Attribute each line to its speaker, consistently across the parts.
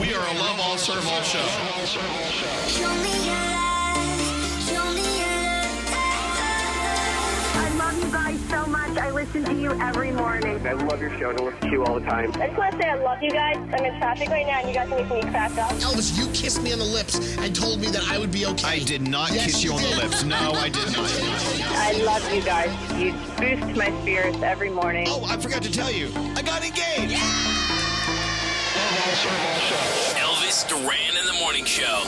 Speaker 1: We are a love all, serve all show.
Speaker 2: Show me your love. Show me your love.
Speaker 3: I love you guys so much. I listen to you every morning.
Speaker 4: I love your show and I listen to you all the time.
Speaker 5: I just want to say I love you guys. I'm in traffic right now and you guys are making me crack up.
Speaker 6: Elvis, you kissed me on the lips and told me that I would be okay.
Speaker 1: I did not
Speaker 6: Yes,
Speaker 1: kiss you on
Speaker 6: did.
Speaker 1: the lips. No, I did not.
Speaker 5: I love you guys. You boost my spirits every morning.
Speaker 1: Oh, I forgot to tell you. I got engaged.
Speaker 7: Elvis Duran in the morning show.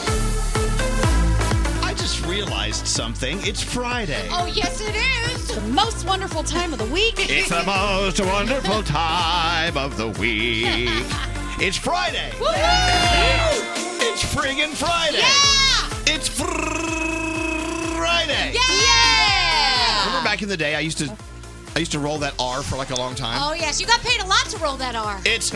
Speaker 1: I just realized something. It's Friday.
Speaker 8: Oh, yes, it is. The most wonderful time of the week.
Speaker 1: It's the most wonderful time of the week. It's Friday.
Speaker 8: Woo! Yeah!
Speaker 1: It's friggin' Friday. It's fr- Friday.
Speaker 8: Yeah!
Speaker 1: Remember back in the day, I used to, I used to roll that R for like a long time.
Speaker 8: Oh, yes. You got paid a lot to roll that R.
Speaker 1: It's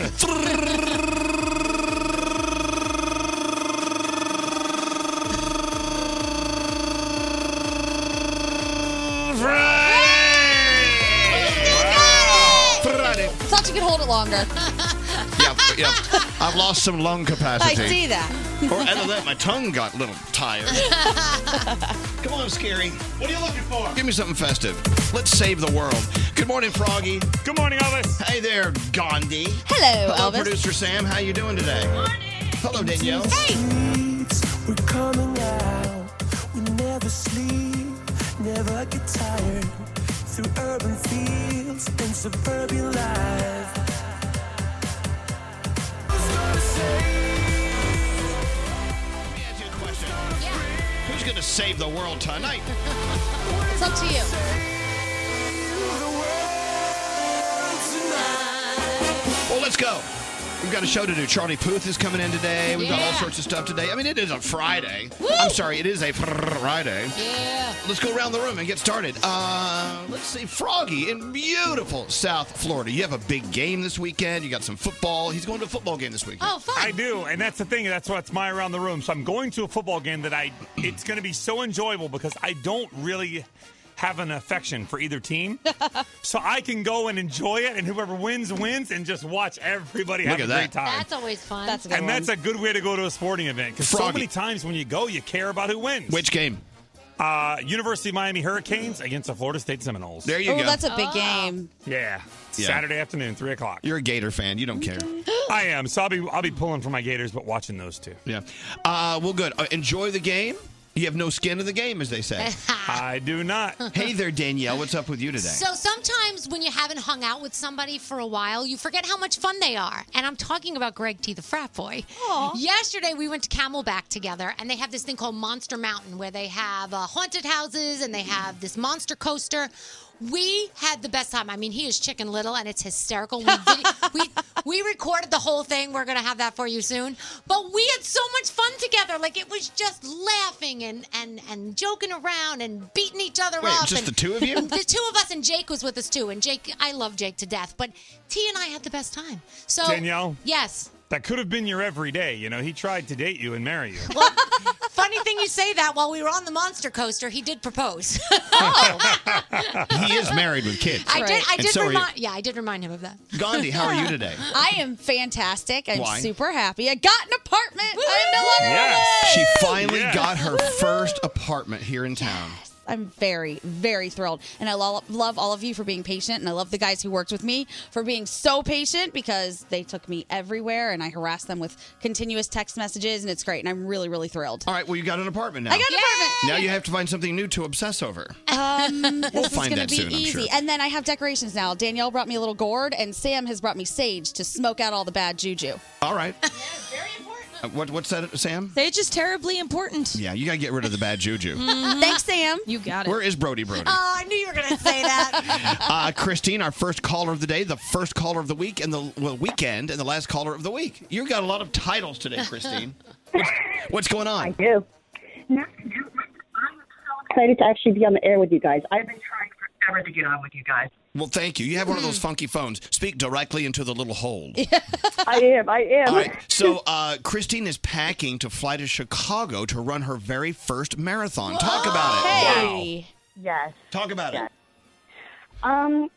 Speaker 1: Friday.
Speaker 8: Thought you could hold it longer.
Speaker 1: Yeah, yeah. I've lost some lung
Speaker 8: I
Speaker 1: capacity.
Speaker 8: see that.
Speaker 1: Or either that, my tongue got a little tired. Come on, Scary. What are you looking for? Give me something festive. Let's save the world. Good morning, Froggy.
Speaker 9: Good morning, Elvis.
Speaker 1: Hey there, Gandhi.
Speaker 8: Hello,
Speaker 1: Hello,
Speaker 8: Elvis.
Speaker 1: producer Sam. How you doing today? Hello, Danielle.
Speaker 8: Hey,
Speaker 10: We're coming out. We never sleep, never get tired. Through urban fields and suburban life.
Speaker 1: Let me ask you a question. Who's gonna save the world tonight?
Speaker 8: it's up to you.
Speaker 1: Well, let's go. We've got a show to do. Charlie Puth is coming in today. We've got all
Speaker 8: Yeah.
Speaker 1: sorts of stuff today. I mean, it is a Friday.
Speaker 8: Woo!
Speaker 1: I'm sorry, it is a Friday.
Speaker 8: Yeah.
Speaker 1: Let's go around the room and get started. Uh, let's see, Froggy in beautiful South Florida. You have a big game this weekend. You got some football. He's going to a football game this weekend.
Speaker 8: Oh, fun.
Speaker 9: I do, and that's the thing. That's what's my around the room. So I'm going to a football game that I. It's going to be so enjoyable because I don't really have an affection for either team, so I can go and enjoy it, and whoever wins wins, and just watch everybody
Speaker 1: Look
Speaker 9: have
Speaker 1: at
Speaker 9: a
Speaker 1: that.
Speaker 9: great time.
Speaker 8: That's always fun.
Speaker 11: That's a good
Speaker 9: and
Speaker 11: one.
Speaker 9: that's a good way to go to a sporting event because so
Speaker 1: Froggy.
Speaker 9: many times when you go, you care about who wins.
Speaker 1: Which game?
Speaker 9: uh, University of Miami Hurricanes against the Florida State Seminoles.
Speaker 1: There you
Speaker 11: Oh,
Speaker 1: go.
Speaker 11: that's a big
Speaker 8: Ah.
Speaker 11: game.
Speaker 9: yeah.
Speaker 1: Yeah.
Speaker 9: Saturday afternoon, three o'clock.
Speaker 1: You're a Gator fan. You don't care.
Speaker 9: I am. So I'll be I'll be pulling for my Gators, but watching those two.
Speaker 1: Yeah. Uh, well, good. Uh,
Speaker 8: Oh.
Speaker 1: enjoy the game. You have no skin in the game, as they say.
Speaker 9: I do not.
Speaker 1: hey there, Danielle. What's up with you today?
Speaker 8: So sometimes when you haven't hung out with somebody for a while, you forget how much fun they are. And I'm talking about Greg T, the frat boy. Yesterday we went to Camelback together, and they have this thing called Monster Mountain where they have uh, haunted houses and they have this monster coaster. We had the best time. I mean, he is Chicken Little, and it's hysterical. We did, we we recorded the whole thing. We're gonna have that for you soon. But we had so much fun together. Like it was just laughing and and and joking around and beating each other
Speaker 1: Wait,
Speaker 8: up.
Speaker 1: just
Speaker 8: and-
Speaker 1: the two of you?
Speaker 8: the two of us and Jake was with us too. And Jake, I love Jake to death, but T and I had the best time. So
Speaker 9: Danielle?
Speaker 8: yes.
Speaker 9: That could have been your everyday. You know, he tried to date you and marry you.
Speaker 8: Well, funny thing you say that. While we were on the monster coaster, he did propose.
Speaker 1: he is married with kids.
Speaker 8: I did. I
Speaker 1: And
Speaker 8: did
Speaker 1: so are you.
Speaker 8: remind. Oh, Yeah, I did remind him of that.
Speaker 1: Gandhi, how are you today?
Speaker 11: I am fantastic. I'm
Speaker 1: Why?
Speaker 11: super happy. I got an apartment. I'm no longer
Speaker 9: Yes.
Speaker 11: alone.
Speaker 1: She finally
Speaker 9: Yeah.
Speaker 1: got her first apartment here in town.
Speaker 11: I'm very, very thrilled. And I lo- love all of you for being patient. And I love the guys who worked with me for being so patient because they took me everywhere and I harassed them with continuous text messages. And it's great. And I'm really, really thrilled.
Speaker 1: All right, well, you got an apartment now.
Speaker 11: I got an apartment.
Speaker 1: Now you have to find something new to obsess over.
Speaker 11: Um, This is
Speaker 1: find
Speaker 11: going to
Speaker 1: that
Speaker 11: be
Speaker 1: soon, I'm
Speaker 11: easy.
Speaker 1: sure.
Speaker 11: And then I have decorations now. Danielle brought me a little gourd, and Sam has brought me sage to smoke out all the bad juju.
Speaker 1: All right. Uh, what, what's that, Sam?
Speaker 12: They're just terribly important.
Speaker 1: Yeah, you got to get rid of the bad juju.
Speaker 11: Thanks, Sam.
Speaker 12: Mm-hmm. You got it.
Speaker 1: Where is Brody Brody?
Speaker 8: Oh, I knew you were going to say that.
Speaker 1: Uh, Christine, our first caller of the day, the first caller of the week, and the well, weekend, and the last caller of the week. You got a lot of titles today, Christine. What's, what's going on?
Speaker 5: do.
Speaker 3: Now, I'm so excited to actually be on the air with you guys. I've been trying forever to get on with you guys. Hmm.
Speaker 1: Well, thank you. You have one of those funky phones. Speak directly into the little hole.
Speaker 3: I am. I am.
Speaker 1: All right. So uh, Christine is packing to fly to Chicago to run her very first marathon. Talk about it.
Speaker 11: Hey.
Speaker 3: Yes.
Speaker 1: Talk about it.
Speaker 3: Um,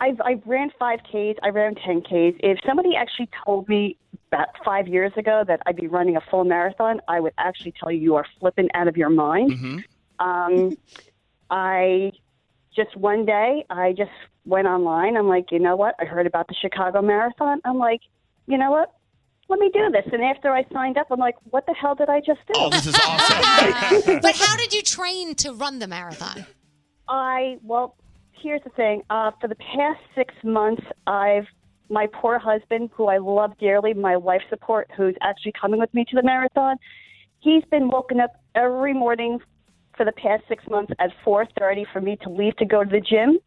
Speaker 3: I've I've ran 5Ks. I ran 10Ks. If somebody actually told me about five years ago that I'd be running a full marathon, I would actually tell you you are flipping out of your mind.
Speaker 1: Mm-hmm.
Speaker 3: Um, I just one day, I just went online. I'm like, you know what? I heard about the Chicago Marathon. I'm like, you know what? Let me do this. And after I signed up, I'm like, what the hell did I just do?
Speaker 1: Oh, this is awesome.
Speaker 8: But how did you train to run the marathon?
Speaker 3: I well, here's the thing. Uh, for the past six months, I've my poor husband, who I love dearly, my life support, who's actually coming with me to the marathon. He's been woken up every morning for the past six months at 4:30 for me to leave to go to the gym,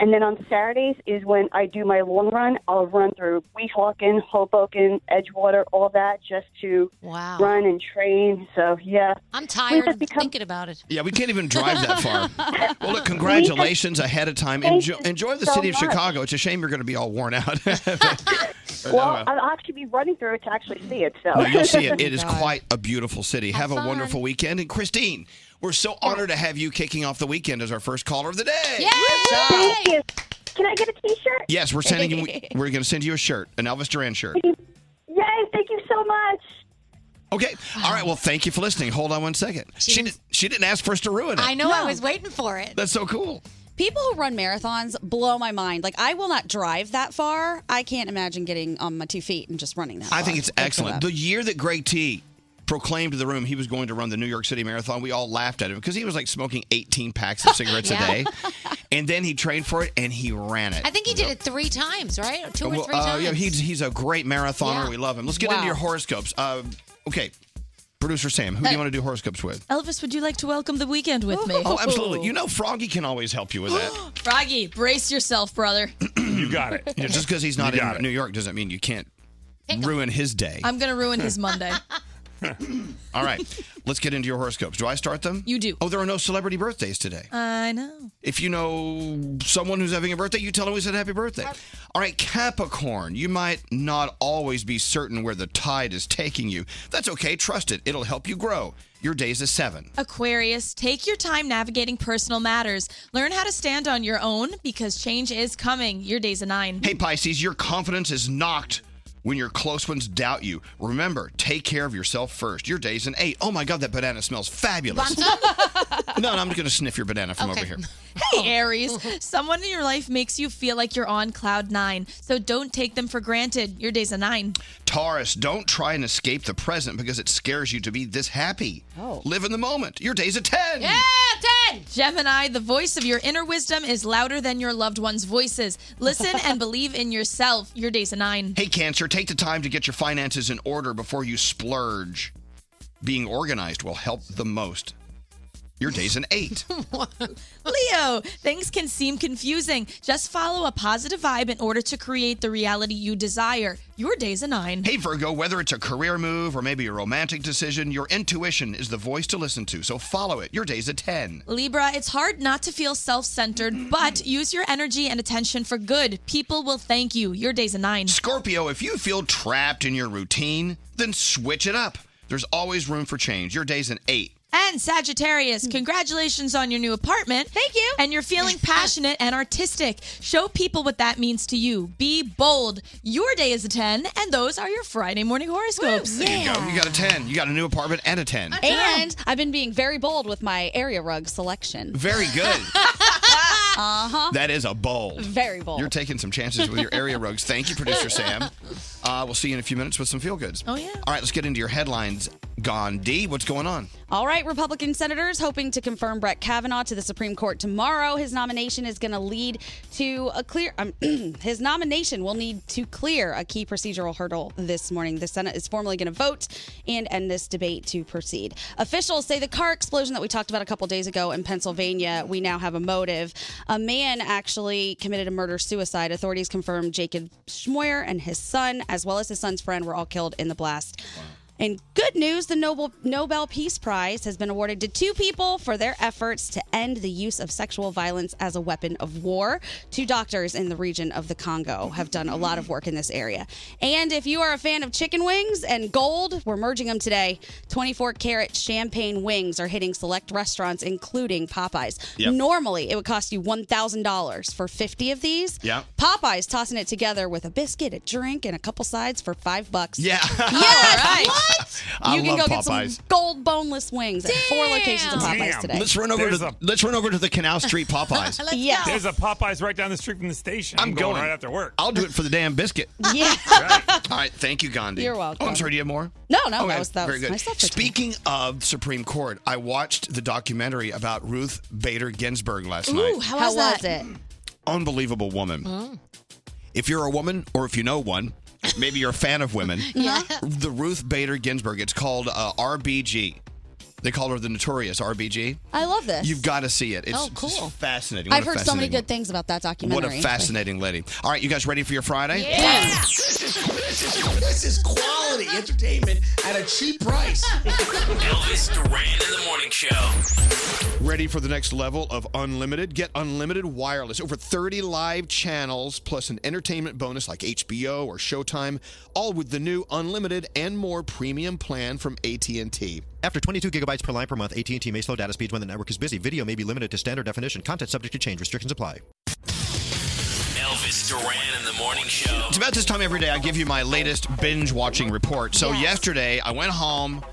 Speaker 3: and then on Saturdays is when I do my long run. I'll run through Weehawken, Hoboken, Edgewater, all that, just to
Speaker 8: Wow.
Speaker 3: run and train. So yeah,
Speaker 8: I'm tired of thinking about it.
Speaker 1: Yeah, we can't even drive that far. Well, look, congratulations ahead of time. Enjoy,
Speaker 3: Thank you
Speaker 1: enjoy the
Speaker 3: so
Speaker 1: city of
Speaker 3: much.
Speaker 1: Chicago. It's a shame you're going to be all worn out. uh,
Speaker 3: Well, I'll actually be running through it to actually see it. So
Speaker 1: No, you'll see it. It is quite a beautiful city. Have, a wonderful weekend. And Christine, we're so honored to have you kicking off the weekend as our first caller of the day.
Speaker 3: Thank you. Can I get a T-shirt?
Speaker 1: Yes, we're sending you. We're going to send you a shirt, an Elvis Duran shirt.
Speaker 3: Yay! Thank you so much.
Speaker 1: Okay. All right. Well, thank you for listening. Hold on one second. She didn't. She didn't ask for us to ruin it.
Speaker 11: I know, I No. was
Speaker 8: waiting for it.
Speaker 1: That's so cool.
Speaker 11: People who run marathons blow my mind. Like I will not drive that far. I can't imagine getting on my two feet and just running that.
Speaker 1: I
Speaker 11: far.
Speaker 1: think it's
Speaker 11: Good for
Speaker 1: excellent.
Speaker 11: them.
Speaker 1: The year that Greg T proclaimed to the room he was going to run the New York City Marathon, we all laughed at him because he was like smoking 18 packs of cigarettes
Speaker 8: Yeah.
Speaker 1: a day. And then he trained for it and he ran it.
Speaker 8: I think he did it three times, right? Two or
Speaker 1: Well,
Speaker 8: three
Speaker 1: uh,
Speaker 8: times.
Speaker 1: Yeah, he's, he's a great marathoner.
Speaker 8: Yeah.
Speaker 1: We love him. Let's get
Speaker 11: Wow.
Speaker 1: into your horoscopes. Uh, okay, producer Sam,
Speaker 8: Uh,
Speaker 1: who do you want to do horoscopes with?
Speaker 12: Elvis, would you like to welcome the weekend with me?
Speaker 1: Oh, absolutely. You know, Froggy can always help you with that.
Speaker 12: Froggy, brace yourself, brother.
Speaker 1: you got it. just because he's not in New York doesn't mean you can't ruin his day.
Speaker 12: I'm going to ruin his Monday.
Speaker 1: All right, let's get into your horoscopes. Do I start them? You do. Oh, there are no celebrity birthdays today.
Speaker 12: I know.
Speaker 1: If you know someone who's having a birthday, you tell them we said happy birthday. All right, Capricorn, you might not always be certain where the tide is taking you. That's okay, trust it. It'll help you grow. Your day's a seven.
Speaker 12: Aquarius, take your time navigating personal matters. Learn how to stand on your own because change is coming. Your day's a nine.
Speaker 1: Hey, Pisces, your confidence is knocked when your close ones doubt you. Remember, take care of yourself first. Your day's an eight. Oh my God, that banana smells fabulous. no, no, I'm just going to sniff your banana from over here. Oh.
Speaker 12: Hey, Aries, someone in your life makes you feel like you're on cloud nine, so don't take them for granted. Your day's a nine.
Speaker 1: Taurus, don't try and escape the present because it scares you to be this happy. Oh. Live in the moment. Your day's a 10.
Speaker 12: Yeah, 10! Gemini, the voice of your inner wisdom is louder than your loved ones' voices. Listen and believe in yourself. Your day's a nine.
Speaker 1: Hey, Cancer, take the time to get your finances in order before you splurge. Being organized will help the most. Your day's an eight.
Speaker 12: Leo, things can seem confusing. Just follow a positive vibe in order to create the reality you desire. Your day's a nine.
Speaker 1: Hey, Virgo, whether it's a career move or maybe a romantic decision, your intuition is the voice to listen to, so follow it. Your day's a 10.
Speaker 12: Libra, it's hard not to feel self centered, but use your energy and attention for good. People will thank you. Your day's a nine.
Speaker 1: Scorpio, if you feel trapped in your routine, then switch it up. There's always room for change. Your day's an 8.
Speaker 12: And Sagittarius, congratulations on your new apartment. Hmm. Thank you. And you're feeling passionate and artistic. Show people what that means to you. Be bold. Your day is a 10, and those are your Friday morning horoscopes.
Speaker 1: There you go. You got a 10. You got a new apartment and a 10.
Speaker 11: And I've been being very bold with my area rug selection.
Speaker 1: Very good.
Speaker 11: Uh huh.
Speaker 1: That is a bold.
Speaker 11: Very bold.
Speaker 1: You're taking some chances with your area rugs. Thank you, producer Sam. Uh, we'll see you in a few minutes with some feel goods. Oh, yeah. All right, let's get into your headlines. Gandhi, what's going on?
Speaker 11: All right, Republican senators hoping to confirm Brett Kavanaugh to the Supreme Court tomorrow. His nomination is going to lead to a clear. Um, his nomination will need to clear a key procedural hurdle this morning. The Senate is formally going to vote and end this debate to proceed. Officials say the car explosion that we talked about a couple days ago in Pennsylvania, we now have a motive. A man actually committed a murder suicide. Authorities confirmed Jacob Schmoyer and his son, as well as his son's friend, were all killed in the blast. In good news, the Nobel, Nobel Peace Prize has been awarded to two people for their efforts to end the use of sexual violence as a weapon of war. Two doctors in the region of the Congo have done a lot of work in this area. And if you are a fan of chicken wings and gold, we're merging them today. 24 karat champagne wings are hitting select restaurants, including Popeyes.
Speaker 2: Yep.
Speaker 11: Normally, it would cost you $1,000 for 50 of these.
Speaker 2: Yeah.
Speaker 11: Popeyes tossing it together with a biscuit, a drink, and a couple sides for five bucks.
Speaker 1: Yeah.
Speaker 11: Yes. What?
Speaker 1: I
Speaker 11: you
Speaker 1: love
Speaker 11: can go get
Speaker 1: Popeyes.
Speaker 11: some gold boneless wings at four locations of Popeyes today.
Speaker 1: Let's run over
Speaker 9: There's
Speaker 1: to
Speaker 9: a-
Speaker 1: let's run over to the Canal Street Popeyes.
Speaker 11: Yeah.
Speaker 9: There's a Popeyes right down the street from the station. I'm, going, right after work.
Speaker 1: I'll do it for the damn biscuit.
Speaker 11: Yeah.
Speaker 1: All right, thank you, Gandhi.
Speaker 11: You're welcome.
Speaker 1: Oh, I'm sorry. Do you have more?
Speaker 11: No, no, that was- that was my stuff for
Speaker 1: Speaking of Supreme Court, I watched the documentary about Ruth Bader Ginsburg last night.
Speaker 11: it?
Speaker 1: Unbelievable woman.
Speaker 8: Mm.
Speaker 1: If you're a woman, or if you know one, maybe you're a fan of women.
Speaker 2: Yeah.
Speaker 1: The Ruth Bader Ginsburg. It's called uh, RBG. They call her the notorious RBG.
Speaker 11: I love this.
Speaker 1: You've got to see it. It's
Speaker 11: Oh, cool.
Speaker 1: it's fascinating. What
Speaker 11: I've
Speaker 1: a
Speaker 11: heard so many
Speaker 1: fascinating
Speaker 11: good things about that
Speaker 1: What
Speaker 11: documentary.
Speaker 1: a fascinating lady. All right, you guys ready for your Friday?
Speaker 6: This is, this is this is quality entertainment at a cheap price.
Speaker 7: Elvis Duran in the morning show.
Speaker 1: Ready for the next level of unlimited? Get unlimited wireless. Over 30 live channels plus an entertainment bonus like HBO or Showtime, all with the new unlimited and more premium plan from AT&T.
Speaker 13: After 22 gigabytes per line per month, AT&T may slow data speeds when the network is busy. Video may be limited to standard definition. Content subject to change. Restrictions apply.
Speaker 7: Elvis Duran in the morning show.
Speaker 1: It's about this time every day I give you my latest binge watching report. So yesterday I went home,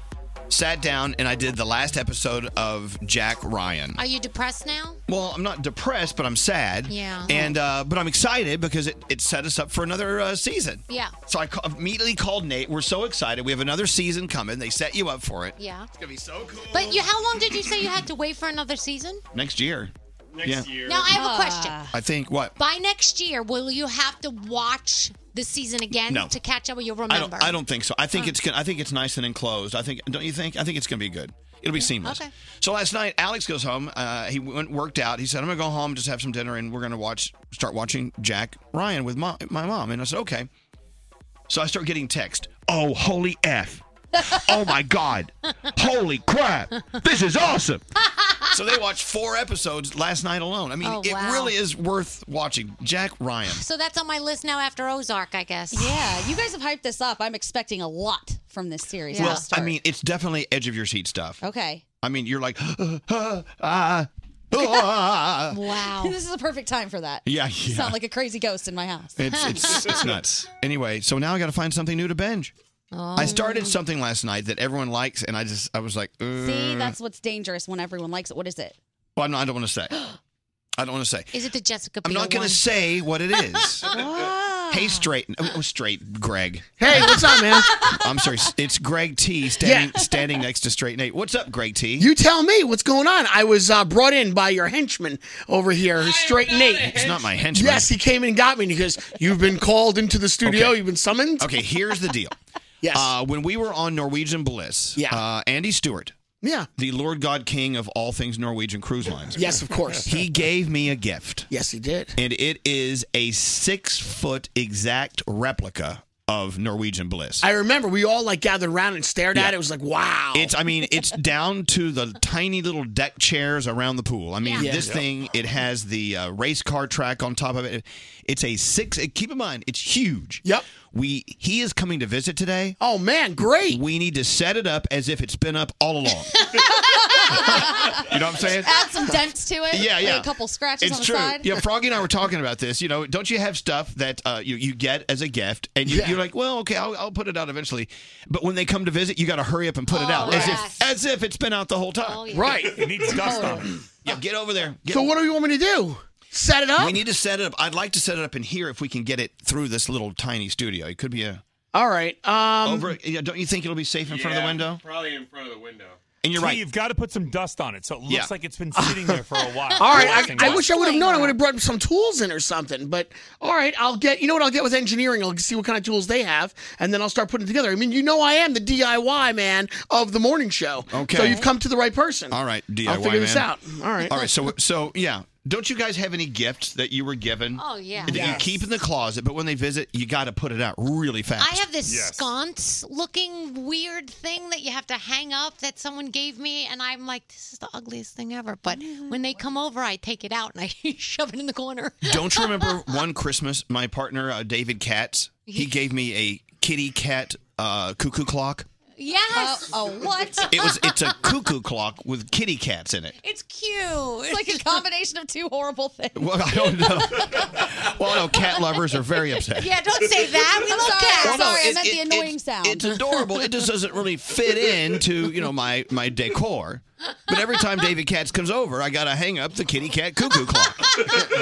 Speaker 1: sat down and I did the last episode of Jack Ryan.
Speaker 8: Are you depressed now?
Speaker 1: Well, I'm not depressed, but I'm sad.
Speaker 8: Yeah.
Speaker 1: And uh, but I'm excited because it, it set us up for another uh, season.
Speaker 8: Yeah.
Speaker 1: So I ca- immediately called Nate. We're so excited. We have another season coming. They set you up for it
Speaker 8: Yeah. It's
Speaker 1: gonna be so cool.
Speaker 8: But you, how long did you say you had to wait for another season?
Speaker 1: next year. Next yeah.
Speaker 8: Now I have a question.
Speaker 1: I think what?
Speaker 8: By next year, will you have to watch the season again
Speaker 1: No.
Speaker 8: to catch up? Or you'll
Speaker 1: I
Speaker 8: remember?
Speaker 1: don't. I don't think so. I think
Speaker 8: Huh.
Speaker 1: it's gonna. I think it's nice and enclosed. I think. Don't you think? I think it's gonna be good. It'll be seamless.
Speaker 8: Okay.
Speaker 1: So last night, Alex goes home. Uh, he went worked out. He said, "I'm gonna go home, just have some dinner, and we're gonna watch, start watching Jack Ryan with my, my mom." And I said, "Okay." So I start getting text. Oh, holy f! Oh my god! Holy crap! This is awesome. so they watched four episodes last night alone. I mean,
Speaker 8: Oh,
Speaker 1: it
Speaker 8: wow.
Speaker 1: really is worth watching. Jack Ryan.
Speaker 8: So that's on my list now after Ozark, I guess.
Speaker 11: Yeah, you guys have hyped this up. I'm expecting a lot from this series.
Speaker 1: Well, I mean, it's definitely edge of your seat stuff.
Speaker 11: okay.
Speaker 1: I mean, you're like, ah, ah.
Speaker 11: wow. this is a perfect time for that.
Speaker 1: yeah, yeah.
Speaker 11: Sound like a crazy ghost in my house.
Speaker 1: it's, it's, it's nuts. Anyway, so now I got to find something new to binge.
Speaker 11: Oh,
Speaker 1: I
Speaker 8: Oh.
Speaker 1: started something last night that everyone likes, and I just, I was like,
Speaker 11: See,
Speaker 1: "Ugh."
Speaker 11: that's what's dangerous when everyone likes it. What is it?
Speaker 1: Well, I'm not, I don't want to say. I don't want to say.
Speaker 8: Is it the Jessica?
Speaker 1: I'm not
Speaker 8: Biel
Speaker 1: going
Speaker 8: one?
Speaker 1: to say what it is. hey, straight, oh, oh, straight, Greg.
Speaker 14: Hey, what's up, man?
Speaker 1: I'm sorry, s- it's Greg T standing standing next to Straight Nate. What's up, Greg T?
Speaker 14: You tell me what's going on. I was uh, brought in by your henchman over here, Straight Nate. It's
Speaker 1: not my henchman.
Speaker 14: Yes, he came and got me because you've been called into the studio. You've been summoned.
Speaker 1: Okay, here's the deal.
Speaker 14: yes.
Speaker 1: Uh, when we were on Norwegian Bliss, yeah. uh, Andy Stewart,
Speaker 14: yeah,
Speaker 1: the Lord God King of all things Norwegian cruise lines.
Speaker 14: Yes, of course.
Speaker 1: He gave me a gift.
Speaker 14: Yes, he did.
Speaker 1: And it is a six foot exact replica of Norwegian Bliss.
Speaker 14: I remember we all like gathered around and stared
Speaker 1: Yeah.
Speaker 14: at it. It was like, wow.
Speaker 1: It's, I mean, it's down to the tiny little deck chairs around the pool. I mean,
Speaker 14: Yeah.
Speaker 1: this
Speaker 14: Yeah.
Speaker 1: thing, it has the uh, race car track on top of it. It's a six, uh, keep in mind, it's huge. Yep. We He is coming to visit today.
Speaker 14: Oh, man, great.
Speaker 1: We need to set it up as if it's been up all along. you know what I'm saying?
Speaker 11: Add some dents to it.
Speaker 1: Yeah,
Speaker 11: like
Speaker 1: yeah.
Speaker 11: a couple scratches
Speaker 1: it's
Speaker 11: on the
Speaker 1: true.
Speaker 11: side.
Speaker 1: Yeah, Froggy and I were talking about this. You know, don't you have stuff that uh, you you get as a gift, and you,
Speaker 14: Yeah.
Speaker 1: you're like, well, okay, I'll, I'll put it out eventually. But when they come to visit, you got to hurry up and put
Speaker 11: Oh,
Speaker 1: it out as if as if it's been out the whole time.
Speaker 14: yeah. Right. It
Speaker 9: needs
Speaker 14: dust on
Speaker 1: Yeah, get over there. Get-
Speaker 14: so what do you want me to do? Set it up.
Speaker 1: We need to set it up. I'd like to set it up in here if we can get it through this little tiny studio. It could be a
Speaker 14: all right. Um,
Speaker 1: over. Yeah, don't you think it'll be safe in front of the window?
Speaker 9: Probably in front of the window.
Speaker 1: And you're right.
Speaker 9: You've got to put some dust on it so it looks
Speaker 1: Yeah.
Speaker 9: like it's been sitting there for a while.
Speaker 14: All right,
Speaker 9: Resting
Speaker 14: I, I
Speaker 9: dust.
Speaker 14: wish I would have known. I would have brought some tools in or something. But all right, I'll get. You know what? I'll get with engineering. I'll see what kind of tools they have, and then I'll start putting it together. I mean, you know, I am the DIY man of the morning show.
Speaker 1: Okay.
Speaker 14: So you've come to the right person.
Speaker 1: All right, DIY
Speaker 14: I'll figure this
Speaker 1: man.
Speaker 14: out. All right.
Speaker 1: All right. So so yeah. Don't you guys have any gifts that you were given?
Speaker 8: Oh, yeah.
Speaker 1: That
Speaker 8: Yes.
Speaker 1: you keep in the closet, but when they visit, you got to put it out really fast.
Speaker 8: I have this sconce looking weird thing that you have to hang up that someone gave me, and I'm like, this is the ugliest thing ever. But
Speaker 11: Mm-hmm.
Speaker 8: when they come over, I take it out and I shove it in the corner.
Speaker 1: Don't you remember one Christmas, my partner uh, David Katz, he gave me a kitty cat uh, cuckoo clock.
Speaker 8: Yes.
Speaker 11: Oh, oh, what?
Speaker 1: It was it's a cuckoo clock with kitty cats in it.
Speaker 8: It's cute. It's
Speaker 11: like a combination of two horrible things.
Speaker 1: Well, I don't know. Well, no, cat lovers are very upset.
Speaker 11: Yeah,
Speaker 8: don't say that. We
Speaker 11: I'm
Speaker 8: love
Speaker 11: sorry,
Speaker 8: cats.
Speaker 1: Well,
Speaker 11: I'm sorry, I
Speaker 1: no,
Speaker 11: meant
Speaker 1: it-
Speaker 11: the
Speaker 1: it-
Speaker 11: annoying sound.
Speaker 1: It's adorable. It just doesn't really fit into you know my my decor. But every time David Katz comes over, I gotta hang up the kitty cat cuckoo clock
Speaker 8: Do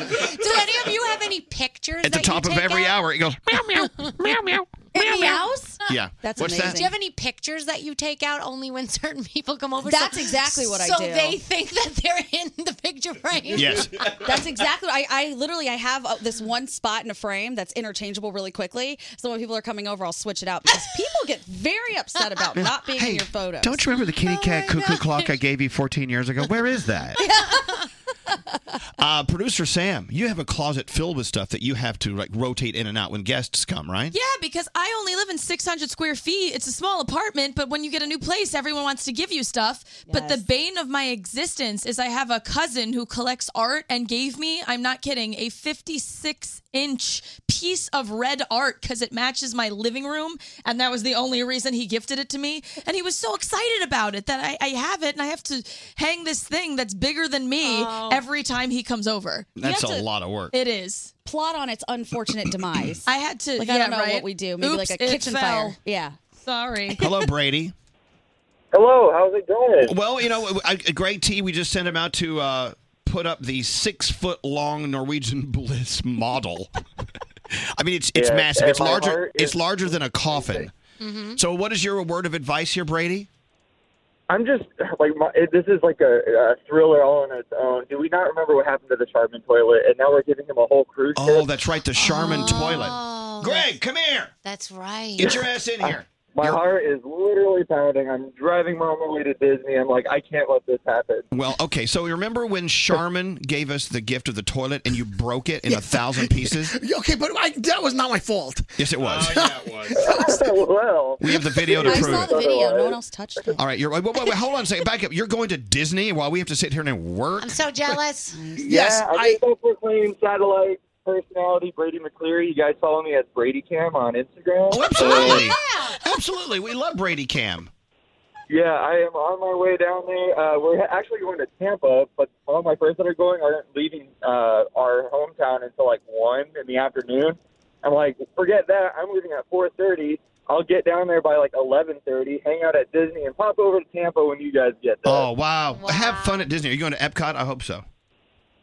Speaker 8: any of you have any pictures
Speaker 1: at the
Speaker 8: that you
Speaker 1: top of
Speaker 8: take
Speaker 1: every
Speaker 8: out?
Speaker 1: hour. It goes meow meow meow meow.
Speaker 8: In the house?
Speaker 1: Yeah. What's that?
Speaker 8: Do you have any pictures that you take out only when certain people come over?
Speaker 11: That's
Speaker 8: So-
Speaker 11: exactly what I
Speaker 8: so
Speaker 11: do.
Speaker 8: they think that they're in the picture frame.
Speaker 1: Yes.
Speaker 11: that's exactly. I, I literally I have uh, this one spot in a frame that's interchangeable really quickly. So when people are coming over, I'll switch it out because people get very upset about not being in your photos. Oh
Speaker 1: Don't you remember the kitty cat cuckoo clock I gave you 14 years ago? Where is that? uh, Producer Sam, you have a closet filled with stuff that you have to like rotate in and out when guests come, right?
Speaker 12: Yeah, because I only live in 600 square feet. It's a small apartment, but when you get a new place, everyone wants to give you stuff. But the bane of my existence is I have a cousin who collects art and gave me, I'm not kidding, a 56 inch piece of red art because it matches my living room. And that was the only reason he gifted it to me. And he was so excited about it that I, I have it and I have to hang this thing that's bigger than me every time he comes over.
Speaker 1: You Oh. That's have a to- lot of work.
Speaker 12: It is.
Speaker 11: Plot on its unfortunate demise.
Speaker 12: I had to.
Speaker 11: Like
Speaker 12: yeah,
Speaker 11: I don't know
Speaker 12: right?
Speaker 11: what we do. Maybe
Speaker 12: Oops,
Speaker 11: like a
Speaker 12: it
Speaker 11: kitchen
Speaker 12: fell.
Speaker 11: fire. Yeah.
Speaker 12: Sorry.
Speaker 1: Hello, Brady.
Speaker 15: Hello, how's it going?
Speaker 1: Well, you know, a, a great T, we just sent him out to uh, put up the six foot long Norwegian Bliss model. I mean, it's it's
Speaker 15: Yeah,
Speaker 1: massive.
Speaker 15: and
Speaker 1: It's
Speaker 15: my
Speaker 1: larger.
Speaker 15: heart
Speaker 1: It's larger than a coffin.
Speaker 14: Mm-hmm.
Speaker 1: So, what is your word of advice here, Brady?
Speaker 15: I'm just like my, it- this is like a, a thriller all on its own. Do we not remember what happened to the Charmin toilet? And now we're giving him a whole cruise.
Speaker 1: Oh, that's right, the Charmin toilet. Greg, come here.
Speaker 8: That's right.
Speaker 1: Get your ass in here.
Speaker 15: My heart is literally pounding. I'm driving on my way to Disney. I'm like, I can't let this happen.
Speaker 1: Well, okay. So you remember when Charmin gave us the gift of the toilet and you broke it in a thousand pieces?
Speaker 14: Okay, but I, that was not my fault.
Speaker 1: Yes, it was.
Speaker 15: well,
Speaker 1: we have the video to
Speaker 14: I saw
Speaker 1: prove it.
Speaker 14: the video. No
Speaker 11: one else touched it.
Speaker 1: All right, you're. Wait, wait, wait, hold on a second. Back up. You're going to Disney while we have to sit here and work.
Speaker 8: I'm so jealous.
Speaker 15: yeah, I self-proclaimed satellite personality Brady McCleary. You guys follow me as Brady Cam on Instagram.
Speaker 1: Oh, absolutely. Absolutely, we love Brady Cam.
Speaker 15: Yeah, I am on my way down there. Uh, we're actually going to Tampa, but all my friends that are going aren't leaving uh, our hometown until like one in the afternoon. I'm like, forget that. I'm leaving at 4:30. I'll get down there by like 11:30. Hang out at Disney and pop over to Tampa when you guys get there.
Speaker 1: Oh wow. Have fun at Disney. Are you going to Epcot? I hope so.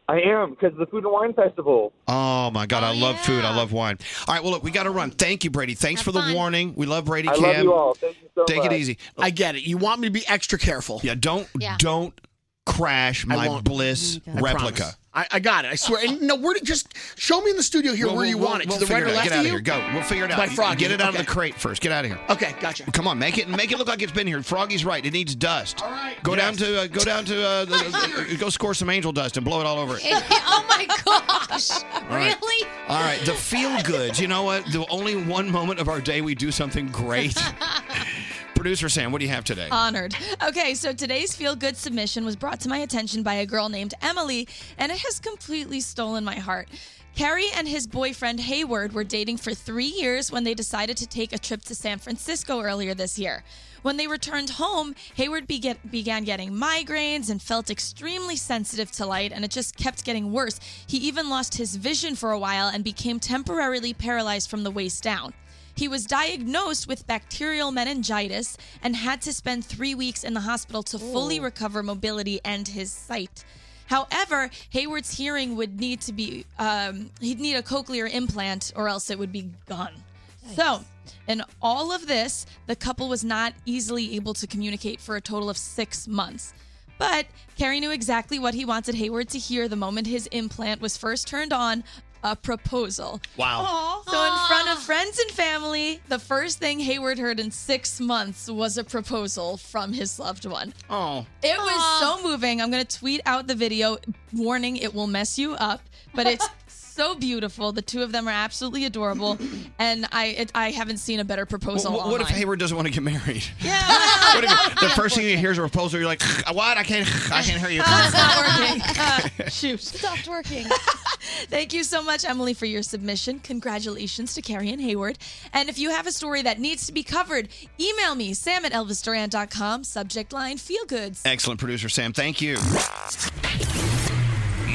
Speaker 15: I am because Um, the Food and Wine Festival.
Speaker 1: Oh my God, I love food. I love wine. All right, well look, we got to run. Thank you, Brady. Thanks for the warning. We love Brady
Speaker 15: I
Speaker 1: Cam.
Speaker 15: love you all. Thank you so
Speaker 1: Take
Speaker 15: much.
Speaker 1: it easy.
Speaker 14: I get it. You want me to be extra careful.
Speaker 1: Yeah, don't
Speaker 14: Yeah.
Speaker 1: don't crash
Speaker 14: I
Speaker 1: my
Speaker 14: won't.
Speaker 1: bliss
Speaker 14: I
Speaker 1: replica.
Speaker 14: promise. I, I got it. I swear. And no, where did just show me in the studio here
Speaker 1: We'll-
Speaker 14: where you
Speaker 1: we'll-
Speaker 14: want it
Speaker 1: we'll
Speaker 14: to the right
Speaker 1: figure
Speaker 14: or
Speaker 1: it out.
Speaker 14: left
Speaker 1: Get
Speaker 14: of
Speaker 1: out of
Speaker 14: you?
Speaker 1: here. Go. We'll figure it out.
Speaker 14: By Froggy.
Speaker 1: Get it out
Speaker 14: Okay.
Speaker 1: of the crate first. Get out of here.
Speaker 14: Okay, gotcha.
Speaker 1: Come on, make it make it look like it's been here. Froggy's right. It needs dust. All right. Go down to uh, go down to uh, the, the- the- go score some angel dust and blow it all over. It.
Speaker 8: oh my gosh.
Speaker 1: All right.
Speaker 8: Really?
Speaker 1: All right. The feel goods. You know what? The only one moment of our day we do something great. Producer Sam, what do you have today?
Speaker 12: Honored. Okay, so today's feel good submission was brought to my attention by a girl named Emily, and it has completely stolen my heart. Carrie and his boyfriend Hayward were dating for three years when they decided to take a trip to San Francisco earlier this year. When they returned home, Hayward bega- began getting migraines and felt extremely sensitive to light, and it just kept getting worse. He even lost his vision for a while and became temporarily paralyzed from the waist down. He was diagnosed with bacterial meningitis and had to spend three weeks in the hospital to fully recover mobility and his sight. However, Hayward's hearing would need to be, um, he'd need a cochlear implant or else it would be gone. So, in all of this, the couple was not easily able to communicate for a total of six months. But Carrie knew exactly what he wanted Hayward to hear the moment his implant was first turned on a proposal.
Speaker 14: Wow.
Speaker 12: So, in front of friends and family, the first thing Hayward heard in six months was a proposal from his loved one.
Speaker 14: Oh.
Speaker 12: It was so moving. I'm going to tweet out the video. Warning, it will mess you up, but it's so beautiful. The two of them are absolutely adorable, and I it, I haven't seen a better proposal.
Speaker 1: What, what if
Speaker 12: online.
Speaker 1: Hayward doesn't want to get married? Yeah. what if the first thing you hear is a proposal, you're like, "Uh, what? I can't, I can't hear you.
Speaker 12: Oh, it's not working. Uh, shoot. Stopped working. Thank you so much, Emily, for your submission. Congratulations to Carrie and Hayward. And if you have a story that needs to be covered, email me, sam at elvisduran.com, subject line, feel goods.
Speaker 1: Excellent producer, Sam. Thank you.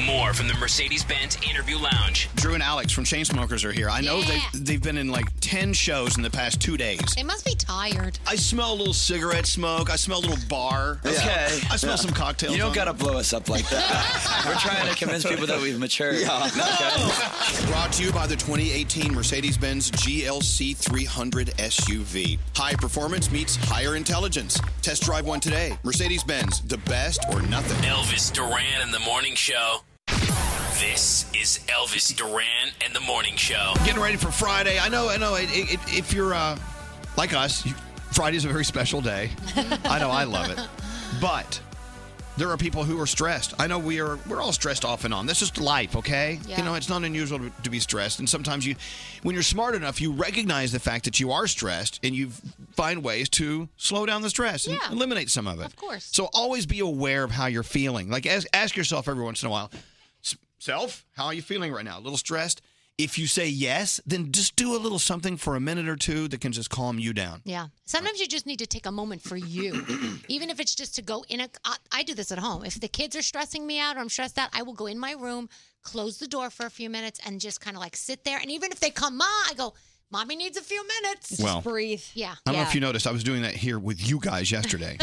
Speaker 7: More from the Mercedes Benz Interview Lounge.
Speaker 1: Drew and Alex from Chainsmokers are here. I know they've, they've been in like 10 shows in the past two days.
Speaker 8: They must be tired.
Speaker 1: I smell a little cigarette smoke. I smell a little bar.
Speaker 16: Okay.
Speaker 1: I smell
Speaker 16: Yeah.
Speaker 1: some cocktails.
Speaker 16: You don't
Speaker 1: on
Speaker 16: gotta blow us up like that. We're trying to convince people that we've matured.
Speaker 17: Brought to you by the 2018 Mercedes Benz GLC 300 SUV. High performance meets higher intelligence. Test drive one today. Mercedes Benz, the best or nothing.
Speaker 7: Elvis Duran and the Morning Show. This is Elvis Duran and the Morning Show.
Speaker 1: Getting ready for Friday. I know, I know. It, it, it- if you're uh, like us, you, Friday's a very special day. I know, I love it.
Speaker 18: Uh,
Speaker 1: But there are people who are stressed. I know we are. We're all stressed off and on. That's just life, okay?
Speaker 17: Yeah.
Speaker 1: You know, it's not unusual to, to be stressed. And sometimes you, when you're smart enough, you recognize the fact that you are stressed, and you find ways to slow down the stress and
Speaker 17: Yeah.
Speaker 1: eliminate some of it. Of
Speaker 17: course.
Speaker 1: So always be aware of how you're feeling. Like ask, ask yourself every once in a while, "S- self, how are you feeling right now? A little stressed. If you say yes, then just do a little something for a minute or two that can just calm you down.
Speaker 8: Yeah. Sometimes you just need to take a moment for you, even if it's just to go in a. I, I do this at home. If the kids are stressing me out or I'm stressed out, I will go in my room, close the door for a few minutes, and just kind of like sit there. And even if they come, ma, I go, mommy needs a few minutes.
Speaker 1: Just Well,
Speaker 8: breathe. Yeah.
Speaker 1: I don't know if you noticed, I was doing that here with you guys yesterday.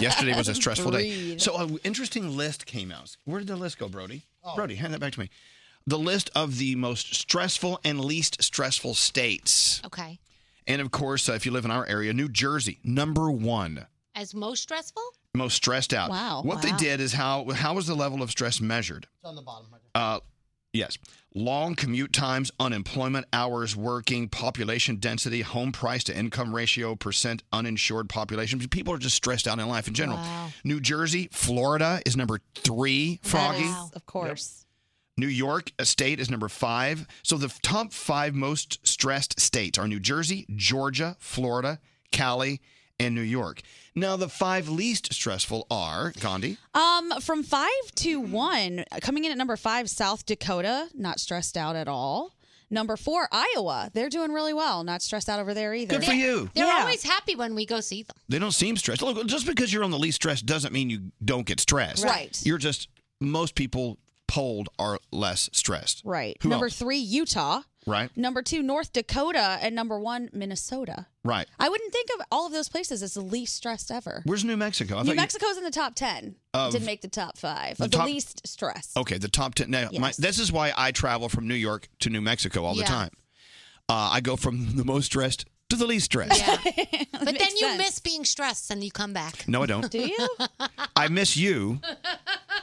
Speaker 1: yesterday was a stressful day.
Speaker 17: Breathe.
Speaker 1: So, an interesting list came out. Where did the list go, Brody? Brody, hand that back to me. The list of the most stressful and least stressful states.
Speaker 8: Okay.
Speaker 1: And of course, uh, if you live in our area, New Jersey, number one.
Speaker 8: As most stressful?
Speaker 1: most stressed out.
Speaker 8: Wow.
Speaker 1: What they
Speaker 8: Wow.
Speaker 1: did is how how was the level of stress measured? It's on the bottom. Uh, yes. Long commute times, unemployment hours, working, population density, home price to income ratio, percent uninsured population. People are just stressed out in life in general.
Speaker 17: Wow.
Speaker 1: New Jersey, Florida is number three. Froggy,
Speaker 11: of course.
Speaker 1: New York uh, state is number five. So the top five most stressed states are New Jersey, Georgia, Florida, Cali, and New York. Now, the five least stressful are Gandhi.
Speaker 11: Um, from five to one, coming in at number five, South Dakota, not stressed out at all. Number four, Iowa, they're doing really well, not stressed out over there either.
Speaker 1: Good for you.
Speaker 8: They're
Speaker 11: Yeah.
Speaker 8: always happy when we go see them.
Speaker 1: They don't seem stressed. Look, just because you're on the least stressed doesn't mean you don't get stressed.
Speaker 11: Right.
Speaker 1: You're just, most people polled are less stressed.
Speaker 11: Right.
Speaker 1: Who
Speaker 11: number
Speaker 1: else?
Speaker 11: three, Utah.
Speaker 1: Right?
Speaker 11: Number two, North Dakota, and number one, Minnesota.
Speaker 1: Right.
Speaker 11: I wouldn't think of all of those places as the least stressed ever.
Speaker 1: Where's New Mexico? I thought
Speaker 11: New
Speaker 1: you-
Speaker 11: Mexico's in the top ten.
Speaker 1: Of-
Speaker 11: Didn't make the top five.
Speaker 1: The
Speaker 11: Of the,
Speaker 1: top-
Speaker 11: least stress.
Speaker 1: Okay, the top 10. Now, my,
Speaker 11: Yes.
Speaker 1: this is why I travel from New York to New Mexico all
Speaker 8: Yeah.
Speaker 1: the time. Uh, I go from the most stressed to the least stressed.
Speaker 8: But then you miss being stressed and you come back.
Speaker 1: No, I don't. Do
Speaker 8: you?
Speaker 1: I miss you.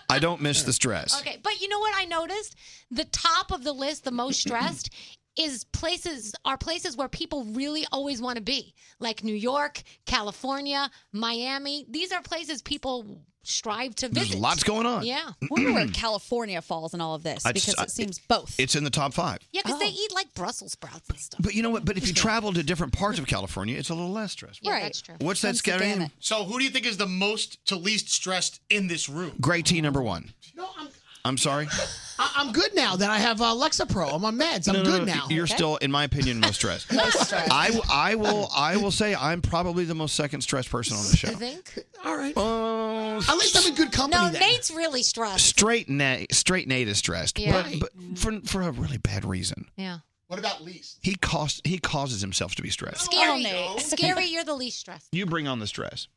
Speaker 1: I don't miss the stress.
Speaker 8: Okay, but you know what I noticed? The top of the list, the most stressed, is places are places where people really always want to be, like New York, California, Miami. These are places people strive to visit.
Speaker 1: There's lots going on.
Speaker 8: Yeah.
Speaker 11: Wonder where California falls in all of this
Speaker 1: I just-
Speaker 11: because
Speaker 1: I-
Speaker 11: it seems both. Oh.
Speaker 1: It's in the top five.
Speaker 8: Yeah, because they eat like Brussels sprouts and stuff.
Speaker 1: But you know what? But if you travel to different parts of California, it's a little less stressful.
Speaker 8: Yeah, that's true.
Speaker 1: What's that scary?
Speaker 19: So, who do you think is the most to least stressed in this room?
Speaker 1: Gray tea number one. No,
Speaker 14: I'm-
Speaker 1: I'm sorry.
Speaker 14: I- I'm good now that I have uh, Lexapro. I'm on meds. I'm
Speaker 1: No, no,
Speaker 14: good
Speaker 1: no,
Speaker 14: now.
Speaker 1: You're still, in my opinion, most stressed. I, w- I will I will say I'm probably the most second stressed person on the show.
Speaker 8: think.
Speaker 14: All right.
Speaker 1: At
Speaker 14: least I'm in good company.
Speaker 8: No,
Speaker 14: then.
Speaker 8: Nate's really stressed.
Speaker 1: Straight Nate, straight Nate is stressed,
Speaker 8: Yeah.
Speaker 1: but, but for for a really bad reason.
Speaker 8: Yeah.
Speaker 19: What about least?
Speaker 1: He cost he causes himself to be stressed.
Speaker 8: Scary. Scary, you're the least stressed.
Speaker 1: You bring on the stress.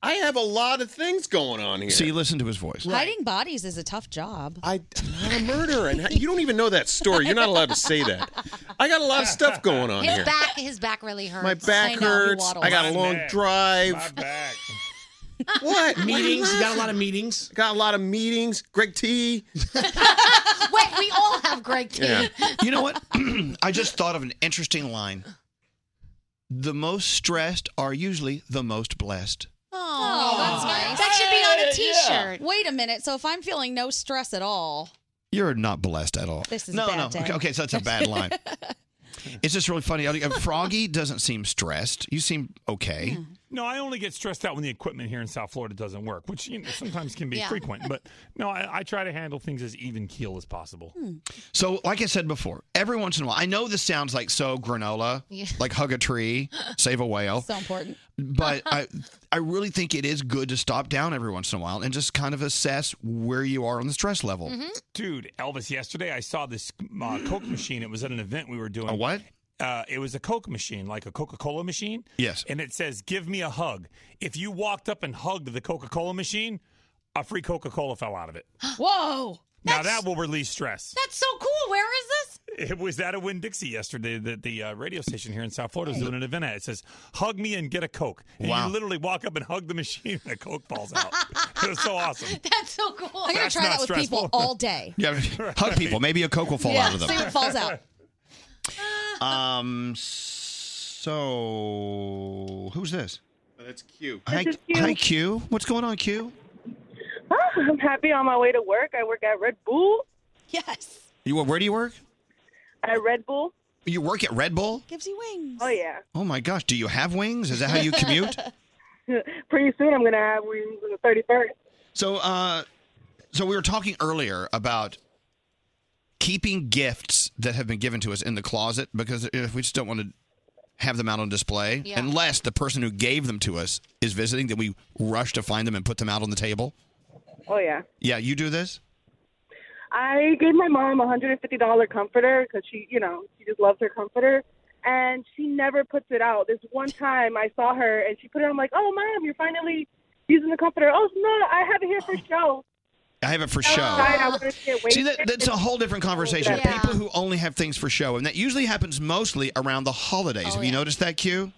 Speaker 19: I have a lot of things going on here.
Speaker 1: See, listen to his voice.
Speaker 11: Hiding bodies is a tough job.
Speaker 19: I I'm not a murderer, and you don't even know that story. You're not allowed to say that. I got a lot of stuff going on
Speaker 8: his
Speaker 19: here.
Speaker 8: back his back really hurts.
Speaker 19: My back hurts. I got a long drive.
Speaker 14: What? meetings. You got a lot of meetings.
Speaker 19: Got a lot of meetings. Greg T.
Speaker 8: Wait, we all have Greg T.
Speaker 1: you know what? I just thought of an interesting line. The most stressed are usually the most blessed.
Speaker 11: Oh,
Speaker 8: that's nice.
Speaker 11: That should be on a
Speaker 8: Hey, yeah.
Speaker 11: T-shirt. Wait a minute. So if I'm feeling no stress at all,
Speaker 1: You're not blessed at all.
Speaker 11: This is
Speaker 1: no,
Speaker 11: a bad
Speaker 1: no.
Speaker 11: day.
Speaker 1: Okay, okay, so that's a bad line. it's just really funny. Uh, Froggy doesn't seem stressed. You seem okay.
Speaker 9: No, I only get stressed out when the equipment here in South Florida doesn't work, which you know, sometimes can be
Speaker 1: Yeah.
Speaker 9: frequent. But no, I, I try to handle things as even keel as possible.
Speaker 1: So, like I said before, every once in a while, I know this sounds like so granola,
Speaker 9: Yeah.
Speaker 1: like hug a tree, save a whale.
Speaker 11: so important.
Speaker 1: but I, I really think it is good to stop down every once in a while and just kind of assess where you are on the stress level.
Speaker 11: Mm-hmm.
Speaker 9: Dude, Elvis, yesterday I saw this uh, Coke machine. It was at an event we were doing. A
Speaker 1: what?
Speaker 9: Uh, it was a Coke machine, like a Coca Cola machine.
Speaker 1: Yes.
Speaker 9: And it says, give me a hug. If you walked up and hugged the Coca Cola machine, a free Coca Cola fell out of it.
Speaker 11: Whoa.
Speaker 9: Now that will release stress.
Speaker 8: That's so cool. Where is this?
Speaker 9: It was at a Win Dixie yesterday that the uh, radio station here in South Florida was doing an event at. It says, "Hug me and get a Coke." And
Speaker 1: Wow.
Speaker 9: You literally walk up and hug the machine, and a Coke falls out. it was so awesome.
Speaker 8: That's so cool.
Speaker 11: I'm gonna
Speaker 9: That's
Speaker 11: try that
Speaker 9: not
Speaker 11: with people
Speaker 9: stressful.
Speaker 11: all day.
Speaker 1: Yeah, hug people. Maybe a Coke will fall
Speaker 11: yeah,
Speaker 1: out of them.
Speaker 11: See what falls out.
Speaker 1: Um. So who's this?
Speaker 20: Oh,
Speaker 19: That's Q.
Speaker 1: Hi,
Speaker 5: This is Q.
Speaker 1: hi, Q. What's going on, Q?
Speaker 5: I'm happy on my way to work. I work at Red Bull.
Speaker 11: Yes.
Speaker 1: You where do you work?
Speaker 5: At Red Bull.
Speaker 1: You work at Red Bull?
Speaker 11: Gives you wings.
Speaker 5: Oh yeah.
Speaker 1: Oh my gosh! Do you have wings? Is that how you commute?
Speaker 5: Pretty soon I'm gonna have wings on the thirty third.
Speaker 1: so, uh, so we were talking earlier about keeping gifts that have been given to us in the closet because if we just don't want to have them out on display
Speaker 5: Yeah.
Speaker 1: unless the person who gave them to us is visiting then we rush to find them and put them out on the table
Speaker 5: Oh yeah.
Speaker 1: yeah you do this
Speaker 5: I gave my mom a hundred and fifty dollar comforter because she, you know, she just loves her comforter, and she never puts it out. This one time I saw her and she put it. on. I'm like, oh mom, you're finally using the comforter. Oh no, I have it here for show.
Speaker 1: i have it for
Speaker 5: I
Speaker 1: show
Speaker 5: tried, Oh, I wanted to get
Speaker 1: See, that,
Speaker 5: wasted.
Speaker 1: that's a whole different conversation.
Speaker 5: Yeah.
Speaker 1: People who only have things for show, and that usually happens mostly around the holidays.
Speaker 5: Oh,
Speaker 1: have you noticed that, Q?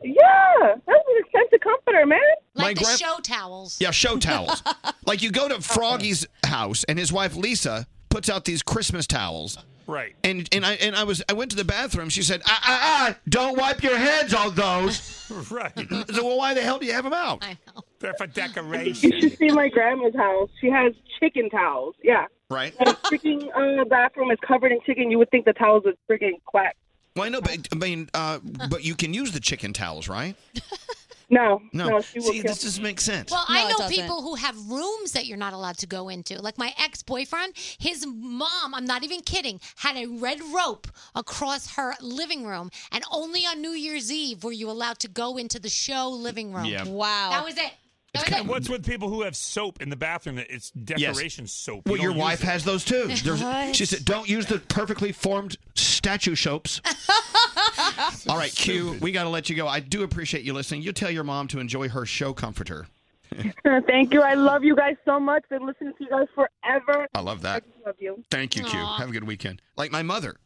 Speaker 5: Yeah, that was an expensive comforter, man.
Speaker 1: Like
Speaker 8: the
Speaker 1: gran-
Speaker 8: show towels.
Speaker 1: Yeah, show towels. like you go to Froggy's house, and his wife Lisa puts out these Christmas towels.
Speaker 9: Right.
Speaker 1: And and I and I was I went to the bathroom. She said, "Ah ah ah! Don't wipe your heads on those."
Speaker 9: right.
Speaker 1: So well, why the hell do you have them out?
Speaker 8: I know.
Speaker 9: They're for
Speaker 5: You
Speaker 9: decoration.
Speaker 5: should see my grandma's house. She has chicken towels. Yeah.
Speaker 1: Right.
Speaker 5: The freaking uh, bathroom is covered in chicken. You would think the towels would freaking quack.
Speaker 1: Well, I know, but I mean, uh, but you can use the chicken towels, right?
Speaker 5: No,
Speaker 1: no.
Speaker 5: no, she will
Speaker 1: See,
Speaker 5: kill
Speaker 1: this doesn't make sense.
Speaker 8: Well,
Speaker 11: No,
Speaker 8: I
Speaker 11: it
Speaker 8: know
Speaker 11: doesn't.
Speaker 8: people who have rooms that you're not allowed to go into. Like my ex boyfriend, his mom, I'm not even kidding, had a red rope across her living room, and only on New Year's Eve were you allowed to go into the show living room.
Speaker 9: Yeah.
Speaker 11: Wow.
Speaker 8: That was it. That was it.
Speaker 9: And what's with people who have soap in the bathroom? That it's decoration soap.
Speaker 1: Well,
Speaker 9: You
Speaker 1: your
Speaker 9: don't
Speaker 1: wife
Speaker 9: use it.
Speaker 1: has those too. There's-
Speaker 9: What?
Speaker 1: She said, "Don't use the perfectly formed statue soaps." All right, Q, we got to let you go. I do appreciate you listening. You tell your mom to enjoy her show comforter.
Speaker 5: Thank you. I love you guys so much. Been listening to you guys forever.
Speaker 1: I love that.
Speaker 5: I love you.
Speaker 1: Thank you, Q.
Speaker 5: Aw.
Speaker 1: Have a good weekend. Like my mother,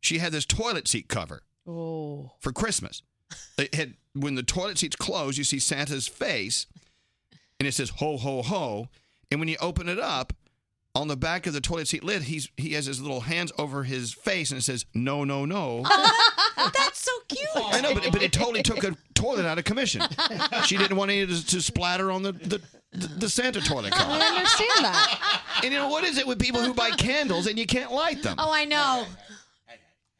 Speaker 1: she had this toilet seat cover
Speaker 11: Oh.
Speaker 1: for Christmas. It had when the toilet seats close, you see Santa's face, and it says "Ho ho ho," and when you open it up. On the back of the toilet seat lid, he's he has his little hands over his face and it says "No, no, no."
Speaker 8: That's so cute.
Speaker 1: I know, but, but it totally took a toilet out of commission. She didn't want any to, to splatter on the, the, the Santa toilet
Speaker 11: I
Speaker 1: cover.
Speaker 11: understand that.
Speaker 1: And you know, what is it with people who buy candles and you can't light them?
Speaker 8: Oh, I know.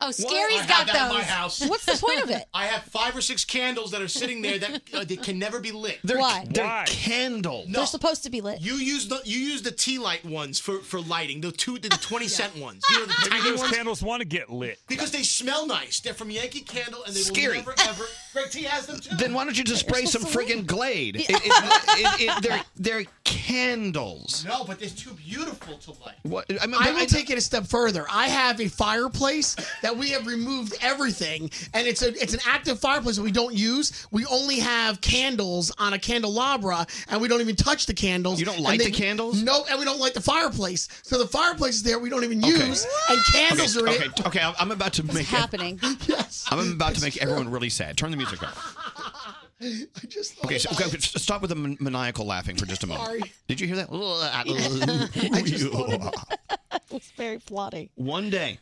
Speaker 8: Oh,
Speaker 20: Scary's
Speaker 8: Scary's got
Speaker 20: that at
Speaker 8: those.
Speaker 20: my house.
Speaker 11: What's the point of it?
Speaker 20: I have five or six candles that are sitting there that, uh, that can never be lit.
Speaker 1: They're,
Speaker 11: Why?
Speaker 1: They're candles.
Speaker 11: They're supposed to be lit.
Speaker 20: You use the you use the tea light ones for, for lighting the two the twenty cent ones. You know the
Speaker 9: Maybe
Speaker 20: tiny
Speaker 9: those
Speaker 20: ones
Speaker 9: candles want to get lit.
Speaker 20: because they smell nice. They're from Yankee Candle and they
Speaker 1: Scary.
Speaker 20: will never ever. Greg T has them too.
Speaker 1: Then why don't you just spray some friggin' Glade? It,
Speaker 20: Yeah.
Speaker 1: it, it, it, they're, they're candles.
Speaker 20: No, but they're too beautiful to light.
Speaker 1: What? I, mean,
Speaker 6: I
Speaker 1: but
Speaker 6: will take it a step further. I have a fireplace that we have removed everything, and it's a it's an active fireplace that we don't use. We only have candles on a candelabra, and we don't even touch the candles. You don't
Speaker 1: light the candles?
Speaker 6: No, and we don't light the fireplace. So the fireplace is there. We don't even
Speaker 1: Okay.
Speaker 6: use, and candles
Speaker 1: okay,
Speaker 6: are in
Speaker 1: okay,
Speaker 6: it.
Speaker 1: okay, I'm- I'm about to make
Speaker 11: happening.
Speaker 1: I'm about to make everyone really sad. Turn the music off.
Speaker 14: I just thought
Speaker 1: Okay, so,
Speaker 14: about
Speaker 1: okay,
Speaker 14: it.
Speaker 1: stop with the man- maniacal laughing for just a moment.
Speaker 14: Sorry.
Speaker 1: Did you hear that?
Speaker 14: I just thought
Speaker 2: It was very plotty.
Speaker 1: one day,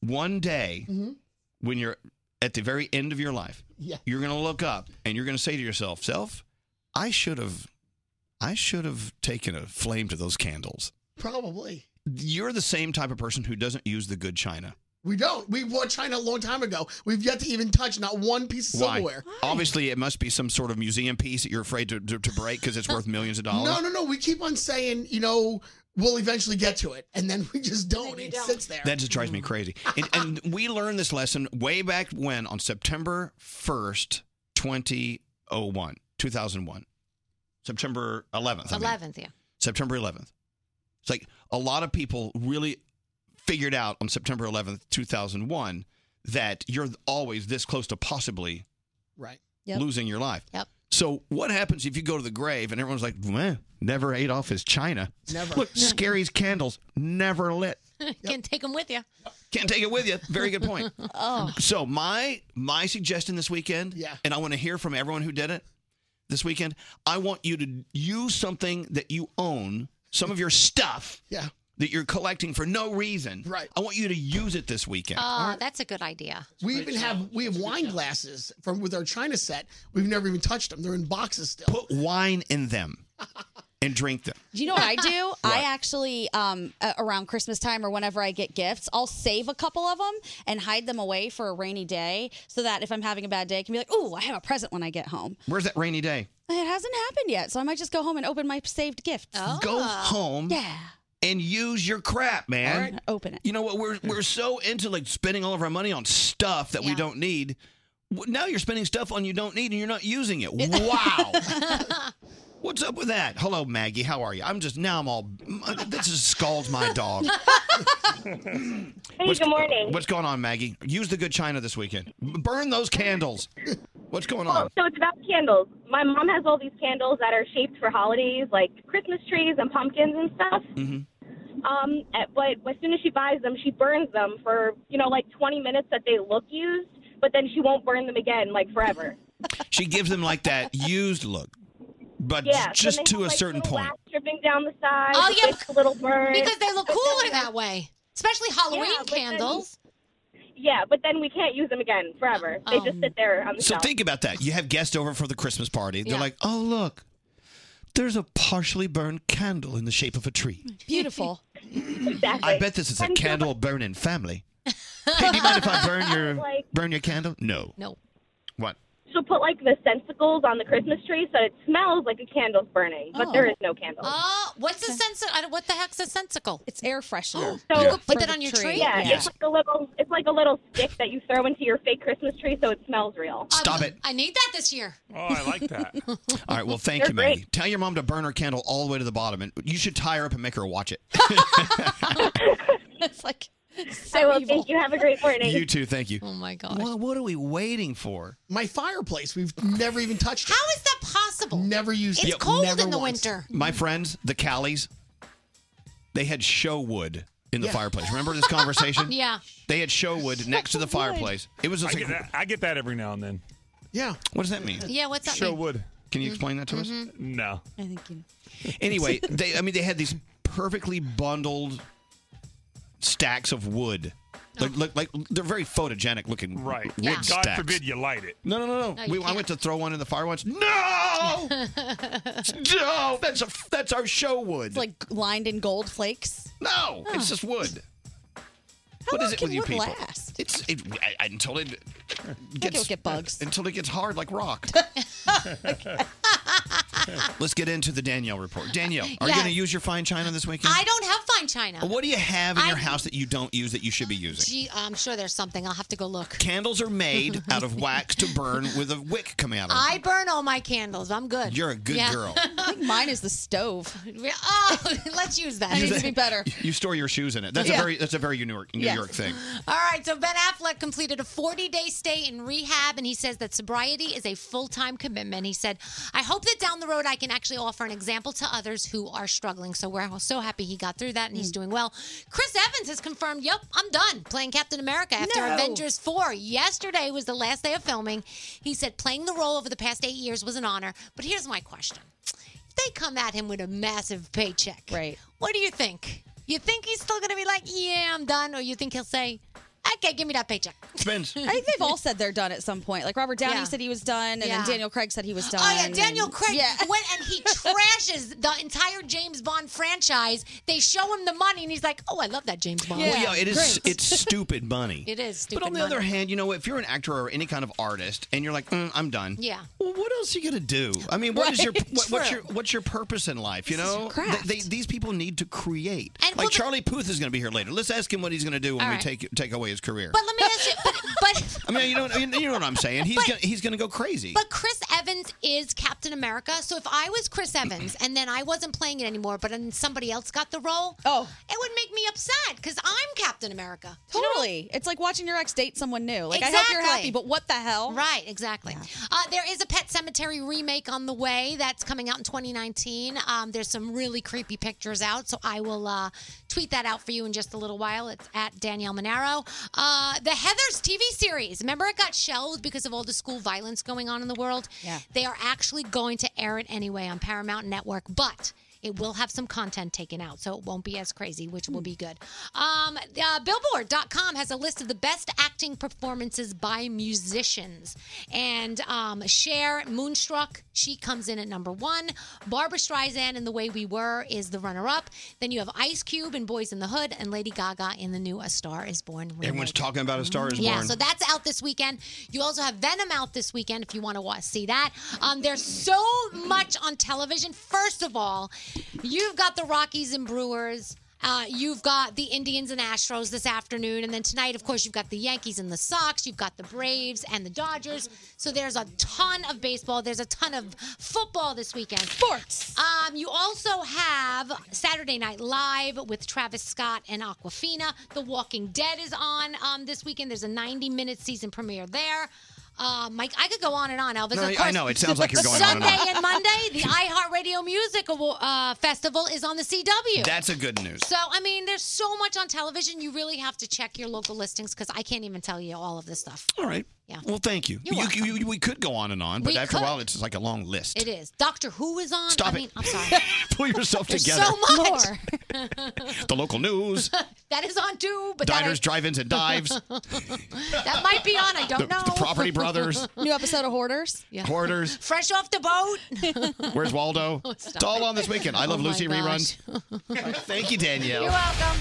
Speaker 1: one day,
Speaker 2: Mhm.
Speaker 1: when you're at the very end of your life,
Speaker 2: Yeah.
Speaker 1: you're going to look up and you're going to say to yourself, "Self, I should have, I should have taken a flame to those candles."
Speaker 14: Probably.
Speaker 1: You're the same type of person who doesn't use the good china.
Speaker 14: We don't. We bought China a long time ago. We've yet to even touch not one piece of silverware.
Speaker 1: Obviously, it must be some sort of museum piece that you're afraid to, to, to break because it's worth millions of dollars.
Speaker 14: No, no, no. We keep on saying, you know, we'll eventually get to it, and then we just don't. It sits there.
Speaker 1: That just drives me crazy. And, and we learned this lesson way back when on September oh 1st, 2001, 2001. September 11th. I mean.
Speaker 8: Eleventh, yeah.
Speaker 1: September 11th. It's like a lot of people really figured out on September 11th, 2001 that you're always this close to possibly
Speaker 14: Right.
Speaker 1: losing your life.
Speaker 8: Yep.
Speaker 1: So what happens if you go to the grave and everyone's like, "Meh, never ate off his china.
Speaker 14: Never.
Speaker 1: Look, Scary's candles never lit.
Speaker 8: Can't take them with you.
Speaker 1: Can't take it with you. Very good point.
Speaker 8: Oh.
Speaker 1: So my my suggestion this weekend, yeah, and I want to hear from everyone who did it this weekend. I want you to use something that you own, some of your stuff,
Speaker 14: yeah,
Speaker 1: that you're collecting for no reason. Right. I want you to use it this weekend.
Speaker 8: Oh, that's a good idea.
Speaker 14: We even have we have wine glasses from with our China set. We've never even touched them. They're in boxes still.
Speaker 1: Put wine in them and drink them.
Speaker 11: Do you know what I do? I actually, um, a- around Christmas time or whenever I get gifts, I'll save a couple of them and hide them away for a rainy day so that if I'm having a bad day, I can be like, oh, I have a present when I get home.
Speaker 1: Where's that rainy day?
Speaker 11: It hasn't happened yet, so I might just go home and open my saved gifts.
Speaker 8: Oh.
Speaker 1: Go home.
Speaker 11: Uh, Yeah.
Speaker 1: And use your crap, man.
Speaker 11: All right, open it.
Speaker 1: You know what? We're we're so into like spending all of our money on stuff that we don't need. W- Now you're spending stuff on you don't need and you're not using it. Wow. What's up with that? Hello, Maggie. How are you? I'm just now. I'm all. uh, This just scalds my dog.
Speaker 6: Hey,
Speaker 1: What's-
Speaker 6: good morning.
Speaker 1: What's going on, Maggie? Use the good china this weekend. B- Burn those candles. What's going on?
Speaker 6: Oh, So it's about candles. My mom has all these candles that are shaped for holidays, like Christmas trees and pumpkins and stuff.
Speaker 1: Mhm.
Speaker 6: Um, at- but as soon as she buys them, she burns them for you know like 20 minutes that they look used, but then she won't burn them again like forever.
Speaker 1: She gives them like that used look, but
Speaker 6: yeah, so
Speaker 1: just
Speaker 6: they
Speaker 1: to
Speaker 6: have,
Speaker 1: a
Speaker 6: like,
Speaker 1: certain
Speaker 6: little
Speaker 1: point.
Speaker 6: wax dripping down the side.
Speaker 8: Oh,
Speaker 6: the
Speaker 8: yeah,
Speaker 6: big little burn
Speaker 8: Because they look cooler that way, especially Halloween
Speaker 6: Yeah, but then-
Speaker 8: candles.
Speaker 6: yeah, but then we can't use them again forever. They
Speaker 8: Oh.
Speaker 6: just sit there on the
Speaker 1: So
Speaker 6: shelf.
Speaker 1: think about that. You have guests over for the Christmas party. They're
Speaker 6: Yeah.
Speaker 1: like, "Oh, look. There's a partially burned candle in the shape of a tree.
Speaker 11: Beautiful.
Speaker 1: I bet this is a candle burning family. Hey, do you mind if I burn your
Speaker 6: Like-
Speaker 1: burn your candle? No.
Speaker 8: No. What?
Speaker 6: She'll put like the sensicles on the Christmas tree so it smells like a candle's burning, but
Speaker 8: Oh.
Speaker 6: there is no candle.
Speaker 8: Oh, what's the sense? I don't- What the heck's a sensicle?
Speaker 11: It's air freshener.
Speaker 8: you could put
Speaker 6: For
Speaker 8: that
Speaker 6: the
Speaker 8: on your tree.
Speaker 6: Yeah,
Speaker 1: Yeah.
Speaker 6: it's like a little it's like a little stick that you throw into your fake Christmas tree so it smells real.
Speaker 1: Stop it.
Speaker 8: Um, I need that this year.
Speaker 9: Oh, I like that.
Speaker 1: All right. Well, thank
Speaker 6: They're
Speaker 1: you, Maggie. Tell your mom to burn her candle all the way to the bottom, and you should tie her up and make her watch it.
Speaker 11: it's like
Speaker 6: I will thank you. Have a great morning.
Speaker 1: you too. Thank you.
Speaker 8: Oh my god.
Speaker 1: Well, what are we waiting for?
Speaker 14: My fireplace. We've never even touched. How
Speaker 8: is that possible?
Speaker 14: Never used.
Speaker 8: It's
Speaker 14: it.
Speaker 8: cold
Speaker 14: Never
Speaker 8: in the
Speaker 14: once.
Speaker 8: winter.
Speaker 1: My friends, the Callies, they had show wood in the
Speaker 9: Yeah.
Speaker 1: fireplace. Remember this conversation?
Speaker 8: Yeah.
Speaker 1: They had show wood next to the fireplace. It was
Speaker 9: I
Speaker 1: just
Speaker 9: get,
Speaker 1: like,
Speaker 9: that, I get that every now and then.
Speaker 14: Yeah.
Speaker 1: What does that mean?
Speaker 8: Yeah, what's that mean?
Speaker 9: Sherwood.
Speaker 1: Can you explain that to us?
Speaker 9: No.
Speaker 11: I think you.
Speaker 1: Anyway, they um, I mean they had these perfectly bundled stacks of wood.
Speaker 8: Oh.
Speaker 1: Like, look, like they're very photogenic looking. Right. Wood
Speaker 9: God
Speaker 1: stacks.
Speaker 9: forbid you light it.
Speaker 1: No, no, no,
Speaker 9: No,
Speaker 1: no.
Speaker 9: you
Speaker 1: we, I
Speaker 9: can't.
Speaker 1: went to throw one in the fire once. No, no, that's a that's our show wood.
Speaker 11: It's like lined in gold flakes.
Speaker 1: no, it's just wood. What is
Speaker 11: long
Speaker 1: it
Speaker 11: can
Speaker 1: with you
Speaker 11: wood
Speaker 1: people?
Speaker 11: last?
Speaker 1: It's it, I- I- until it gets
Speaker 11: it'll get bugs.
Speaker 1: Until it gets hard like rock. Let's get into the Danielle report. Danielle, are you
Speaker 8: Yes.
Speaker 1: going to use your fine china this weekend?
Speaker 8: I don't have fine china.
Speaker 1: What do you have in
Speaker 8: I-
Speaker 1: your house that you don't use that you should be using?
Speaker 8: Gee, I'm sure there's something. I'll have to go look.
Speaker 1: Candles are made out of wax to burn with a wick coming out of
Speaker 8: I burn all my candles. I'm good.
Speaker 1: You're a good girl.
Speaker 11: I think mine is the stove.
Speaker 8: oh, let's use that.
Speaker 1: Use needs to it. be
Speaker 11: better.
Speaker 1: it. You store your shoes in it. That's
Speaker 8: Yeah.
Speaker 1: a very that's a very New York New
Speaker 8: Yes.
Speaker 1: York thing.
Speaker 8: All right, so Ben Affleck completed a 40 day stay in rehab, and he says that sobriety is a full time commitment. He said, I hope that down the road I can actually offer an example to others who are struggling. So we're so happy he got through that. and he's doing well. Chris Evans has confirmed, yep, I'm done playing Captain America after
Speaker 4: No.
Speaker 8: Avengers 4. Yesterday was the last day of filming. He said playing the role over the past eight years was an honor. But here's my question. If they come at him with a massive paycheck, right? what do you think? You think he's still going to be like, yeah, I'm done? Or you think he'll say, okay, give me that paycheck?
Speaker 1: Spins.
Speaker 11: I think they've all said they're done at some point. Like Robert Downey
Speaker 8: Yeah.
Speaker 11: said he was done, and
Speaker 8: Yeah.
Speaker 11: then Daniel Craig said he was done.
Speaker 8: Oh yeah, Daniel
Speaker 11: and-
Speaker 8: Craig
Speaker 11: Yeah.
Speaker 8: went and he trashes the entire James Bond franchise. They show him the money, and he's like, "Oh, I love that James Bond."
Speaker 1: Well, yeah, it is. It's stupid money.
Speaker 8: It is stupid
Speaker 1: But on the
Speaker 8: money.
Speaker 1: other hand, you know, if you're an actor or any kind of artist, and you're like, mm, I'm done.
Speaker 8: yeah.
Speaker 1: Well, what else are you gonna do? I mean, what is your
Speaker 8: Right.
Speaker 1: what, what's
Speaker 8: True.
Speaker 1: your what's your purpose in life? You
Speaker 8: This is
Speaker 1: know,
Speaker 8: your craft.
Speaker 1: They, they- these people need to create. like
Speaker 8: well, the-
Speaker 1: Charlie Puth is going to be here later. Let's ask him what he's going to do when
Speaker 8: All
Speaker 1: we
Speaker 8: right.
Speaker 1: take take away his career.
Speaker 8: But let me ask you, but, but
Speaker 1: I mean, you know, you know what I'm saying. He's gonna, he's going to go crazy.
Speaker 8: But Chris Evans is Captain America. So if I was Chris Evans and then I wasn't playing it anymore, but then somebody else got the role, oh, it would make me upset because I'm Captain America.
Speaker 11: Totally. It's like watching your ex date someone new. Like, I hope you're
Speaker 8: Exactly.
Speaker 11: happy, but what the hell?
Speaker 8: Right, exactly. Uh, there is a Pet Cemetery remake on the way that's coming out in 2019. Um, there's some really creepy pictures out, so I will uh, tweet that out for you in just a little while. It's at Danielle Monaro. Uh, the Heather's TV series. Remember, it got shelved because of all the school violence going on in the world?
Speaker 11: Yeah.
Speaker 8: They are actually going to air it anyway on Paramount Network, but. It will have some content taken out, so it won't be as crazy, which will be good. Um, uh, Billboard.com has a list of the best acting performances by musicians. And um, Cher, Moonstruck, she comes in at number one. Barbara Streisand in The Way We Were is the runner up. Then you have Ice Cube in Boys in the Hood and Lady Gaga in The New A Star is Born. remake.
Speaker 1: Everyone's talking about a star is
Speaker 8: Yeah,
Speaker 1: born.
Speaker 8: so that's out this weekend. You also have Venom out this weekend if you want to watch, see that. Um, there's so much on television. First of all, you've got the Rockies and Brewers. Uh, you've got the Indians and Astros this afternoon. And then tonight, of course, you've got the Yankees and the Sox. You've got the Braves and the Dodgers. So there's a ton of baseball. There's a ton of football this weekend. Sports. Um, you also have Saturday Night Live with Travis Scott and Aquafina. The Walking Dead is on um, this weekend. There's a 90 minute season premiere there. Uh, Mike, I could go on and on, Elvis.
Speaker 1: No,
Speaker 8: Of
Speaker 1: I- I
Speaker 8: course,
Speaker 1: know. It sounds like you're going on and
Speaker 8: Sunday
Speaker 1: on.
Speaker 8: and Monday, the iHeartRadio Music Awa- uh, Festival is on the CW.
Speaker 1: That's a good news.
Speaker 8: So, I mean, there's so much on television. You really have to check your local listings because I can't even tell you all of this stuff.
Speaker 1: All right.
Speaker 8: Yeah.
Speaker 1: Well, thank you. You, you, you- We could go on and on, but
Speaker 8: We
Speaker 1: after
Speaker 8: could.
Speaker 1: a while, it's just like a long list.
Speaker 8: It is. Doctor Who is on.
Speaker 1: Stop
Speaker 8: I
Speaker 1: it.
Speaker 8: mean, I'm sorry.
Speaker 1: Pull yourself
Speaker 8: There's
Speaker 1: together.
Speaker 8: so much.
Speaker 1: The local news,
Speaker 8: that is on too, but
Speaker 1: Diners,
Speaker 8: that I-
Speaker 1: drive-ins, and dives.
Speaker 8: that might be on. I don't
Speaker 1: The-
Speaker 8: know.
Speaker 1: the Property Brothers.
Speaker 11: New episode of Hoarders.
Speaker 8: Yeah.
Speaker 1: Hoarders.
Speaker 8: Fresh off the boat.
Speaker 1: Where's Waldo?
Speaker 8: Oh, stop
Speaker 1: it's all
Speaker 8: it.
Speaker 1: on this weekend. I love
Speaker 8: Oh, my
Speaker 1: Lucy
Speaker 8: gosh.
Speaker 1: reruns. Thank you, Danielle.
Speaker 8: You're welcome.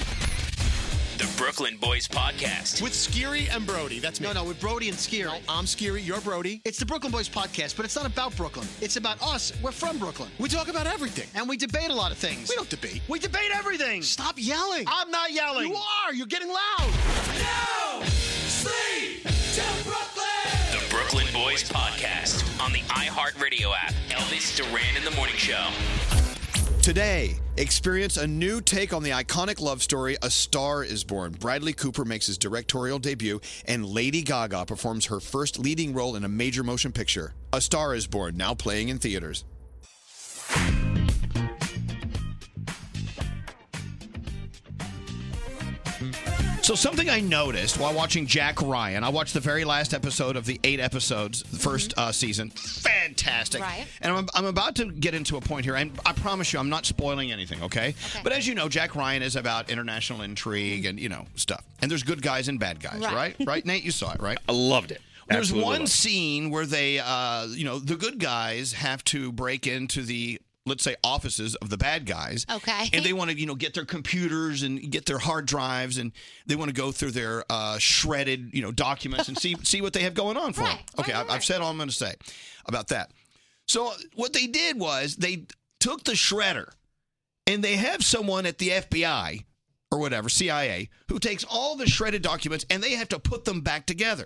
Speaker 7: The Brooklyn Boys Podcast.
Speaker 20: With Skiri and Brody. That's me. No, no, with Brody and Skiri. No, I'm Skiri, you're Brody. It's the Brooklyn Boys podcast, but it's not about Brooklyn. It's about us. We're from Brooklyn. We talk about everything. And we debate a lot of things. We don't debate. We debate everything. Stop yelling. I'm not yelling. You are. You're getting loud.
Speaker 2: Sleep till Brooklyn.
Speaker 7: The Brooklyn Boys Podcast on the iHeartRadio app. Elvis Duran in the Morning Show.
Speaker 17: Today, experience a new take on the iconic love story A Star is Born. Bradley Cooper makes his directorial debut, and Lady Gaga performs her first leading role in a major motion picture. A Star is Born, now playing in theaters.
Speaker 1: So something I noticed while watching Jack Ryan, I watched the very last episode of the eight episodes, the 1st uh, season. Fantastic.
Speaker 2: Right.
Speaker 1: And I'm, I'm about to get into a point here, and I promise you, I'm not spoiling anything, okay? But as you know, Jack Ryan is about international intrigue and you know stuff. And there's good guys and bad guys,
Speaker 2: Right.
Speaker 1: right? Right, Nate, you saw it, right?
Speaker 19: I loved it.
Speaker 1: There's
Speaker 19: Absolutely
Speaker 1: one
Speaker 19: loved it.
Speaker 1: scene where they, uh, you know, the good guys have to break into the let's say offices of the bad guys.
Speaker 8: Okay.
Speaker 1: And they want to, you know, get their computers and get their hard drives, and they want to go through their uh, shredded, you know, documents and see see what they have going on for them. Okay, I, I've said all I'm going to say about that. So what they did was they took the shredder, and they have someone at the FBI or whatever CIA who takes all the shredded documents and they have to put them back together.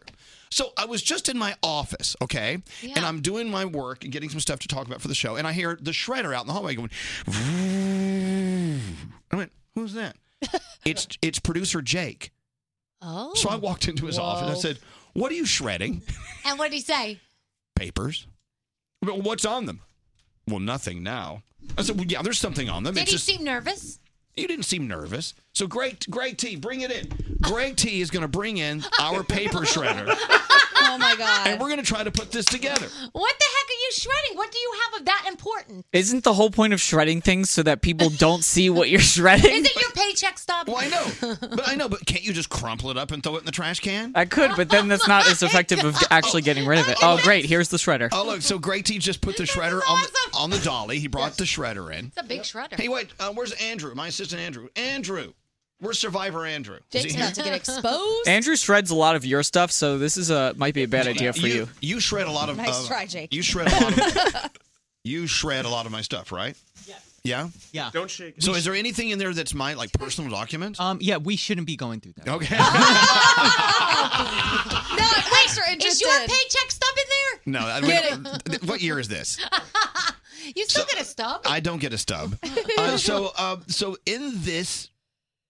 Speaker 1: So I was just in my office, okay, and I'm doing my work and getting some stuff to talk about for the show, and I hear the shredder out in the hallway going. I went, "Who's that?" it's it's producer Jake.
Speaker 8: Oh.
Speaker 1: So I walked into his office. I said, "What are you shredding?
Speaker 8: And what did he say?
Speaker 1: Papers? Well, what's on them? Well, nothing now." I said, "Well, yeah, there's something on them.
Speaker 8: Did
Speaker 1: it's
Speaker 8: he
Speaker 1: just
Speaker 8: seem nervous?
Speaker 1: You didn't seem nervous. So Greg, Greg T, bring it in. Greg T is going to bring in our paper shredder,
Speaker 11: Oh my god.
Speaker 1: and we're going to try to put this together.
Speaker 8: What the heck are you shredding? What do you have of that important?
Speaker 4: Isn't the whole point of shredding things so that people don't see what you're shredding?
Speaker 8: Is it your paycheck stub?
Speaker 1: Well, I know, but I know. But can't you just crumple it up and throw it in the trash can?
Speaker 4: I could, but then that's not as effective of actually getting rid of it. Oh, great. Here's the shredder.
Speaker 1: Oh look, so Greg T just put the shredder on the, on the dolly. He brought the shredder in.
Speaker 8: It's a big shredder.
Speaker 1: Hey, wait, uh, where's Andrew? My assistant Andrew. Andrew, where's Survivor Andrew? Is he
Speaker 18: Jake's
Speaker 1: here?
Speaker 18: about to get exposed.
Speaker 4: Andrew shreds a lot of your stuff, so this is a might be a bad idea for you.
Speaker 1: You shred a lot of. uh,
Speaker 18: Nice
Speaker 1: of-
Speaker 18: try, Jake.
Speaker 1: You shred a lot of. you shred a lot of my stuff, right? Yeah. Yeah.
Speaker 21: Yeah. Don't shake.
Speaker 1: So is there anything in there that's my like personal documents?
Speaker 21: Um. Yeah, we shouldn't be going through that.
Speaker 1: Okay.
Speaker 11: No, it makes her interested.
Speaker 8: Is your paycheck stub in
Speaker 1: No. I,
Speaker 8: Get
Speaker 1: th- what year is this?
Speaker 8: there? You still get a stub?
Speaker 1: I don't get a stub. Uh, so, uh, so in this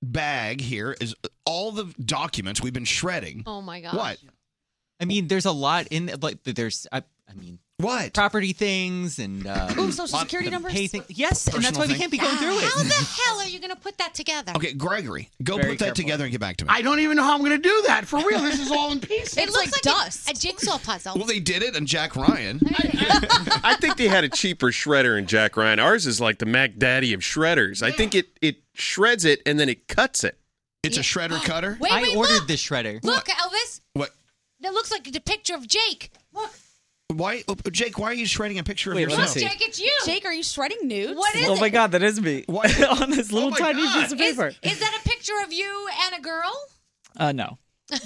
Speaker 1: bag here is all the documents we've been shredding.
Speaker 8: Oh my gosh.
Speaker 1: What?
Speaker 21: I mean, there's a lot in like there's. I, I mean.
Speaker 1: What
Speaker 21: property things and um,
Speaker 8: Ooh, Social Security
Speaker 21: the
Speaker 8: numbers?
Speaker 21: pay thing- Yes, and that's
Speaker 1: Personal
Speaker 21: why we
Speaker 1: thing?
Speaker 21: can't be going through it.
Speaker 8: How the hell are you going to put that together?
Speaker 1: Okay, Gregory, go put that together and get back to me.
Speaker 14: I don't even know how I'm going to do that. For real, this is all in pieces.
Speaker 8: It looks like, dust. A, jigsaw puzzle.
Speaker 1: well, they did it, and Jack Ryan.
Speaker 19: I think they had a cheaper shredder in Jack Ryan. Ours is like the Mac Daddy of shredders. I think it it shreds it and then it cuts it.
Speaker 1: It's a shredder cutter.
Speaker 8: Wait,
Speaker 21: I
Speaker 8: wait,
Speaker 21: ordered
Speaker 8: look.
Speaker 21: this shredder.
Speaker 8: Look, Elvis.
Speaker 1: What?
Speaker 8: That looks like the picture of Jake. Look,
Speaker 1: Why, oh, Jake? Why are you shredding a picture
Speaker 4: Wait,
Speaker 1: of
Speaker 4: let me
Speaker 1: yourself?
Speaker 4: see.
Speaker 8: Jake, it's you.
Speaker 11: Jake, are you shredding nudes?
Speaker 8: What is
Speaker 4: Oh
Speaker 8: it?
Speaker 4: my god, that is me. On this
Speaker 1: oh
Speaker 4: little tiny piece of
Speaker 8: Is-
Speaker 4: paper.
Speaker 8: Is that a picture of you and a girl?
Speaker 4: Uh, no.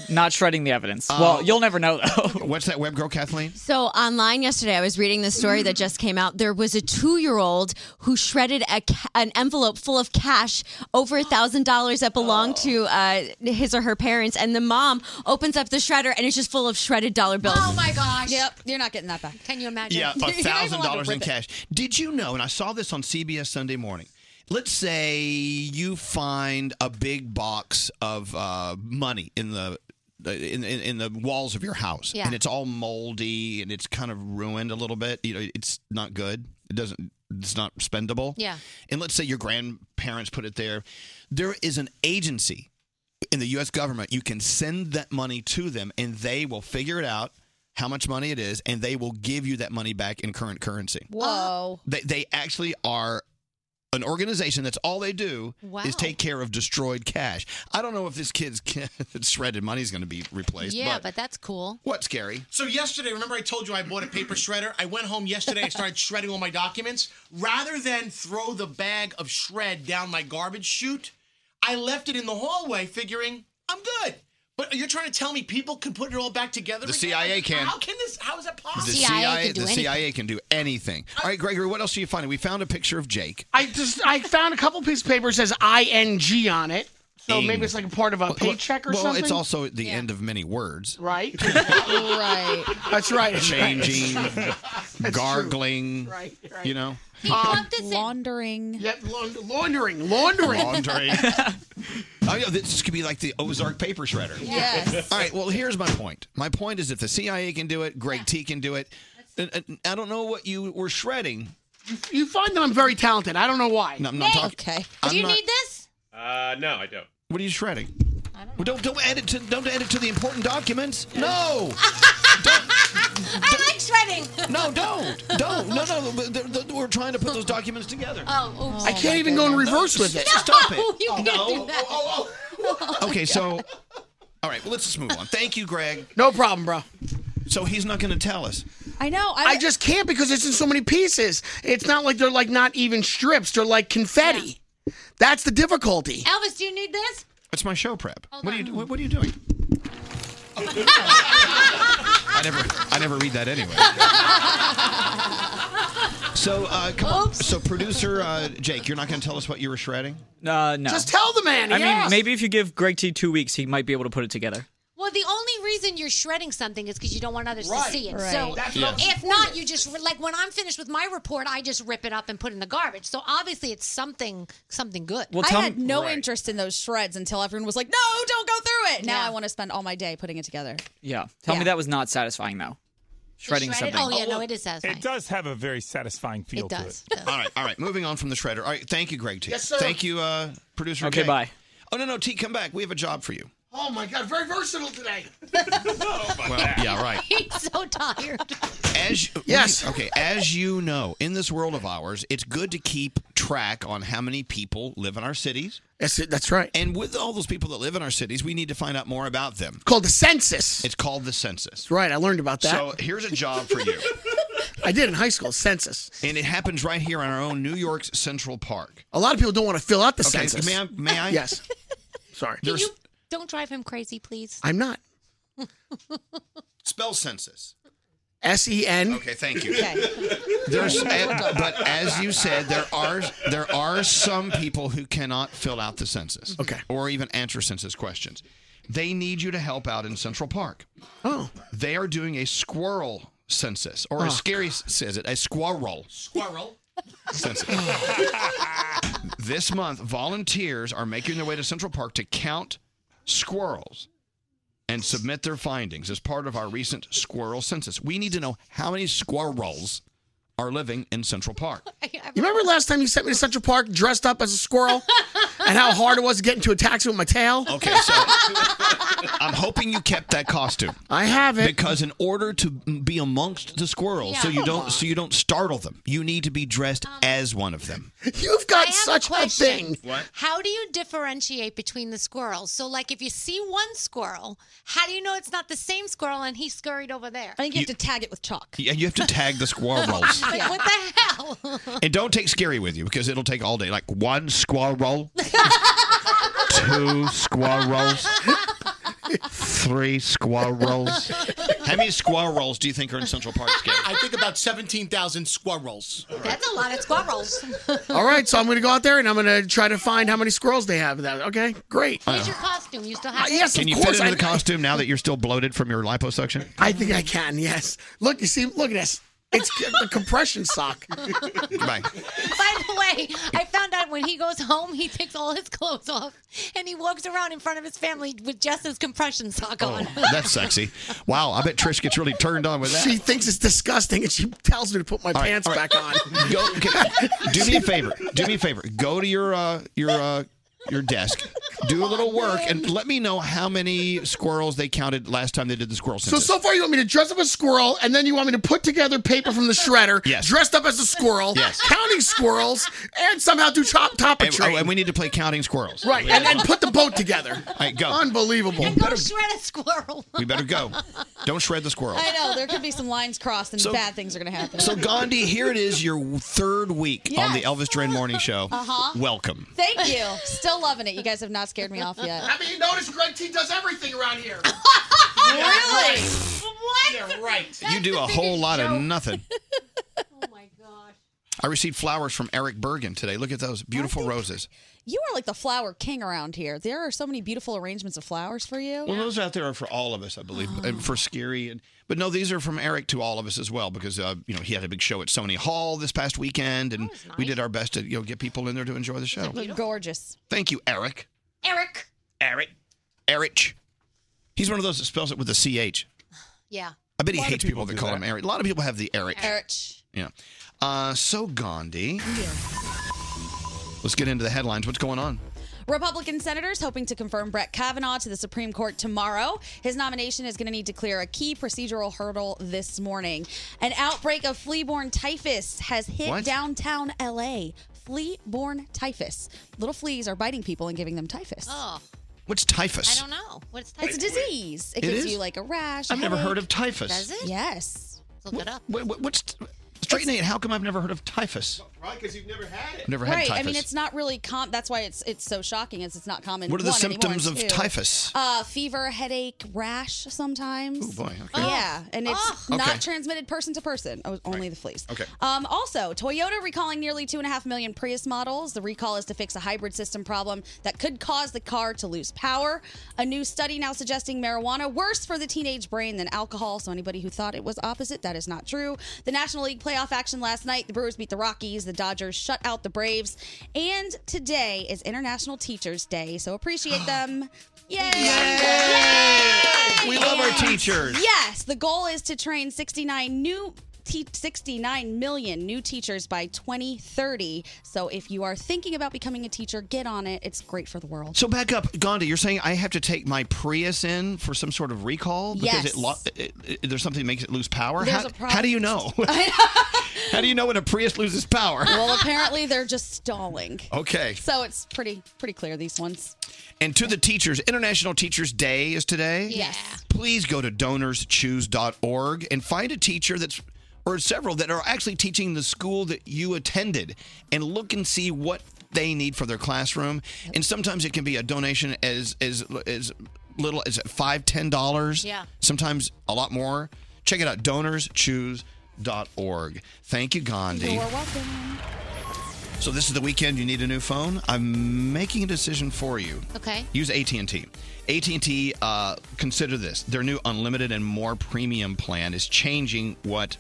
Speaker 4: Not shredding the evidence. well, you'll never know though.
Speaker 1: Uh, What's that web girl, Kathleen?
Speaker 22: So online yesterday, I was reading this story that just came out. There was a two-year-old who shredded a, ca- an envelope full of cash over a thousand dollars that belonged to uh, his or her parents, and the mom opens up the shredder and it's just full of shredded dollar bills.
Speaker 8: Oh my gosh.
Speaker 11: Yep, you're not getting that back.
Speaker 8: Can you imagine?
Speaker 1: Yeah,
Speaker 11: You're
Speaker 1: a
Speaker 11: not even
Speaker 1: thousand
Speaker 11: allowed to
Speaker 1: dollars in
Speaker 11: rip it.
Speaker 1: cash. Did you know? And I saw this on CBS Sunday Morning. Let's say you find a big box of uh, money in the. uh, In, in, in the walls of your house,
Speaker 17: Yeah.
Speaker 1: and it's all moldy and it's kind of ruined a little bit. You know, it's not good. It doesn't. It's not spendable.
Speaker 17: Yeah.
Speaker 1: And let's say your grandparents put it there. There is an agency in the U.S. government, you can send that money to them, and they will figure it out how much money it is, and they will give you that money back in current currency.
Speaker 11: Whoa.
Speaker 1: They, they actually are an organization that's all they do
Speaker 11: Wow.
Speaker 1: is take care of destroyed cash. I don't know if this kid's shredded money is going to be replaced.
Speaker 8: Yeah,
Speaker 1: but,
Speaker 8: but that's cool.
Speaker 1: what's scary?
Speaker 23: So yesterday, remember I told you I bought a paper shredder? I went home yesterday and started shredding all my documents. Rather than throw the bag of shred down my garbage chute, I left it in the hallway figuring I'm good. But you're trying to tell me people can put it all back together?
Speaker 1: The
Speaker 23: again?
Speaker 1: CIA
Speaker 23: Like,
Speaker 1: can.
Speaker 23: How can this? How is that
Speaker 1: The
Speaker 23: possible?
Speaker 1: CIA, the CIA can do anything. All right, Gregory, what else are you finding? We found a picture of Jake.
Speaker 14: I just I found a couple pieces of paper that says ING on it. So maybe it's like a part of a paycheck or
Speaker 1: well,
Speaker 14: something.
Speaker 1: it's also the end of many words.
Speaker 14: right. right. That's right. that's right, that's
Speaker 1: Changing,
Speaker 14: right.
Speaker 1: gargling,
Speaker 14: Right, right.
Speaker 1: you know.
Speaker 14: Um,
Speaker 11: laundering.
Speaker 14: Yep, laund- laundering, laundering.
Speaker 1: Laundering. oh, yeah, this could be like the Ozark paper shredder.
Speaker 14: Yes.
Speaker 1: All right, well, here's my point. My point is if the CIA can do it, Greg T can do it. and- and I don't know what you were shredding.
Speaker 14: You find that I'm very talented. I don't know why.
Speaker 1: No, I'm not Hey. talking-
Speaker 14: Okay.
Speaker 1: I'm Do you not- need
Speaker 8: this?
Speaker 19: Uh, no, I don't.
Speaker 1: What are you shredding? I don't know. Well, don't don't add it to don't add it to the important documents. No.
Speaker 8: I like shredding.
Speaker 1: No, don't. Don't. No, no. the- the- the- We're trying to put those documents together.
Speaker 8: Oh, oops.
Speaker 14: I can't even go in reverse with it.
Speaker 1: Stop it.
Speaker 8: You can't
Speaker 1: no. Oh,
Speaker 8: do that.
Speaker 1: Okay, so all right, well, let's just move on. Thank you, Greg.
Speaker 14: No problem, bro.
Speaker 1: So he's not going to tell us.
Speaker 11: I know.
Speaker 14: I, just can't because it's in so many pieces. It's not like they're like not even strips. They're like confetti. That's the difficulty.
Speaker 8: Elvis, do you need this?
Speaker 1: It's my show prep. what are you what, what are you doing? Oh, I never I never read that anyway. So uh, come on. So producer uh, Jake, you're not going to tell us what you were shredding?
Speaker 4: Uh, no.
Speaker 14: Just tell the man.
Speaker 4: I
Speaker 14: he
Speaker 4: mean,
Speaker 14: asked.
Speaker 4: maybe if you give Greg T two weeks, he might be able to put it together.
Speaker 8: Well, the only reason you're shredding something is because you don't want others to
Speaker 14: Right,
Speaker 8: see it.
Speaker 14: right.
Speaker 8: So
Speaker 14: That's
Speaker 4: what I was
Speaker 8: if not, you just like when I'm finished with my report, I just rip it up and put it in the garbage. So obviously, it's something something good.
Speaker 11: I had no interest in those shreds until everyone was like, "No, don't go through it." Now I want to spend all my day putting it together.
Speaker 4: Yeah. Tell me that was not satisfying though. Shredding
Speaker 11: shredded-
Speaker 4: something.
Speaker 11: oh, yeah,
Speaker 8: no, it is satisfying.
Speaker 9: It does have a very satisfying feel
Speaker 8: It
Speaker 9: to
Speaker 8: does.
Speaker 9: it.
Speaker 1: All right, all right. Moving on from the shredder. All right, thank you, Greg T.
Speaker 9: Yes, sir.
Speaker 1: Thank you, uh, producer.
Speaker 4: Okay,
Speaker 1: Kay.
Speaker 4: bye.
Speaker 1: Oh no, no, T, come back. We have a job for you.
Speaker 6: Oh my God, very versatile today.
Speaker 1: Well, yeah, right.
Speaker 8: He's so tired.
Speaker 1: As yes, okay. As you know, in this world of ours, it's good to keep track on how many people live in our cities.
Speaker 14: That's it. That's right.
Speaker 1: And with all those people that live in our cities, we need to find out more about them. It's
Speaker 14: called the census.
Speaker 1: It's called the census.
Speaker 14: That's right. I learned about that.
Speaker 1: So here's a job for you.
Speaker 14: I did in high school, census.
Speaker 1: And it happens right here in our own New York's Central Park.
Speaker 14: A lot of people don't want to fill out the
Speaker 1: Okay,
Speaker 14: census.
Speaker 1: may I- may I?
Speaker 14: Yes. Sorry.
Speaker 1: There's
Speaker 8: Don't drive him crazy, please.
Speaker 14: I'm not.
Speaker 1: spell census.
Speaker 14: S E N.
Speaker 1: Okay, thank you. There's, and- but as you said, there are there are some people who cannot fill out the census, okay, or even answer census questions. They need you to help out in Central Park.
Speaker 14: Oh,
Speaker 1: they are doing a squirrel census, or
Speaker 14: Oh,
Speaker 1: as Scary says it, a squirrel
Speaker 23: Squirrel.
Speaker 1: census. this month, volunteers are making their way to Central Park to count squirrels and submit their findings as part of our recent squirrel census. We need to know how many squirrels are living in Central Park.
Speaker 14: You remember last time you sent me to Central Park dressed up as a squirrel, and how hard it was to get into a taxi with my tail?
Speaker 1: Okay, so I'm hoping you kept that costume.
Speaker 14: I have it
Speaker 1: because in order to be amongst the squirrels, so you don't so you don't startle them, you need to be dressed as one of them.
Speaker 14: You've got
Speaker 1: such a thing. What?
Speaker 8: How do you differentiate between the squirrels? So, like, if you see one squirrel, how do you know it's not the same squirrel and he scurried over there? I
Speaker 11: think you have to tag it with chalk.
Speaker 1: Yeah, you have to tag the squirrels.
Speaker 8: Like, what the hell?
Speaker 1: And don't take scary with you because it'll take all day. Like one squirrel, two squirrels, three squirrels. How many squirrels do you think are in Central Park? Scary?
Speaker 23: I think about 17,000 squirrels.
Speaker 8: That's a lot of squirrels.
Speaker 14: All right, so I'm going to go out there and I'm going to try to find how many squirrels they have. That okay? Great. Uh,
Speaker 8: Here's your costume. You still have it?
Speaker 14: yes,
Speaker 1: Uh, Can you fit into the costume now that you're still bloated from your liposuction?
Speaker 14: I think I can. Yes. Look, you see, look at this. It's a compression sock.
Speaker 1: Goodbye.
Speaker 8: By the way, I found out when he goes home, he takes all his clothes off and he walks around in front of his family with just his compression sock on.
Speaker 1: Oh, That's sexy. Wow, I bet Trish gets really turned on with that.
Speaker 14: She thinks it's disgusting, and she tells me to put my
Speaker 1: All right,
Speaker 14: pants
Speaker 1: all right.
Speaker 14: back on.
Speaker 1: Go, okay, do me a favor. Do me a favor. Go to your uh, your uh, your desk. Do a little work and let me know how many squirrels they counted last time they did the squirrel
Speaker 14: So
Speaker 1: census.
Speaker 14: so far, you want me to dress up as a squirrel, and then you want me to put together paper from the shredder,
Speaker 1: Yes.
Speaker 14: dressed up as a squirrel,
Speaker 1: Yes.
Speaker 14: counting squirrels, and somehow do chop top a
Speaker 1: and,
Speaker 14: tree.
Speaker 1: oh, and we need to play counting squirrels.
Speaker 14: Right, and, and put the boat together.
Speaker 1: All right, go.
Speaker 14: Unbelievable.
Speaker 1: You better-
Speaker 11: shred a squirrel.
Speaker 1: we better go. Don't shred the squirrel.
Speaker 11: I know there could be some lines crossed and
Speaker 1: So-
Speaker 11: bad things are going to happen.
Speaker 1: So Gandhi, here it is, your third week on the
Speaker 11: Yes.
Speaker 1: Elvis Duran Morning Show.
Speaker 11: Uh-huh.
Speaker 1: Welcome.
Speaker 11: Thank you. Still loving it. You guys have not scared me off yet.
Speaker 6: I mean, you notice Greg T does everything around here.
Speaker 11: Really?
Speaker 6: What? Yeah, right.
Speaker 1: you do a whole lot of nothing. oh my god! I received flowers from Eric Bergen today. Look at those beautiful roses.
Speaker 11: You are like the flower king around here. There are so many beautiful arrangements of flowers for you.
Speaker 1: Well, those out there are for all of us, I believe, and for Scary. And, but no, these are from Eric to all of us as well because uh, you know he had a big show at Sony Hall this past weekend, and we did our best to you know get people in there to enjoy the show.
Speaker 11: They're gorgeous.
Speaker 1: Thank you, Eric.
Speaker 8: Eric.
Speaker 1: Eric. Eric. He's one of those that spells it with a ch.
Speaker 8: Yeah.
Speaker 1: I bet he hates people that call him Eric. A lot of people have the Eric.
Speaker 11: Eric.
Speaker 1: Yeah. Uh, so Gandhi. Let's get into the headlines. What's going on?
Speaker 11: Republican senators hoping to confirm Brett Kavanaugh to the Supreme Court tomorrow. His nomination is going to need to clear a key procedural hurdle this morning. An outbreak of flea-borne typhus has hit
Speaker 3: What?
Speaker 11: downtown LA. Flea-borne typhus. Little fleas are biting people and giving them typhus.
Speaker 8: Oh.
Speaker 1: What's typhus?
Speaker 8: I don't know. What's
Speaker 11: It's a disease. It,
Speaker 1: It
Speaker 11: gives
Speaker 1: is?
Speaker 11: you like a rash. a
Speaker 1: I've never
Speaker 11: headache.
Speaker 1: heard of typhus.
Speaker 11: Does it? Yes.
Speaker 8: Look it up.
Speaker 1: Wait, what- what's straighten it? How come I've never heard of typhus?
Speaker 11: Right, because you've never had
Speaker 1: Never had
Speaker 11: right. I
Speaker 1: typhus.
Speaker 11: mean, it's not really com. That's why it's it's so shocking. Is it's not common.
Speaker 1: What are the
Speaker 11: one, anymore,
Speaker 1: symptoms
Speaker 11: and
Speaker 1: of
Speaker 11: two,
Speaker 1: typhus?
Speaker 11: Uh, fever, headache, rash sometimes.
Speaker 1: Oh, boy, okay.
Speaker 11: Yeah, and it's
Speaker 1: Oh.
Speaker 11: not
Speaker 1: Okay.
Speaker 11: transmitted person to person. Oh, Only the fleas.
Speaker 1: Okay.
Speaker 11: Um, also, Toyota recalling nearly two and a half million Prius models. The recall is to fix a hybrid system problem that could cause the car to lose power. A new study now suggesting marijuana worse for the teenage brain than alcohol. So anybody who thought it was opposite, that is not true. The National League playoff action last night. The Brewers beat the Rockies. The Dodgers shut out the Braves. And today is International Teachers Day, so appreciate them. Yay!
Speaker 1: We love our
Speaker 11: Yeah.
Speaker 1: teachers.
Speaker 11: Yes, the goal is to train 69 new te- 69 million new teachers by 2030. So if you are thinking about becoming a teacher, get on it. It's great for the world.
Speaker 1: So back up, Gandhi. You're saying I have to take my Prius in for some sort of recall because
Speaker 11: Yes.
Speaker 1: it, lo- it, it- there's something that makes it lose power.
Speaker 11: There's
Speaker 1: how,
Speaker 11: a problem.
Speaker 1: how do you know? how do you know when a Prius loses power?
Speaker 11: well, apparently they're just stalling.
Speaker 1: okay.
Speaker 11: So it's pretty pretty clear these ones.
Speaker 1: And to the teachers, International Teachers Day is today.
Speaker 11: Yes.
Speaker 1: Please go to donorschoose.org and find a teacher that's or several that are actually teaching the school that you attended and look and see what they need for their classroom. And sometimes it can be a donation as as as little as five, ten dollars.
Speaker 2: Yeah.
Speaker 1: Sometimes a lot more. Check it out, donorschoose.org. Thank you, Gandhi.
Speaker 2: welcome.
Speaker 1: So this is the weekend you need a new phone. I'm making a decision for you.
Speaker 8: Okay.
Speaker 1: Use AT&T. AT&T, uh, consider this. Their new unlimited and more premium plan is changing what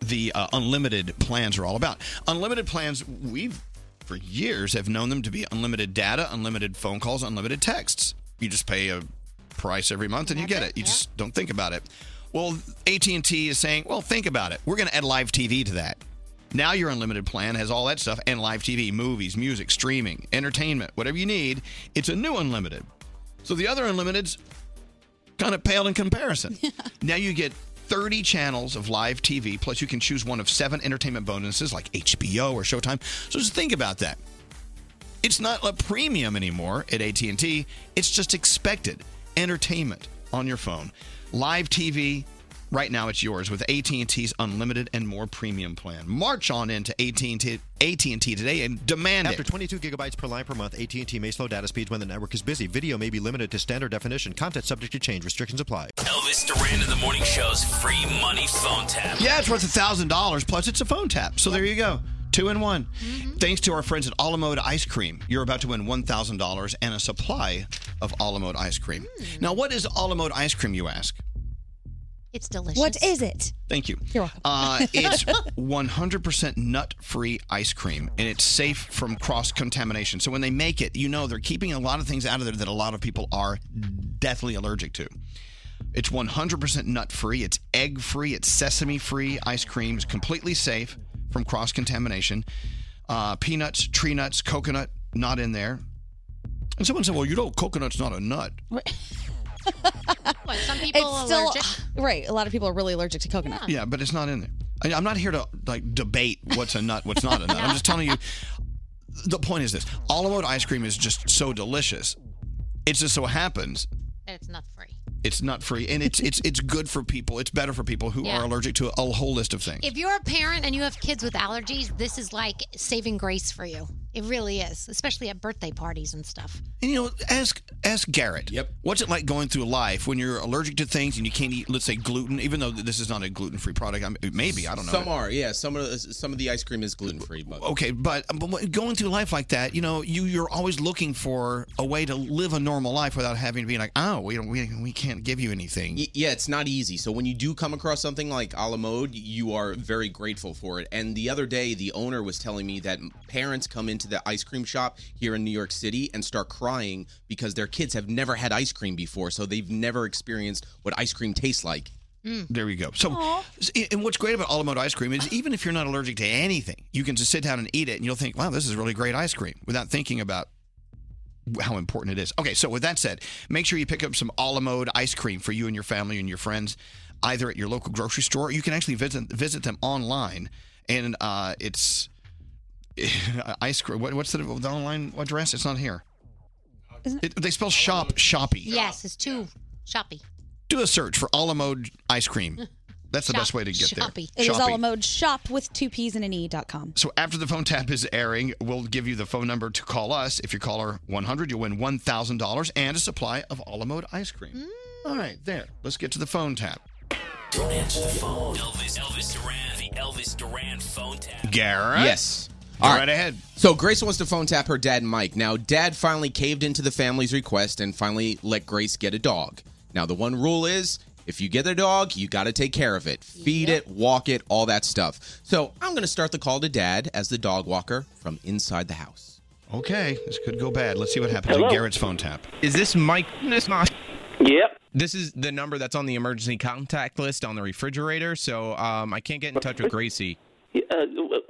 Speaker 1: the uh, unlimited plans are all about. Unlimited plans, we've for years have known them to be unlimited data, unlimited phone calls, unlimited texts. You just pay a price every month and you get it. You just don't think about it. Well, AT&T is saying, "Well, think about it. We're going to add live TV to that." Now your unlimited plan has all that stuff and live TV, movies, music, streaming, entertainment, whatever you need. It's a new unlimited. So the other unlimiteds kind of pale in comparison. Now you get 30 channels of live TV, plus you can choose one of seven entertainment bonuses like HBO or Showtime. So just think about that. It's not a premium anymore at AT&T. It's just expected entertainment on your phone. Live TV right now it's yours with AT&T's unlimited and more premium plan. March on into AT&T AT&T today and demand
Speaker 3: After
Speaker 1: it.
Speaker 3: 22 gigabytes per line per month, AT&T may slow data speeds when the network is busy. Video may be limited to standard definition. Content subject to change. Restrictions apply.
Speaker 7: Elvis Duran in the Morning Show's free money phone tap.
Speaker 1: Yeah, it's worth a thousand dollars. Plus, it's a phone tap. So there you go, two in one. Thanks to our friends at Alamode Ice Cream, you're about to win one thousand dollars and a supply of Alamode ice cream. Now, what is Alamode ice cream? You ask.
Speaker 8: It's delicious.
Speaker 22: What is it?
Speaker 1: Thank you. You're welcome. Uh, it's 100% nut-free ice cream, and it's safe from cross-contamination. So when they make it, you know they're keeping a lot of things out of there that a lot of people are deathly allergic to. It's 100% nut-free. It's egg-free. It's sesame-free ice cream. It's completely safe from cross-contamination. Uh, peanuts, tree nuts, coconut, not in there. And someone said, "Well, you know, coconut's not a nut."
Speaker 8: What, some people
Speaker 11: it's still
Speaker 8: allergic.
Speaker 11: right. A lot of people are really allergic to coconut.
Speaker 1: Yeah, but it's not in there. I- I'm not here to like debate what's a nut, what's not a nut. I'm just telling you. The point is this: Alamode ice cream is just so delicious. It just so happens
Speaker 8: And it's not free.
Speaker 1: it's nut free, and it's it's it's good for people. It's better for people who
Speaker 8: Yeah.
Speaker 1: are allergic to a whole list of things.
Speaker 8: If you're a parent and you have kids with allergies, this is like saving grace for you. It really is, especially at birthday parties and stuff.
Speaker 1: And you know, ask ask Garrett. Yep. What's it like going through life when you're allergic to things and you can't eat, let's say, gluten? Even though this is not a gluten free product, I'm, maybe I don't know.
Speaker 10: Some are, yeah. Some of the, some of the ice cream is gluten free, but
Speaker 1: okay, but, um, but what- going through life like that, you know, you you're always looking for a way to live a normal life without having to be like, oh, we don't, we, we can't give you anything.
Speaker 10: Y- yeah, it's not easy. So when you do come across something like a la mode, you are very grateful for it. And the other day, the owner was telling me that parents come into the ice cream shop here in New York City and start crying because their kids have never had ice cream before, so they've never experienced what ice cream tastes like.
Speaker 1: There you go. So, and what's great about Alamode ice cream is even if you're not allergic to anything, you can just sit down and eat it, and you'll think, wow, this is really great ice cream, without thinking about how important it is. Okay, so with that said, make sure you pick up some Alamode ice cream for you and your family and your friends, either at your local grocery store. Or you can actually visit visit them online, and uh, it's ice cream. What, what's the, the online address? It's not here. It, they spell shop shoppy.
Speaker 8: Yes, it's too shoppy.
Speaker 1: Do a search for Alamode ice cream. That's the
Speaker 11: Shop-
Speaker 1: best way to get
Speaker 11: It
Speaker 1: there.
Speaker 11: is all a
Speaker 1: Shoppy.
Speaker 11: mode shop with two P's and an E dot com.
Speaker 1: So after the phone tap is airing, we'll give you the phone number to call us. If you call our 100, you'll win $1,000 and a supply of Alamode ice cream. All right, there. Let's get to the phone tap.
Speaker 7: Don't answer the phone. Elvis, Elvis Duran, the Elvis Duran phone tap.
Speaker 1: Garrett?
Speaker 10: Yes.
Speaker 1: All right, ahead.
Speaker 10: So Grace wants to phone tap her dad, Mike. Now, dad finally caved into the family's request and finally let Grace get a dog. Now, the one rule is if you get a dog, you got to take care of it feed it, walk it, all that stuff. So I'm going to start the call to dad as the dog walker from inside the house.
Speaker 1: Okay, this could go bad. Let's see what happens
Speaker 10: Hello?
Speaker 1: in Garrett's phone tap.
Speaker 10: Is this Mike?
Speaker 13: Yep.
Speaker 10: This is the number that's on the emergency contact list on the refrigerator, so um, I can't get in touch with Gracie.
Speaker 18: Uh,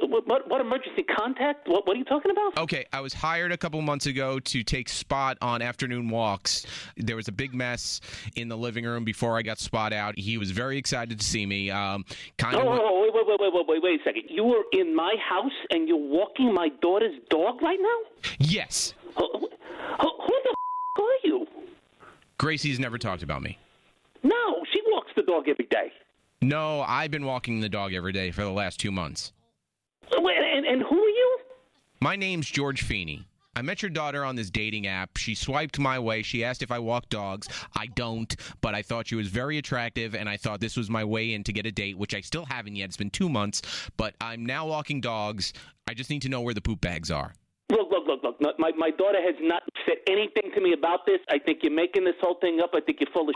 Speaker 18: what, what, what emergency contact? What, what are you talking about?
Speaker 10: Okay, I was hired a couple months ago to take Spot on afternoon walks. There was a big mess in the living room before I got Spot out. He was very excited to see me. Um, kind
Speaker 18: Oh,
Speaker 10: of.
Speaker 18: oh, wait, wait, wait, wait, wait, wait, wait a second. You were in my house and you're walking my daughter's dog right now?
Speaker 10: Yes.
Speaker 18: Who, who- who the f- are you?
Speaker 10: Gracie's never talked about me.
Speaker 18: No, she walks the dog every day.
Speaker 10: No, I've been walking the dog every day for the last two months.
Speaker 18: Wait, and, and who are you?
Speaker 10: My name's George Feeney. I met your daughter on this dating app. She swiped my way. She asked if I walk dogs. I don't, but I thought she was very attractive, and I thought this was my way in to get a date, which I still haven't yet. It's been two months, but I'm now walking dogs. I just need to know where the poop bags are.
Speaker 18: Look, look, look, look. no, My, my daughter has not said anything to me about this. I think you're making this whole thing up. I think you're full of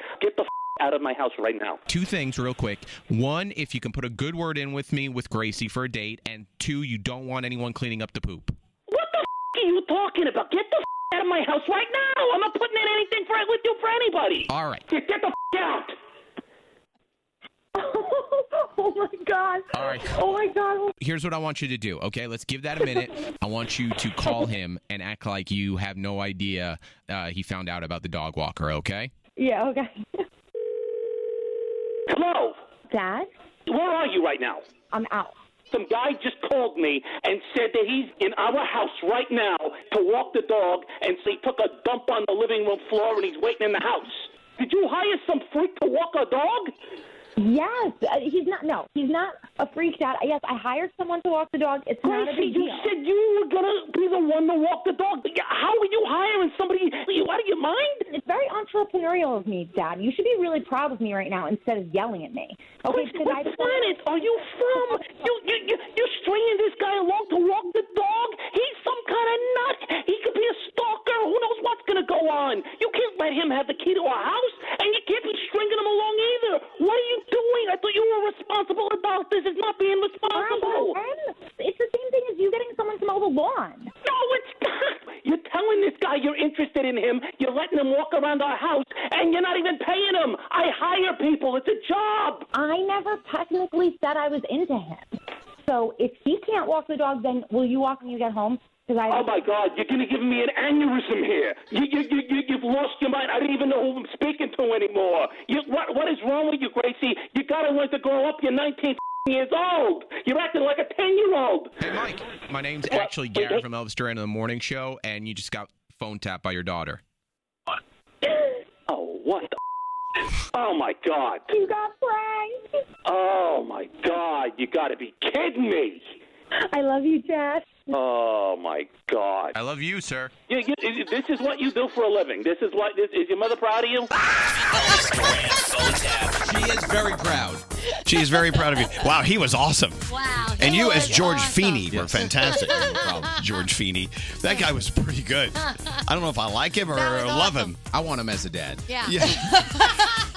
Speaker 18: shit. Get the f- out of my house right now.
Speaker 10: Two things, real quick. One, if you can put a good word in with me with Gracie for a date, and two, you don't want anyone cleaning up the poop.
Speaker 18: What the f- are you talking about? Get the f- out of my house right now. I'm not putting in anything for with you for anybody.
Speaker 10: All right.
Speaker 18: Get, get the f- out.
Speaker 24: oh my god.
Speaker 10: All right.
Speaker 24: Oh my god.
Speaker 10: Here's what I want you to do, okay? Let's give that a minute. I want you to call him and act like you have no idea uh, he found out about the dog walker, okay?
Speaker 24: Yeah, okay.
Speaker 18: Hello.
Speaker 24: Dad?
Speaker 18: Where are you right now?
Speaker 24: I'm out.
Speaker 18: Some guy just called me and said that he's in our house right now to walk the dog, and so he took a dump on the living room floor and he's waiting in the house. Did you hire some freak to walk a dog?
Speaker 21: Yes, uh, he's not. No, he's not a freak dad. Yes, I hired someone to walk the dog. It's not a
Speaker 18: Gracie,
Speaker 21: big
Speaker 18: you
Speaker 21: deal.
Speaker 18: said you were gonna be the one to walk the dog. How are you hiring somebody? Are you out of your mind?
Speaker 21: It's very entrepreneurial of me, Dad. You should be really proud of me right now instead of yelling at me. Okay, because
Speaker 18: What planet are you from? You, you, you, you're stringing this guy along to walk the dog? He's some kind of nut. He could be a stalker. Who knows what's going to go on? You can't let him have the key to our house, and you can't be stringing him along either. What are you doing? I thought you were responsible about this. It's not being responsible.
Speaker 21: it's the same thing as you getting someone to mow the lawn.
Speaker 18: No, it's not. You're telling this guy you're interested in him. You're letting him walk around our house, and you're not even paying him. I hire people. It's a job.
Speaker 21: I never technically said I was into him. So if he can't walk the dog, then will you walk when you get home? Because I
Speaker 18: Oh my God! You're gonna give me an aneurysm here. You, you, you, you, you've lost your mind. I don't even know who I'm speaking to anymore. You, what, what is wrong with you, Gracie? You gotta learn to grow up. You're 19 years old. You're acting like a 10 year old.
Speaker 10: Hey, Mike. My name's actually Gary from Elvis Duran on the Morning Show, and you just got phone tapped by your daughter.
Speaker 18: Oh, what the? Oh my God!
Speaker 21: You got pranked.
Speaker 18: Oh my God! You gotta be kidding me!
Speaker 21: I love you, Dad.
Speaker 18: Oh my God!
Speaker 10: I love you, sir.
Speaker 18: You, you, you- this is what you do for a living. This is what. This, is your mother proud of you?
Speaker 10: She is very proud.
Speaker 1: She is very proud of you. Wow, he was awesome.
Speaker 2: Wow.
Speaker 1: And you, as George Feeney, were fantastic. George Feeney. That guy was pretty good. I don't know if I like him or love him. I want him as a dad.
Speaker 25: Yeah.
Speaker 1: Yeah.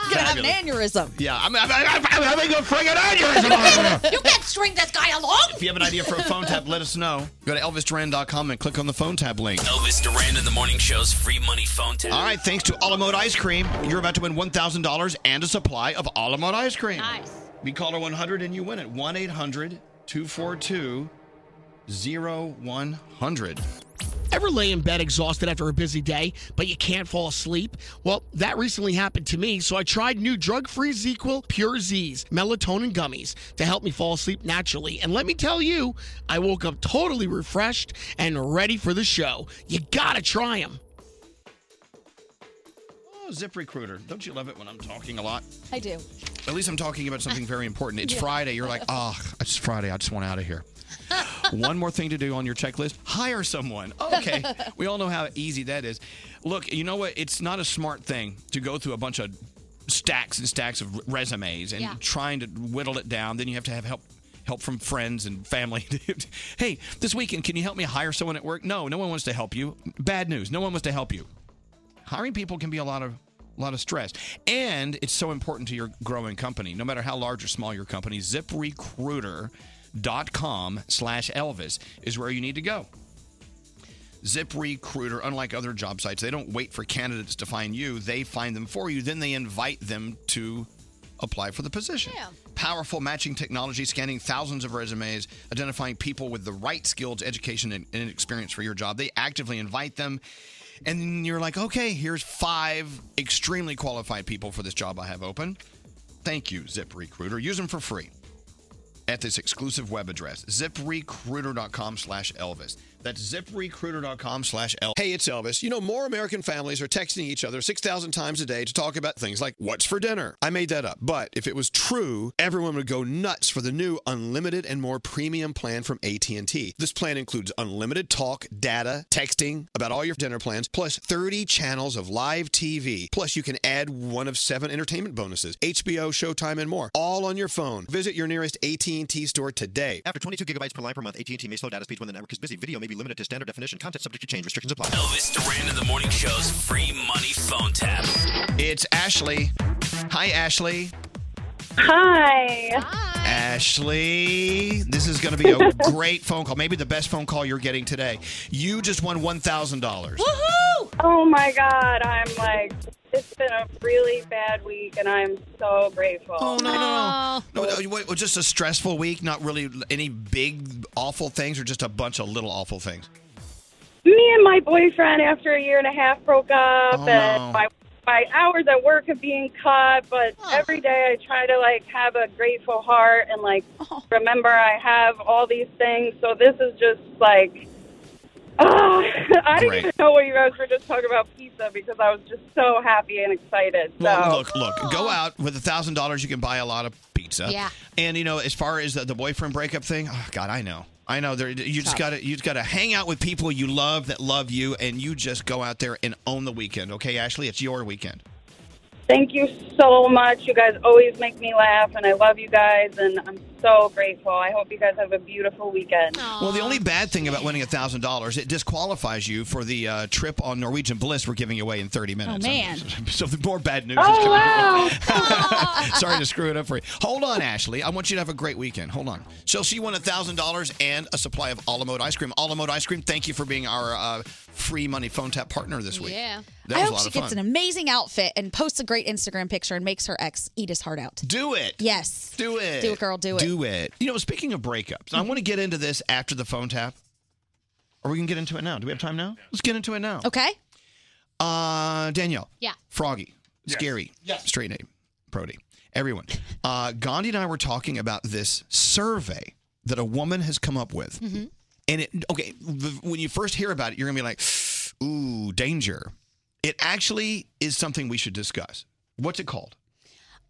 Speaker 25: Gonna have an aneurysm.
Speaker 1: Yeah, I'm, I'm, I'm, I'm having a friggin' aneurysm.
Speaker 2: you can't string this guy along.
Speaker 1: if you have an idea for a phone tap, let us know. Go to elvisduran.com and click on the phone tap link.
Speaker 7: Elvis Duran in the Morning Show's free money phone tap.
Speaker 1: All right, thanks to Alamode Ice Cream, you're about to win $1,000 and a supply of Alamode Ice Cream. Nice. Be caller 100 and you win it. 1 800 242 0100.
Speaker 14: Ever lay in bed exhausted after a busy day, but you can't fall asleep? Well, that recently happened to me, so I tried new drug free ZQL Pure Z's melatonin gummies to help me fall asleep naturally. And let me tell you, I woke up totally refreshed and ready for the show. You gotta try them.
Speaker 1: Oh, Zip Recruiter. Don't you love it when I'm talking a lot?
Speaker 11: I do.
Speaker 1: At least I'm talking about something very important. It's
Speaker 11: Yeah.
Speaker 1: Friday. You're like, oh, it's Friday. I just want out of here. One more thing to do on your checklist hire someone. Okay. we all know how easy that is. Look, you know what? It's not a smart thing to go through a bunch of stacks and stacks of resumes and
Speaker 26: Yeah.
Speaker 1: trying to whittle it down. Then you have to have help. Help from friends and family. hey, this weekend, can you help me hire someone at work? No, no one wants to help you. Bad news. No one wants to help you hiring people can be a lot of a lot of stress and it's so important to your growing company no matter how large or small your company ziprecruiter.com slash elvis is where you need to go ZipRecruiter, unlike other job sites, they don't wait for candidates to find you. They find them for you, then they invite them to apply for the position. Powerful matching technology scanning thousands of resumes, identifying people with the right skills, education, and, and experience for your job. They actively invite them. And you're like, okay, here's five extremely qualified people for this job I have open. Thank you, ZipRecruiter. Use them for free at this exclusive web address, ziprecruiter.com slash Elvis. That's ziprecruiter.com slash Elvis. Hey, it's Elvis. You know, more American families are texting each other 6,000 times a day to talk about things like what's for dinner. I made that up, but if it was true, everyone would go nuts for the new unlimited and more premium plan from AT&T. This plan includes unlimited talk, data, texting about all your dinner plans, plus 30 channels of live TV. Plus, you can add one of seven entertainment bonuses, HBO, Showtime, and more, all on your phone. Visit your nearest AT&T store today.
Speaker 3: After 22 gigabytes per line per month, AT&T may slow data speeds when the network is busy. Video may be limited to standard definition. Content subject to change. Restrictions apply.
Speaker 7: Elvis Duran in the Morning Show's free money phone tap.
Speaker 1: It's Ashley. Hi, Ashley.
Speaker 5: Hi.
Speaker 1: Ashley, this is going to be a great phone call. Maybe the best phone call you're getting today. You just won $1,000.
Speaker 5: Oh my God! I'm like, it's been a really bad week, and I'm so grateful. Oh no!
Speaker 1: No, no, wait, well, just a stressful week, not really any big awful things or just a bunch of little awful things.
Speaker 5: Me and my boyfriend, after a year and a half, broke up,
Speaker 1: Oh,
Speaker 5: and
Speaker 1: no.
Speaker 5: my my hours at work are being cut. But every day, I try to like have a grateful heart and like remember I have all these things. So this is just like. ah, I didn't even
Speaker 1: Great.
Speaker 5: know what you guys were just talking about pizza because I was just so happy and excited. So
Speaker 1: Well, look, look, go out with $1,000, you can buy a lot of pizza.
Speaker 5: Yeah.
Speaker 1: And, you know, as far as the, the boyfriend breakup thing, oh, God, I know. I know there, you just
Speaker 5: Tough.
Speaker 1: got to you just got to hang out with people you love that love you, and you just go out there and own the weekend. Okay, Ashley, it's your weekend.
Speaker 5: Thank you so much. You guys always make me laugh, and I love you guys, and I'm so grateful. I hope you guys have a beautiful weekend.
Speaker 1: Well, the only bad thing about winning thousand dollars, it disqualifies you for the uh, trip on Norwegian Bliss we're giving away in thirty
Speaker 11: Oh,
Speaker 1: minutes.
Speaker 5: man.
Speaker 1: So the more bad news.
Speaker 5: Oh,
Speaker 1: is coming. Sorry to screw it up for you. Hold on, Ashley. I want you to have a great weekend. Hold on. So she won thousand dollars and a supply of Alamode ice cream. Alamode ice cream. Thank you for being our uh, free money phone tap partner this week.
Speaker 11: Yeah.
Speaker 1: That
Speaker 11: I
Speaker 1: was a
Speaker 11: hope
Speaker 1: lot
Speaker 11: she
Speaker 1: of
Speaker 11: gets
Speaker 1: fun.
Speaker 11: an amazing outfit and posts a great Instagram picture and makes her ex eat his heart out.
Speaker 1: Do it.
Speaker 11: Yes.
Speaker 1: Do it.
Speaker 11: Do it, girl. Do it.
Speaker 1: Do it. You know, speaking of breakups, I want to get into this after the phone tap. Or we can get into it now. Do we have time now? Let's get into it now.
Speaker 11: Okay.
Speaker 1: Uh, Danielle.
Speaker 8: Yeah.
Speaker 1: Froggy. Scary.
Speaker 8: Yes.
Speaker 1: Straight name. Prody. Everyone. Uh, Gandhi and I were talking about this survey that a woman has come up with.
Speaker 8: Mm-hmm.
Speaker 1: And it, okay, the, when you first hear about it, you're going to be like, ooh, danger. It actually is something we should discuss. What's it called?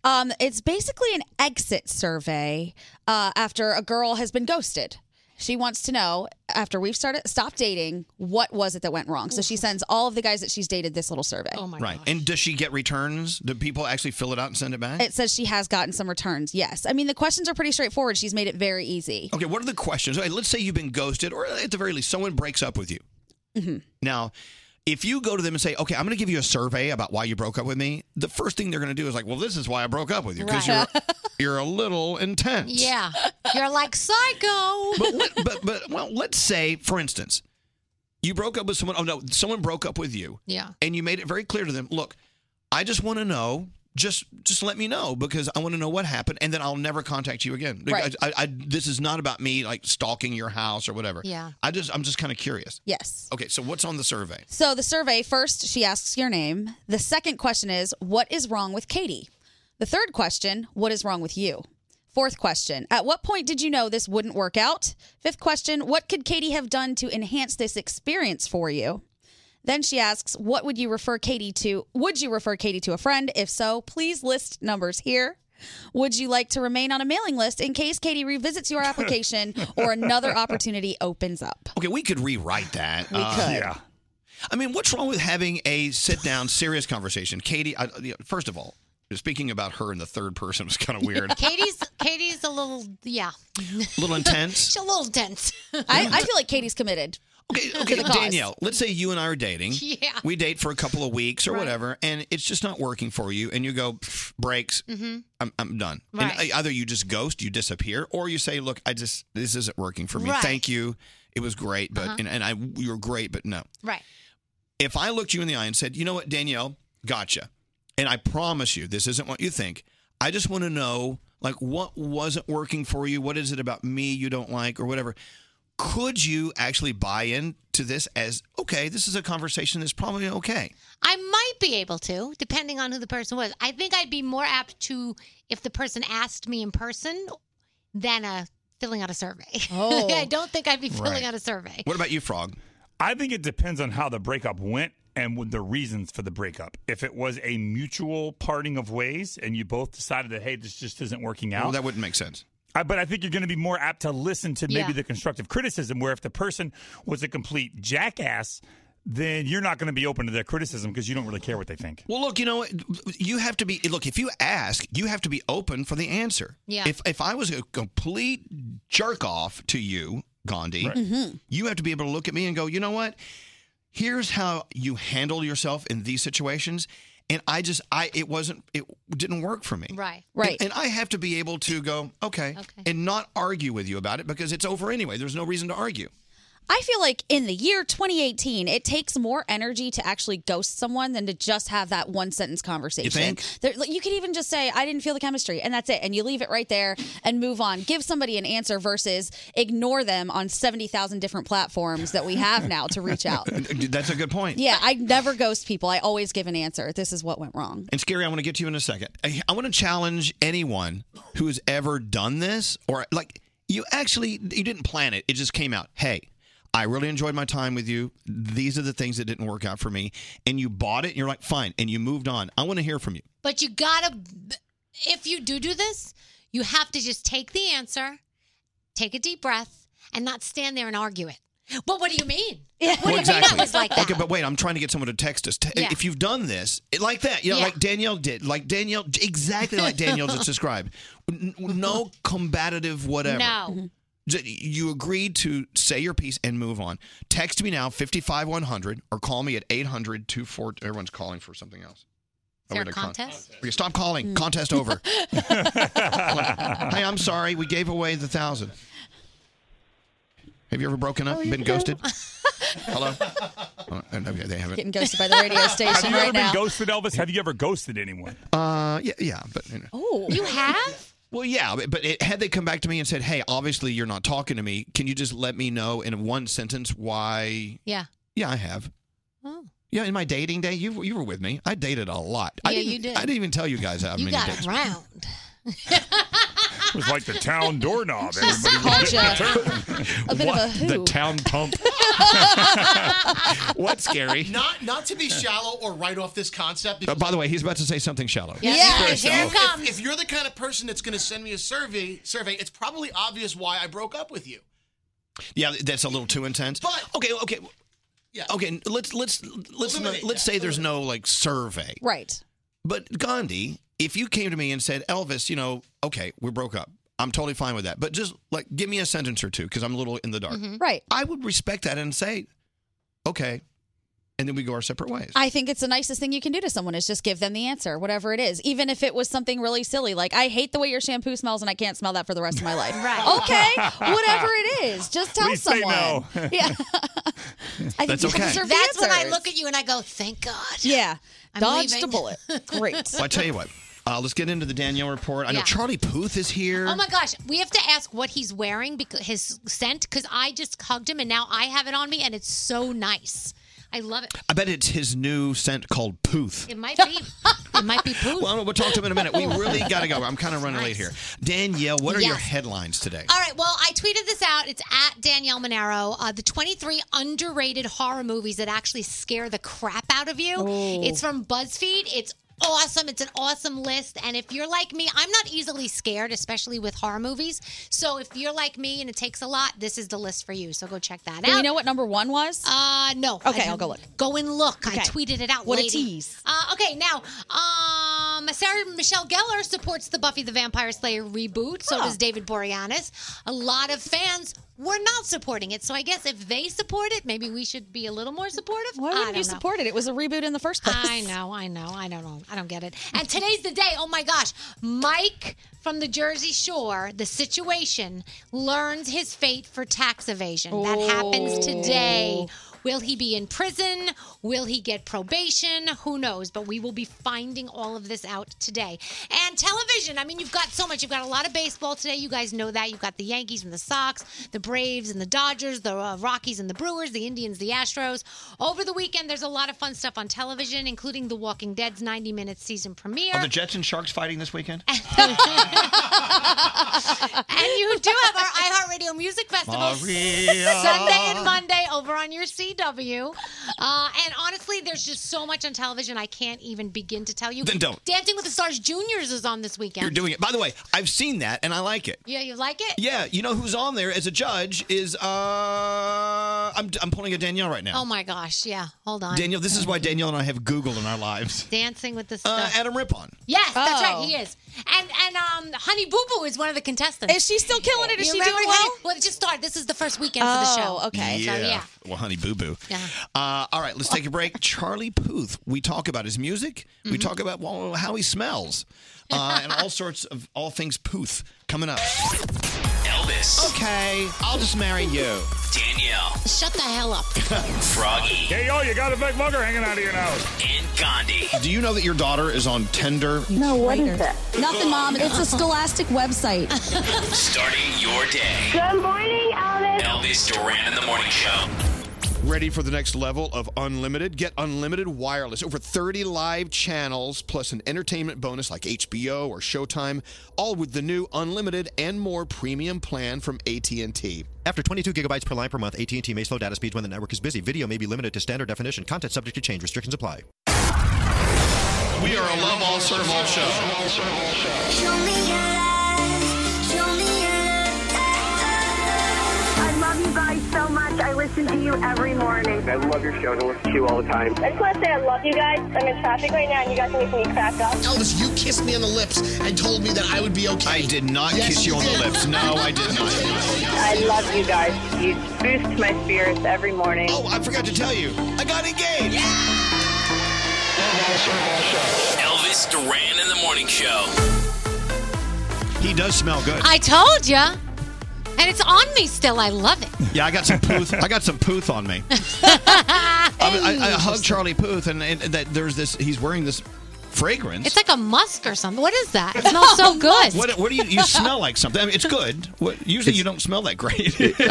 Speaker 11: Um, it's basically an exit survey uh, after a girl has been ghosted. She wants to know after we've started stopped dating, what was it that went wrong? So she sends all of the guys that she's dated this little survey. Oh my
Speaker 1: right. And does she get returns? Do people actually fill it out and send it back?
Speaker 11: It says she has gotten some returns. Yes. I mean, the questions are pretty straightforward. She's made it very easy.
Speaker 1: okay, what are the questions? Okay, let's say you've been ghosted, or at the very least, someone breaks up with you.
Speaker 11: Mm-hmm.
Speaker 1: Now, if you go to them and say, okay, I'm going to give you a survey about why you broke up with me, the first thing they're going to do is like, well, this is why I broke up with you because
Speaker 8: Right.
Speaker 1: you're, you're a little intense.
Speaker 8: Yeah. You're like psycho.
Speaker 1: But, let- but, but, well, let's say, for instance, you broke up with someone. Oh, no, someone broke up with you.
Speaker 8: Yeah.
Speaker 1: and you made it very clear to them look i just want to know just just let me know because i want to know what happened and then i'll never contact you again Like,
Speaker 11: Right.
Speaker 1: I, I, I, this is not about me like stalking your house or whatever
Speaker 11: Yeah.
Speaker 1: i just i'm just kind of curious
Speaker 11: Yes.
Speaker 1: okay so what's on the survey
Speaker 11: So the survey first, she asks your name. The second question is, what is wrong with Katie? The third question, what is wrong with you? Fourth question, at what point did you know this wouldn't work out? Fifth question, what could Katie have done to enhance this experience for you? Then she asks, what would you refer Katie to? Would you refer Katie to a friend? If so, please list numbers here. Would you like to remain on a mailing list in case Katie revisits your application or another opportunity opens up?
Speaker 1: okay we could rewrite that
Speaker 11: We could.
Speaker 1: yeah i mean what's wrong with having a sit down serious conversation katie I, you know, first of all speaking about her in the third person was kind of weird
Speaker 8: Katie's Katie's a little yeah.
Speaker 1: a little intense
Speaker 8: She's a little dense. I,
Speaker 11: I feel like Katie's committed.
Speaker 1: Okay,
Speaker 8: okay,
Speaker 11: the cause.
Speaker 1: Danielle, let's say you and I are dating.
Speaker 8: Yeah.
Speaker 1: We date for a couple of weeks or
Speaker 8: Right.
Speaker 1: whatever, and it's just not working for you, and you go "Pff, breaks.
Speaker 8: Mhm.
Speaker 1: I'm, I'm done. e,
Speaker 8: Right.
Speaker 1: And uh, either you just ghost, you disappear, or you say, "Look, I just this isn't working for me.
Speaker 8: Right.
Speaker 1: Thank you. It was great, but
Speaker 8: Uh-huh.
Speaker 1: and, and I you were great, but no.
Speaker 8: Right.
Speaker 1: If I looked you in the eye and said, you know what, Danielle, gotcha, and I promise you, this isn't what you think. I just want to know, like, what wasn't working for you? What is it about me you don't like, or whatever? Could you actually buy in to this as okay? This is a conversation that's probably okay.
Speaker 8: I might be able to, depending on who the person was. I think I'd be more apt to if the person asked me in person than uh, filling out a survey.
Speaker 11: Oh.
Speaker 8: I don't think I'd be filling
Speaker 9: Right.
Speaker 8: out a survey.
Speaker 1: What about you, Frog?
Speaker 9: I think it depends on how the breakup went and with the reasons for the breakup. If it was a mutual parting of ways and you both decided that, hey, this just isn't working out.
Speaker 1: Well, Oh, that wouldn't make sense.
Speaker 9: I, but I think you're going to be more apt to listen to maybe
Speaker 1: Yeah.
Speaker 9: the constructive criticism, where if the person was a complete jackass, then you're not going to be open to their criticism because you don't really care what they think.
Speaker 1: Well, look, you know, you have to be. Look, if you ask, you have to be open for the answer.
Speaker 9: Yeah.
Speaker 1: If if I was a complete jerk off to you, Gandhi,
Speaker 2: Right.
Speaker 11: Mm-hmm.
Speaker 2: Mhm.
Speaker 1: you have to be able to look at me and go, you know what? Here's how you handle yourself in these situations, and I just, I, it wasn't, it didn't work for me.
Speaker 8: Right.
Speaker 11: Right.
Speaker 1: And, and I have to be able to go, okay, and not argue with you about it because it's over anyway. There's no reason to argue.
Speaker 11: I feel like in the year 2018, it takes more energy to actually ghost someone than to just have that one sentence conversation.
Speaker 1: think?
Speaker 11: There, like, you could even just say, I didn't feel the chemistry, and that's it. And you leave it right there and move on. Give somebody an answer versus ignore them on 70,000 different platforms that we have now to reach out.
Speaker 1: That's a good point.
Speaker 11: Yeah, I never ghost people. I always give an answer. This is what went wrong.
Speaker 1: And Scary, I want to get to you in a second. I, I want to challenge anyone who has ever done this or like you actually you didn't plan it. It just came out. Hey, I really enjoyed my time with you. These are the things that didn't work out for me. And you bought it and you're like, fine, and you moved on. I want to hear from you.
Speaker 8: But you gotta, if you do do this, you have to just take the answer, take a deep breath, and not stand there and argue it. But what do you mean? What do you mean I was like that?
Speaker 1: Okay, but wait, I'm trying to get someone to text us. Te-
Speaker 8: Yeah.
Speaker 1: If you've done this, it- like that, you know,
Speaker 8: Yeah.
Speaker 1: like Danielle did, like Danielle, exactly like Danielle just described. N- No combative whatever.
Speaker 8: No.
Speaker 1: J- You agreed to say your piece and move on. Text me now, 55100, or call me at 800 24. Everyone's calling for something else.
Speaker 8: Is
Speaker 1: Oh, we
Speaker 8: there a
Speaker 1: had con-
Speaker 8: contest?
Speaker 1: Okay, Stop calling. Contest over. hey, I'm sorry. We gave away the thousand. Have you ever broken up? been ghosted? Hello? Oh, okay, they haven't.
Speaker 11: Getting ghosted by the radio station
Speaker 9: Have you
Speaker 11: right
Speaker 9: ever
Speaker 11: now.
Speaker 9: been ghosted, Elvis? Have you ever ghosted anyone?
Speaker 1: Uh, yeah, yeah, but you know.
Speaker 11: Oh,
Speaker 8: you have?
Speaker 1: Well, yeah, but- but it, had they come back to me and said, "Hey, obviously you're not talking to me. Can you just let me know in one sentence why?"
Speaker 8: Yeah.
Speaker 1: Yeah, I have.
Speaker 8: Oh.
Speaker 1: Yeah, in my dating day, you you were with me. I dated a lot. I
Speaker 8: Yeah,
Speaker 1: didn't-
Speaker 8: you did.
Speaker 1: I didn't even tell you guys how
Speaker 8: You
Speaker 1: many
Speaker 8: got
Speaker 1: dates.
Speaker 8: around.
Speaker 9: It was like the town doorknob.
Speaker 8: Called
Speaker 9: Everybody
Speaker 8: ya.
Speaker 11: A bit
Speaker 9: What?
Speaker 11: of a who.
Speaker 9: town pump.
Speaker 1: What's scary?
Speaker 23: Not not to be shallow or write off this concept.
Speaker 1: Uh, by the way, he's about to say something shallow. Very
Speaker 23: because
Speaker 1: shallow.
Speaker 23: if- If, you're the kind of person that's going to send me a survey, survey, it's probably obvious why I broke up with you.
Speaker 1: Yeah, that's a little too intense. But okay, okay. Yeah. Okay, let's let's let's not, let's say there's no like survey.
Speaker 11: Right.
Speaker 1: But Gandhi, if you came to me and said, "Elvis, you know, okay, we broke up. I'm totally fine with that. But just like give me a sentence or two cuz I'm a little in the
Speaker 8: Mm-hmm.
Speaker 1: dark."
Speaker 11: Right.
Speaker 1: I would respect that and say, "Okay." And then we go our separate ways.
Speaker 11: I think it's the nicest thing you can do to someone is just give them the answer, whatever it is, even if it was something really silly, like I hate the way your shampoo smells and I can't smell that for the rest of my life.
Speaker 2: Right.
Speaker 11: Okay, whatever it is, just tell
Speaker 2: Please say
Speaker 11: someone.
Speaker 2: no.
Speaker 11: Yeah, I think
Speaker 1: That's
Speaker 11: you can
Speaker 1: okay.
Speaker 11: deserve the
Speaker 8: That's when I
Speaker 11: answers.
Speaker 8: look at you and I go, thank God.
Speaker 11: Yeah,
Speaker 8: I'm
Speaker 11: dodged
Speaker 8: leaving.
Speaker 11: a bullet. Great.
Speaker 1: Well, I tell you what. Uh, let's get into the Danielle report. I know
Speaker 8: Yeah.
Speaker 1: Charlie Puth is here.
Speaker 8: Oh my gosh, we have to ask what he's wearing because his scent because I just hugged him and now I have it on me and it's so nice. I love it.
Speaker 1: I bet it's his new scent called Puth.
Speaker 8: It might be it might be poo.
Speaker 1: Well, we'll talk to him in a minute. We really got to go. I'm kind of running late
Speaker 8: Nice.
Speaker 1: here. Danielle, what are your
Speaker 8: Yes.
Speaker 1: headlines today?
Speaker 8: All right. Well, I tweeted this out. It's at Danielle Monero. Uh, the 23 underrated horror movies that actually scare the crap out of you.
Speaker 15: Oh.
Speaker 8: It's from BuzzFeed. It's awesome. It's an awesome list. And if you're like me, I'm not easily scared, especially with horror movies. So if you're like me and it takes a lot, this is the list for you. So go check that
Speaker 11: Do
Speaker 8: out.
Speaker 11: we know what number one was?
Speaker 8: Uh, no.
Speaker 11: Okay,
Speaker 8: I
Speaker 11: I'll go look.
Speaker 8: Go and look. I
Speaker 11: Okay.
Speaker 8: tweeted it out.
Speaker 11: What a
Speaker 8: lady.
Speaker 11: tease.
Speaker 8: Uh, okay, now, um, Um, Sarah Michelle Gellar supports the Buffy the Vampire Slayer reboot. So
Speaker 15: Huh.
Speaker 8: does David Boreanaz. A lot of fans were not supporting it. So I guess if they support it, maybe we should be a little more supportive.
Speaker 15: Why
Speaker 8: I
Speaker 15: wouldn't
Speaker 8: don't
Speaker 15: you
Speaker 8: know.
Speaker 15: support it? It was a reboot in the first place.
Speaker 8: I know, I know, I don't know, I don't get it. And today's the day. Oh my gosh, Mike from the Jersey Shore, the situation learns his fate for tax evasion. That happens
Speaker 15: Oh.
Speaker 8: today. Will he be in prison? Will he get probation? Who knows? But we will be finding all of this out today. And television. I mean, you've got so much. You've got a lot of baseball today. You guys know that. You've got the Yankees and the Sox, the Braves and the Dodgers, the uh, Rockies and the Brewers, the Indians, the Astros. Over the weekend, there's a lot of fun stuff on television, including The Walking Dead's 90 minute season premiere.
Speaker 1: Are the Jets and Sharks fighting this weekend?
Speaker 8: and you do have our iHeartRadio Music Festival
Speaker 1: Maria.
Speaker 8: Sunday and Monday over on your CW. Uh, and honestly, there's just so much on television I can't even begin to tell you.
Speaker 1: Then don't.
Speaker 8: Dancing with the Stars Juniors is on this weekend.
Speaker 1: You're doing it. By the way, I've seen that and I like it.
Speaker 8: Yeah, you like it?
Speaker 1: Yeah, you know who's on there as a judge is uh I'm I'm pulling a Danielle right now.
Speaker 8: Oh my gosh, yeah. Hold on.
Speaker 1: Danielle, this is why Danielle and I have Google in our lives.
Speaker 8: Dancing with the
Speaker 1: Uh,
Speaker 8: Stars.
Speaker 1: Adam Rippon.
Speaker 8: Yes, that's right.
Speaker 1: Oh.
Speaker 8: He is. And and um, Honey Boo Boo is one of the contestants. Is she still killing
Speaker 15: it? Is she doing
Speaker 8: well, it just started. This is the first weekend for the show.
Speaker 15: Oh,
Speaker 8: So, yeah.
Speaker 1: Well, honey, boo boo.
Speaker 8: Yeah.
Speaker 1: Uh, all right, let's take a break. Charlie Puth. We talk about his music. We
Speaker 8: Mhm.
Speaker 1: talk about well, how he smells, uh, and all sorts of all things Puth coming up.
Speaker 7: Elvis.
Speaker 1: Oh. Okay, I'll just marry you.
Speaker 7: Danielle.
Speaker 8: Shut the hell up.
Speaker 7: Froggy. Hey, yo, you got a big mugger hanging out of your nose. And Gandhi.
Speaker 1: Do you know that your daughter is on Tinder?
Speaker 11: No, what is that? Nothing, Mom. It's a scholastic website.
Speaker 7: Starting your day.
Speaker 11: Good morning, Elvis.
Speaker 7: Elvis Duran in the Morning Show.
Speaker 1: Ready for the next level of unlimited? Get unlimited wireless. Over 30 live channels, plus an entertainment bonus like HBO or Showtime, all with the new unlimited and more premium plan from AT&T.
Speaker 3: After 22 gigabytes per line per month, AT&T may slow data speeds when the network is busy. Video may be limited to standard definition. Content subject to change. Restrictions apply.
Speaker 1: We are a love all, serve all show.
Speaker 2: I love you guys so much. I listen to you every morning.
Speaker 16: I love your show and I listen to you all the time.
Speaker 2: I just want to say I love you guys. I'm in traffic right now, and you guys are making me crack up.
Speaker 6: Elvis, you kissed me on the lips and told me that I would be okay. I
Speaker 1: did not kiss you on the lips. No, I did not.
Speaker 20: I love you guys. You boost my spirits every morning.
Speaker 1: Oh, I forgot to tell you. I got engaged.
Speaker 7: Elvis Duran in the Morning Show.
Speaker 1: He does smell good.
Speaker 8: I told ya. And it's on me still. I love it.
Speaker 1: Yeah, I got some Puth. I got some Puth on me. I, I, I hugged Charlie Puth, and, and that there's this. He's wearing this fragrance.
Speaker 8: It's like a musk or something. What is that? It smells so good.
Speaker 1: What, what do you? You smell like something. I mean, it's good. What, usually, you don't smell that great. no.
Speaker 27: uh,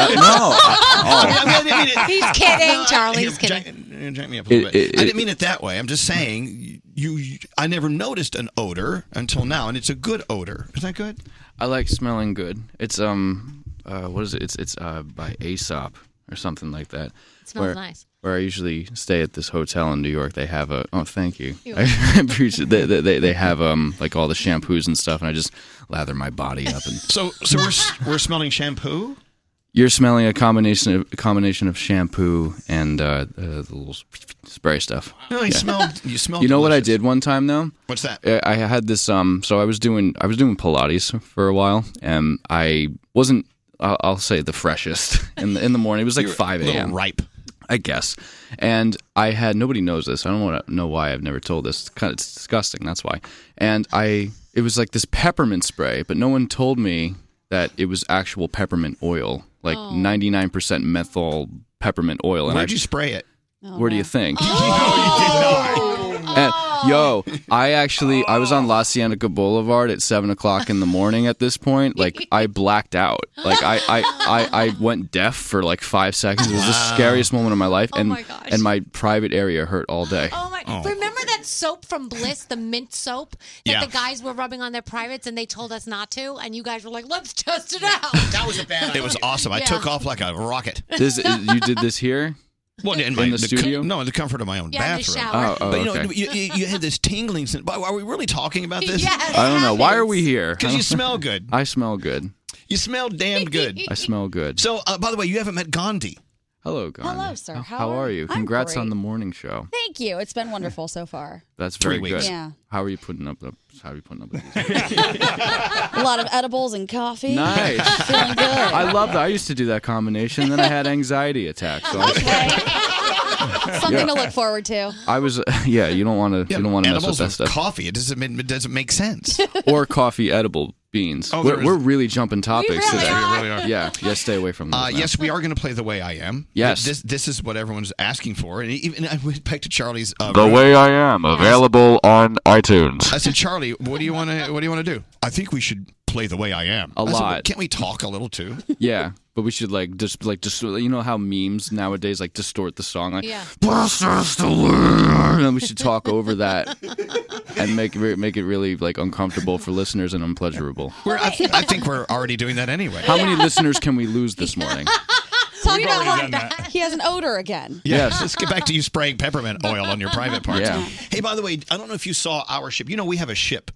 Speaker 27: Oh.
Speaker 6: Oh.
Speaker 8: He's kidding, Charlie, he's
Speaker 1: kidding. Jack me up a little
Speaker 27: It-
Speaker 1: bit.
Speaker 27: it-
Speaker 1: I
Speaker 27: it-
Speaker 1: didn't mean it that way. I'm just saying. You, you, I never noticed an odor until now, and it's a good odor. Is that good?
Speaker 27: I like smelling good. It's um, uh, what is it? It's it's uh by Aesop or something like that. It
Speaker 8: smells
Speaker 27: where,
Speaker 8: nice.
Speaker 27: Where I usually stay at this hotel in New York, they have a oh thank you.
Speaker 8: You're
Speaker 27: I appreciate they, they they they have um like all the shampoos and stuff, and I just lather my body up and.
Speaker 1: So, so we're s- we're smelling shampoo.
Speaker 27: You're smelling a combination of a combination of shampoo and uh, uh, the little spray stuff.
Speaker 1: No, you smelled. You smelled.
Speaker 27: You know what I did one time though? Uh,
Speaker 1: What's that?
Speaker 27: I I had this. Um, so I was doing I was doing Pilates for a while, and I wasn't. I'll I'll say the freshest in the in the morning. It was like
Speaker 1: You're a
Speaker 27: five
Speaker 1: little
Speaker 27: a.m.
Speaker 1: Ripe,
Speaker 27: I guess. And I had nobody knows this. I don't want to know why I've never told this. It's kind of it's disgusting. That's why. And I it was like this peppermint spray, but no one told me that it was actual peppermint oil, like
Speaker 8: Oh.
Speaker 27: ninety nine percent menthol peppermint oil. And
Speaker 1: Where'd
Speaker 27: I,
Speaker 1: you spray it?
Speaker 27: Where do you think?
Speaker 2: Oh.
Speaker 27: And, yo, I actually I was on La Cienega Boulevard at seven o'clock in the morning. At this point, like I blacked out. Like I I, I, I went deaf for like five seconds. It was the scariest moment of my
Speaker 11: Oh
Speaker 27: life, and
Speaker 8: my gosh.
Speaker 27: and my private area hurt all day.
Speaker 8: Oh my! Remember that soap from Bliss, the mint soap that
Speaker 27: Yeah.
Speaker 8: the guys were rubbing on their privates, and they told us not to, and you guys were like, "Let's test it out." That was a bad.
Speaker 1: It was awesome. I
Speaker 8: Yeah.
Speaker 1: took off like a rocket.
Speaker 27: This uh, you did this here?
Speaker 1: Well, in, my,
Speaker 27: In the
Speaker 1: com-
Speaker 27: studio?
Speaker 1: no, in the comfort of my own
Speaker 27: Yeah, in the
Speaker 1: bathroom.
Speaker 27: shower. Oh, oh,
Speaker 1: but you know,
Speaker 27: okay.
Speaker 1: you, you, you had this tingling. Sen- but are we really talking about this?
Speaker 27: I don't know. Why are we here?
Speaker 1: 'Cause you smell good.
Speaker 27: I smell good.
Speaker 1: You smell damn good.
Speaker 27: I smell good.
Speaker 1: So, uh, by the way, you haven't met Gandhi.
Speaker 27: Hello, Garnet.
Speaker 11: Hello, sir. How
Speaker 27: How
Speaker 11: are-
Speaker 27: are you?
Speaker 11: I'm
Speaker 27: Congrats on
Speaker 11: great.
Speaker 27: the morning show.
Speaker 11: Thank you. It's been wonderful so far.
Speaker 27: That's
Speaker 11: Three
Speaker 27: very
Speaker 11: weeks.
Speaker 27: good.
Speaker 11: Yeah.
Speaker 27: How are you putting up? up- How are you putting up? With these?
Speaker 11: A lot of edibles and coffee.
Speaker 27: Nice.
Speaker 11: Feeling good.
Speaker 27: I love that. I used to do that combination. Then I had anxiety attacks. So I was-
Speaker 11: Something to
Speaker 27: Yeah.
Speaker 11: look forward to.
Speaker 27: I was, yeah. You don't want to. you don't want to mess with
Speaker 1: edibles
Speaker 27: that
Speaker 1: with
Speaker 27: stuff.
Speaker 1: Coffee. It doesn't. It doesn't make sense.
Speaker 27: or coffee edible beans.
Speaker 1: Oh, there
Speaker 27: we're,
Speaker 1: is-
Speaker 27: we're really jumping topics
Speaker 1: really
Speaker 27: today.
Speaker 1: are. We really are.
Speaker 27: Yeah. Yeah. Stay away from.
Speaker 1: Uh, yes, we are going to play the way I am.
Speaker 27: Yes.
Speaker 1: this this is what everyone's asking for, and e-, even I went back to Charlie's. Uh,
Speaker 27: The
Speaker 1: room.
Speaker 27: way I am available on iTunes.
Speaker 1: I said, Charlie, what do you want to? What do you want to do? I think we should play the way I am.
Speaker 27: A
Speaker 1: I said, well,
Speaker 27: lot.
Speaker 1: can't we talk a little too?
Speaker 27: Yeah, but we should like just like just you know how memes nowadays like distort the song like
Speaker 2: Yeah.
Speaker 27: "Blasters to learn," and we should talk over that and make it make it really like uncomfortable for listeners and unpleasurable.
Speaker 1: We're, I, th- I think we're already doing that anyway.
Speaker 27: How many listeners can we lose this morning?
Speaker 11: Talk
Speaker 1: We've
Speaker 11: about
Speaker 1: already
Speaker 11: how
Speaker 1: done that.
Speaker 11: he has an odor again.
Speaker 1: Yes. Let's get back to you spraying peppermint oil on your private parts.
Speaker 27: Yeah.
Speaker 1: Hey, by the way, I don't know if you saw our ship. You know, we have a ship.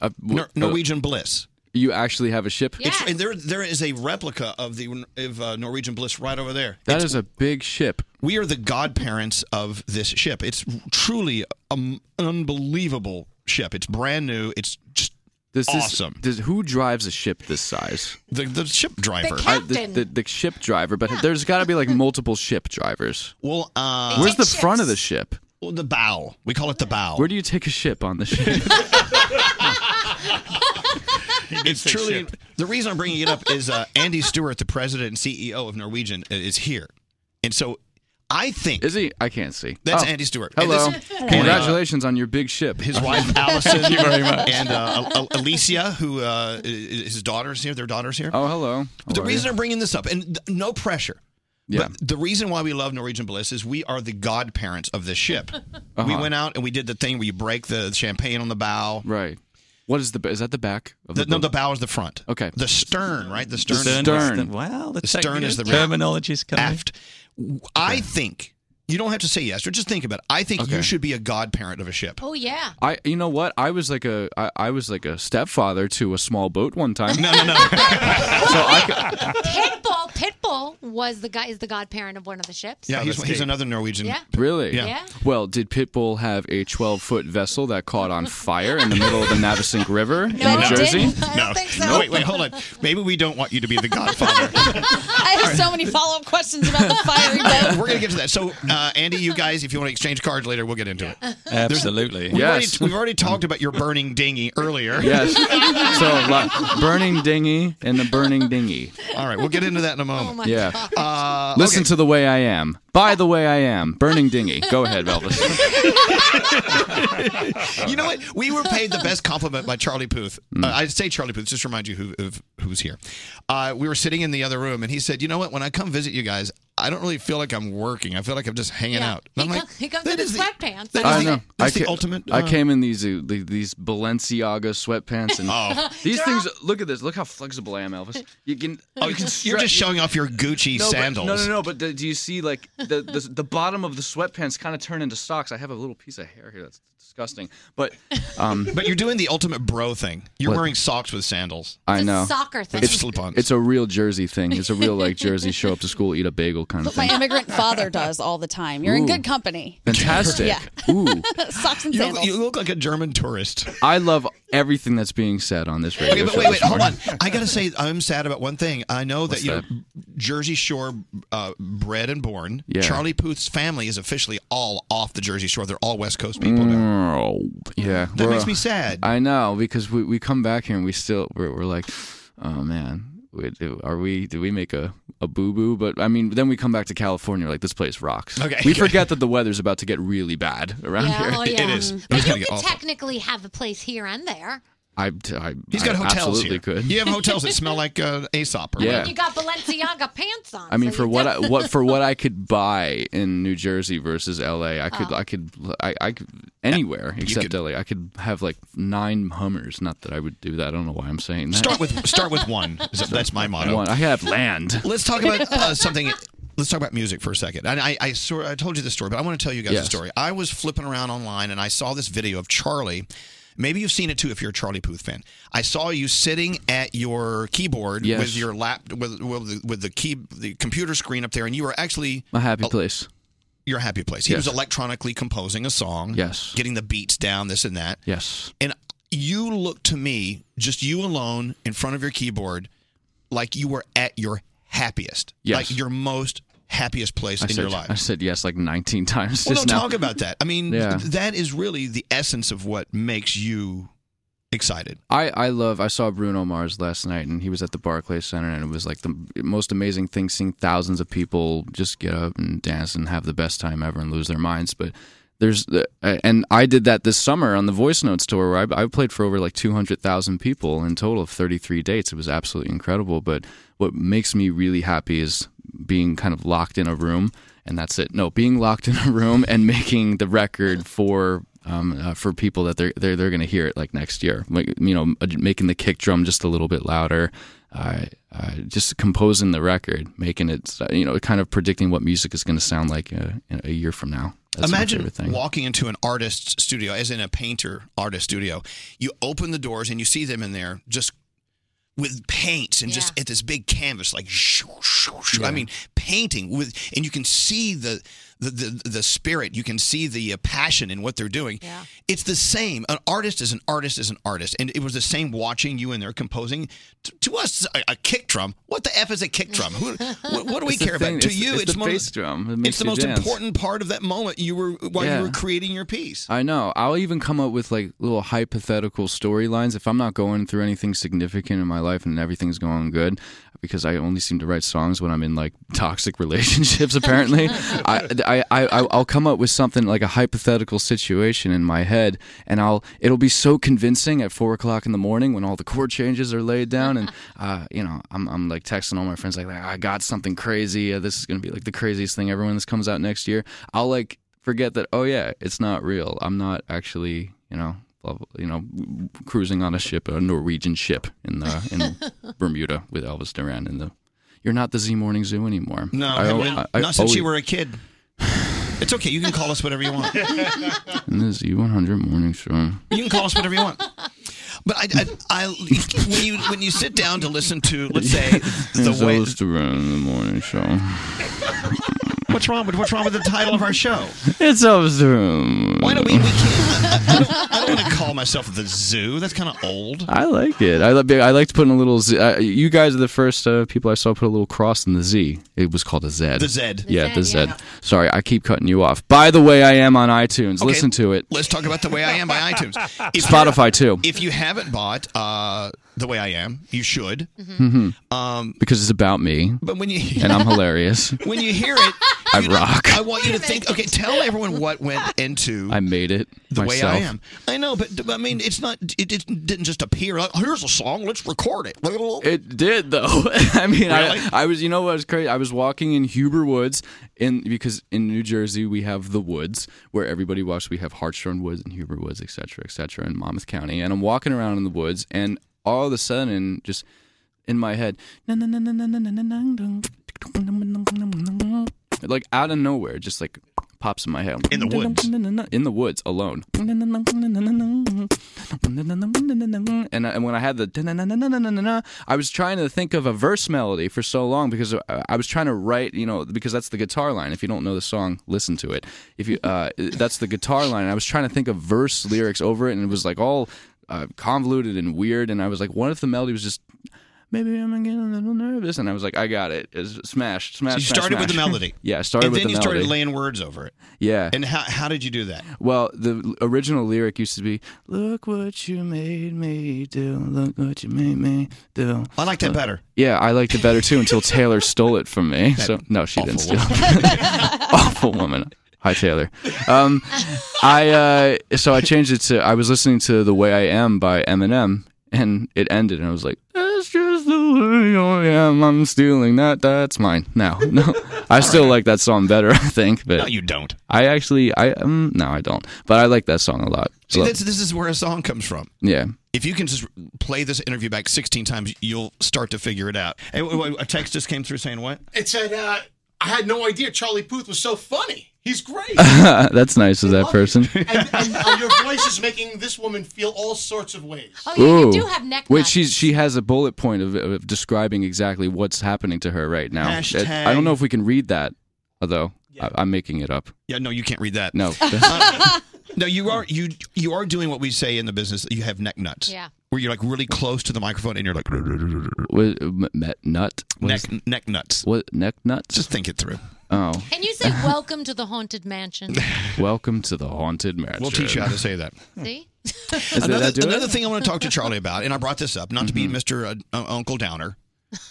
Speaker 27: Uh, w-
Speaker 1: Nor- Norwegian Bliss.
Speaker 27: You actually have a ship.
Speaker 1: It's, and there, there is a replica of the of, uh, Norwegian Bliss right over there.
Speaker 27: That is a big ship.
Speaker 1: We are the godparents of this ship. It's truly um, an unbelievable ship. It's brand new. It's just
Speaker 27: This is-
Speaker 1: awesome.
Speaker 27: this- who drives a ship this size?
Speaker 1: The the ship driver.
Speaker 27: I- the,
Speaker 1: captain.
Speaker 27: the, the ship driver, but there's got to be like multiple ship drivers.
Speaker 1: well, uh,
Speaker 27: Where's the front of the ship?
Speaker 1: Well, the bow. We call it the bow.
Speaker 27: Where do you take a ship on the ship?
Speaker 1: It's
Speaker 27: say
Speaker 1: truly
Speaker 27: ship.
Speaker 1: the reason I'm bringing it up is uh, Andy Stewart, the president and CEO of Norwegian, i- is here, and so I think
Speaker 27: is he? I can't see.
Speaker 1: That's
Speaker 27: Oh,
Speaker 1: Andy Stewart. And
Speaker 27: Hello.
Speaker 1: this- and, uh,
Speaker 27: Congratulations on your big ship.
Speaker 1: his wife Allison and uh, Al- Alicia, who uh, i- i- his daughter's here. Their daughter's here.
Speaker 27: Oh, hello.
Speaker 1: the
Speaker 27: How are
Speaker 1: reason
Speaker 27: you?
Speaker 1: I'm bringing this up, and th- no pressure.
Speaker 27: Yeah.
Speaker 1: But the reason why we love Norwegian Bliss is we are the godparents of this ship. We
Speaker 27: Uh-huh.
Speaker 1: went out and we did the thing where you break the champagne on the bow.
Speaker 27: Right. What is the is that the back? Of
Speaker 1: the,
Speaker 27: the
Speaker 1: no,
Speaker 27: boat?
Speaker 1: the bow is the front.
Speaker 27: Okay.
Speaker 1: The stern, right? The
Speaker 27: The
Speaker 1: stern.
Speaker 27: stern. Stern. Wow,
Speaker 1: the
Speaker 27: the
Speaker 1: stern is the
Speaker 27: technical
Speaker 1: terminology's coming. Aft. I think you don't have to say yes, or just think about it. I think you
Speaker 27: Okay.
Speaker 1: should be a godparent of a ship.
Speaker 8: Oh yeah.
Speaker 27: I you know what I was like a I, I was like a stepfather to a small boat one time.
Speaker 1: No, no, no.
Speaker 27: so I could,
Speaker 8: Pitbull. Pitbull was the guy is the godparent of one of the ships.
Speaker 1: Yeah, he's, he's another Norwegian.
Speaker 8: Yeah.
Speaker 27: Really?
Speaker 8: Yeah. Yeah.
Speaker 27: Well, did Pitbull have a 12 foot vessel that caught on fire in the middle of the Navasink River in New Jersey?
Speaker 1: No. No, wait, wait, hold on. Maybe we don't want you to be the godfather.
Speaker 11: I have so many follow up questions about the fiery boat.
Speaker 1: We're going to get to that. So, uh, Andy, you guys, if you want to exchange cards later, we'll get into it.
Speaker 27: Absolutely.
Speaker 1: We've,
Speaker 27: Yes.
Speaker 1: already, we've already talked about your burning dinghy earlier.
Speaker 27: Yes. So, uh, like, burning dinghy and the burning dinghy.
Speaker 1: All right, we'll get into that in a
Speaker 8: Oh
Speaker 1: moment.
Speaker 27: yeah.
Speaker 1: Uh,
Speaker 27: Listen to the way I am. By the way I am. Burning dinghy. Go ahead, Elvis.
Speaker 1: you know what? We were paid the best compliment by Charlie Puth.
Speaker 27: Mm.
Speaker 1: Uh, I say Charlie Puth, just to remind you who, of who's here. Uh, we were sitting in the other room, and he said, "You know what? When I come visit you guys, I don't really feel like I'm working. I feel like I'm just hanging out." And I'm like,
Speaker 8: He comes in his sweatpants.
Speaker 27: I know.
Speaker 1: that's
Speaker 27: I
Speaker 1: the
Speaker 27: ca-
Speaker 1: ultimate,
Speaker 27: I
Speaker 1: uh,
Speaker 27: came in these uh, the- these Balenciaga sweatpants and
Speaker 1: Oh.
Speaker 27: these things. Look at this. Look how flexible I am, Elvis. You can.
Speaker 1: Oh,
Speaker 27: you can
Speaker 1: you're
Speaker 27: stretch-
Speaker 1: just showing off your Gucci
Speaker 27: no, but-
Speaker 1: sandals.
Speaker 27: no, no, no. But the, do you see like the, the the bottom of the sweatpants kind of turn into socks? I have a little piece of hair here. That's disgusting. But um,
Speaker 1: but you're doing the ultimate bro thing. You're
Speaker 27: What?
Speaker 1: wearing socks with sandals.
Speaker 27: I know.
Speaker 1: It's slip-ons.
Speaker 27: It's a real Jersey thing. It's a real like Jersey show up to school, eat a bagel kind of
Speaker 11: What my
Speaker 27: thing.
Speaker 11: immigrant father does all the time. You're in
Speaker 27: Ooh.
Speaker 11: good company.
Speaker 27: Fantastic.
Speaker 11: Yeah.
Speaker 27: Ooh.
Speaker 11: Socks and
Speaker 1: You look,
Speaker 11: sandals.
Speaker 1: you look like a German tourist.
Speaker 27: I love everything that's being said on this
Speaker 1: Okay,
Speaker 27: radio
Speaker 1: but
Speaker 27: show.
Speaker 1: wait, wait,
Speaker 27: this
Speaker 1: hold on.
Speaker 27: morning.
Speaker 1: I gotta say, I'm sad about one thing. I know that
Speaker 27: What's
Speaker 1: you
Speaker 27: that?
Speaker 1: know, Jersey Shore uh, bred and born.
Speaker 27: Yeah.
Speaker 1: Charlie Puth's family is officially all off the Jersey Shore. They're all West Coast people.
Speaker 27: Oh, yeah.
Speaker 1: That
Speaker 27: We're-
Speaker 1: makes me sad.
Speaker 27: I know because we, we come back here and we still we're, we're like, oh man, we, do, are we? Did we make a a boo boo? But I mean, then we come back to California, like this place rocks.
Speaker 1: Okay.
Speaker 27: We forget that the weather's about to get really bad around
Speaker 8: Yeah,
Speaker 27: here.
Speaker 8: oh, yeah. It is.
Speaker 27: It's
Speaker 8: But
Speaker 27: gonna
Speaker 8: you
Speaker 27: get
Speaker 8: could
Speaker 27: awful.
Speaker 8: technically have a place here and there.
Speaker 27: I, I,
Speaker 1: He's got
Speaker 27: I
Speaker 1: hotels
Speaker 27: absolutely
Speaker 1: here.
Speaker 27: Could.
Speaker 1: You have hotels that smell like uh, Aesop. Or
Speaker 27: Yeah.
Speaker 1: whatever.
Speaker 8: You got Balenciaga pants on.
Speaker 27: I mean,
Speaker 8: so
Speaker 27: for
Speaker 8: you
Speaker 27: what I,
Speaker 8: definitely-
Speaker 27: what for what I could buy in New Jersey versus L.A., I could
Speaker 8: Oh.
Speaker 27: I could I, I could anywhere except L.A. I could have like nine Hummers. Not that I would do that. I don't know why I'm saying that.
Speaker 1: Start with start with one. Is that- That's my motto.
Speaker 27: One. I have land.
Speaker 1: Let's talk about uh, something. Let's talk about music for a second. And I, I, sort I told you this story, but I want to tell you guys a
Speaker 27: Yes.
Speaker 1: story. I was flipping around online and I saw this video of Charlie Maybe you've seen it too if you're a Charlie Puth fan. I saw you sitting at your keyboard
Speaker 27: Yes.
Speaker 1: with your lap with with the, with the key the computer screen up there, and you were actually
Speaker 27: My happy place.
Speaker 1: your Oh. happy place. He
Speaker 27: Yes.
Speaker 1: was electronically composing a song. Yes. Getting the beats down, this and that.
Speaker 27: Yes.
Speaker 1: And you look to me, just you alone in front of your keyboard, like you were at your happiest.
Speaker 27: Yes.
Speaker 1: Like your most happiest place
Speaker 27: I
Speaker 1: in
Speaker 27: said,
Speaker 1: your life.
Speaker 27: I said yes like 19 times.
Speaker 1: Well,
Speaker 27: just
Speaker 1: don't
Speaker 27: now.
Speaker 1: talk about that. I mean,
Speaker 27: Yeah.
Speaker 1: that is really the essence of what makes you excited.
Speaker 27: I, I love I saw Bruno Mars last night and he was at the Barclays Center and it was like the most amazing thing seeing thousands of people just get up and dance and have the best time ever and lose their minds but there's the- and I did that this summer on the Voice Notes tour where I, I played for over like 200,000 people in total of 33 dates it was absolutely incredible but what makes me really happy is being kind of locked in a room and that's it no being locked in a room and making the record for um, uh, for people that they're they're, they're going to hear it like next year. Like you know, uh, making the kick drum just a little bit louder, uh, uh, just composing the record, making it uh, you know, kind of predicting what music is going to sound like uh, in a year from now. That's my
Speaker 1: Imagine
Speaker 27: favorite thing.
Speaker 1: walking into an artist's studio, as in a painter artist studio. You open the doors and you see them in there just with paints and just at this big canvas, like shoo, shoo, shoo. I mean, painting with, and you can see the. The, the, the spirit you can see the uh, passion in what they're doing yeah. it's the same an artist is an artist is an artist and it was the same watching you in there composing T- to us a, a kick drum what the f is a kick drum Who, what, what do we
Speaker 27: It's the
Speaker 1: care
Speaker 27: thing.
Speaker 1: about to
Speaker 27: It's-
Speaker 1: you
Speaker 27: it's the
Speaker 1: one of
Speaker 27: bass drum. It
Speaker 1: it's
Speaker 27: makes
Speaker 1: the
Speaker 27: you
Speaker 1: most
Speaker 27: dance.
Speaker 1: important part of that moment you were while
Speaker 27: Yeah.
Speaker 1: you were creating your piece
Speaker 27: I know. I'll even come up with like little hypothetical storylines if I'm not going through anything significant in my life and everything's going good. Because I only seem to write songs when I'm in like toxic relationships. Apparently, I, I, I I'll come up with something like a hypothetical situation in my head, and I'll it'll be so convincing at four o'clock in the morning when all the chord changes are laid down, and uh, you know I'm I'm like texting all my friends like I got something crazy. Uh, This is gonna be like the craziest thing ever when this comes out next year. I'll like forget that oh yeah it's not real i'm not actually you know blah, blah, you know cruising on a ship a norwegian ship in the in bermuda with elvis duran in the you're not the z morning zoo anymore
Speaker 1: No,
Speaker 27: I al-
Speaker 1: not,
Speaker 27: I- I
Speaker 1: not since you
Speaker 27: always-
Speaker 1: were a kid. It's okay. You can call us whatever you want. you
Speaker 27: in the z100 E morning show
Speaker 1: can call us whatever you want. But I, I, I when you when you sit down to listen to, let's say,
Speaker 27: There's
Speaker 1: the way.
Speaker 27: elvis duran in the morning show
Speaker 1: What's wrong with what's wrong with the title of our show?
Speaker 27: it's elvis duran
Speaker 1: Why don't we? we can't, I don't, I don't want to call myself the zoo. That's kind of old.
Speaker 27: I like it. I like. I liked putting a little. Z, uh, you guys are the first uh, people I saw put a little cross in the Z. It was called a Z.
Speaker 1: The Z.
Speaker 27: Yeah, the Z. Sorry, I keep cutting you off. By the way, I am on iTunes.
Speaker 1: Okay.
Speaker 27: Listen to it.
Speaker 1: Let's talk about the way I am by iTunes.
Speaker 27: Spotify,
Speaker 1: you-
Speaker 27: too.
Speaker 1: If you haven't bought uh, the way I am, you should.
Speaker 27: hmm
Speaker 1: Um,
Speaker 27: because it's about me,
Speaker 1: but when you
Speaker 27: and I'm hilarious.
Speaker 1: when you hear it,
Speaker 27: I
Speaker 1: you know,
Speaker 27: rock.
Speaker 1: I want you to think. Okay, tell everyone what went into
Speaker 27: I made it
Speaker 1: the way
Speaker 27: myself.
Speaker 1: I am. I know, but I mean, it's not. It, it didn't just appear. Like, Here's a song. Let's record it.
Speaker 27: It did though. I mean,
Speaker 1: Really?
Speaker 27: I, I was. You know what was crazy? I was walking in Huber Woods in because in New Jersey we have the woods where everybody walks. We have Hartshorn Woods and Huber Woods, et cetera, et cetera, in Monmouth County. And I'm walking around in the woods, and all of a sudden, just in my head, like out of nowhere, just like pops in my head. In
Speaker 4: the woods.
Speaker 27: In the woods alone. And, I, and when I had the da-na-na-na-na-na-na-na, I was trying to think of a verse melody for so long because I I was trying to write, you know, because that's the guitar line. If you don't know the song, listen to it. If you uh, that's the guitar line. I was trying to think of verse lyrics over it, and it was like all uh, convoluted and weird. And I was like, what if the melody was just maybe I'm getting a little nervous, and I was like, I got it. It's smash, smash.
Speaker 1: So you
Speaker 27: smash,
Speaker 1: started with the
Speaker 27: smash.
Speaker 1: melody.
Speaker 27: yeah, I started
Speaker 1: and
Speaker 27: with
Speaker 1: then
Speaker 27: the
Speaker 1: you
Speaker 27: melody.
Speaker 1: started laying words over it.
Speaker 27: yeah.
Speaker 1: And how how did you do that?
Speaker 27: well, the original lyric used to be, "Look what you made me do. Look what you made me do."
Speaker 1: I like that better.
Speaker 27: Yeah, I liked it better too until Taylor stole it from me.
Speaker 1: That
Speaker 27: So no, she didn't steal. it. awful woman. Hi Taylor. Um, I uh, so I changed it to I was listening to "The Way I Am" by Eminem, and it ended, and I was like, "That's just the way I am. I'm stealing that. That's mine." No, no, I still like that song better, I think. But
Speaker 1: No, you don't.
Speaker 27: I actually, I um, no, I don't. But I like that song a lot.
Speaker 1: See,
Speaker 27: Love-
Speaker 1: that's, this is where a song comes from.
Speaker 27: yeah.
Speaker 1: If you can just play this interview back 16 times, you'll start to figure it out. Hey, wait, wait, a text just came through saying what?
Speaker 23: It said, uh, I had no idea Charlie Puth was so funny. He's great.
Speaker 27: That's nice of that person.
Speaker 23: and, and uh, your voice is making this woman feel all sorts of ways.
Speaker 27: Ooh. Wait, she's she has a bullet point of, of describing exactly what's happening to her right now.
Speaker 1: Hashtag-
Speaker 27: I don't know if we can read that, although I, I'm making it up.
Speaker 1: Yeah, no, you can't read that. Uh,
Speaker 27: No.
Speaker 1: no, you are you you are doing what we say in the business. You have neck nuts.
Speaker 8: Yeah.
Speaker 1: Where you're like really close to the microphone and you're like
Speaker 27: What, m- met nut? What
Speaker 1: neck
Speaker 27: is-
Speaker 1: neck nuts.
Speaker 27: What neck nuts?
Speaker 1: Just think it through.
Speaker 27: Oh,
Speaker 8: Can you say welcome to the haunted mansion?
Speaker 27: welcome to the haunted mansion.
Speaker 1: We'll teach you how to say that.
Speaker 8: See?
Speaker 1: another
Speaker 27: that do it? Mm-hmm.
Speaker 1: another thing I want to talk to Charlie about, and I brought this up, not to be Mister uh, uh, Uncle Downer.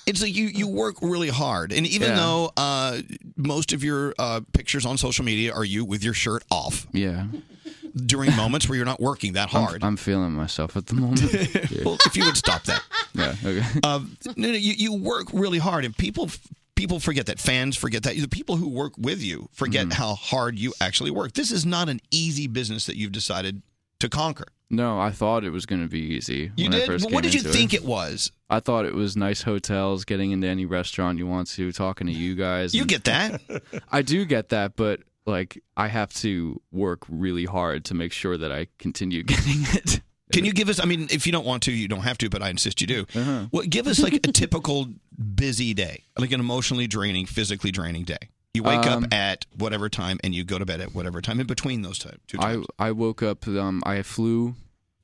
Speaker 1: It's like you you work really hard, and even
Speaker 27: Yeah.
Speaker 1: though uh, most of your uh, pictures on social media are you with your shirt off
Speaker 27: Yeah.
Speaker 1: during moments where you're not working that
Speaker 27: I'm-
Speaker 1: hard.
Speaker 27: I'm, feeling myself at the moment. Yeah.
Speaker 1: Well, if you would stop that.
Speaker 27: yeah. Okay.
Speaker 1: Uh, no, no, you, you work really hard, and people people forget that. Fans forget that. The people who work with you
Speaker 27: Mm-hmm.
Speaker 1: forget how hard you actually work. This is not an easy business that you've decided to conquer.
Speaker 27: No, I thought it was going to be easy.
Speaker 1: You
Speaker 27: when I
Speaker 1: did?
Speaker 27: first
Speaker 1: Well, what
Speaker 27: came
Speaker 1: did you
Speaker 27: into
Speaker 1: think it was?
Speaker 27: I thought it was nice hotels, getting into any restaurant you want to, talking to you guys.
Speaker 1: You get that?
Speaker 27: I do get that, but like I have to work really hard to make sure that I continue getting it. Uh-huh.
Speaker 1: Can you give us? I mean, if you don't want to, you don't have to, but I insist you do. Well, give us like a typical busy day, like an emotionally draining, physically draining day. You wake
Speaker 27: Um,
Speaker 1: up at whatever time, and you go to bed at whatever time. In between those ti- two times,
Speaker 27: I I woke up. Um, I flew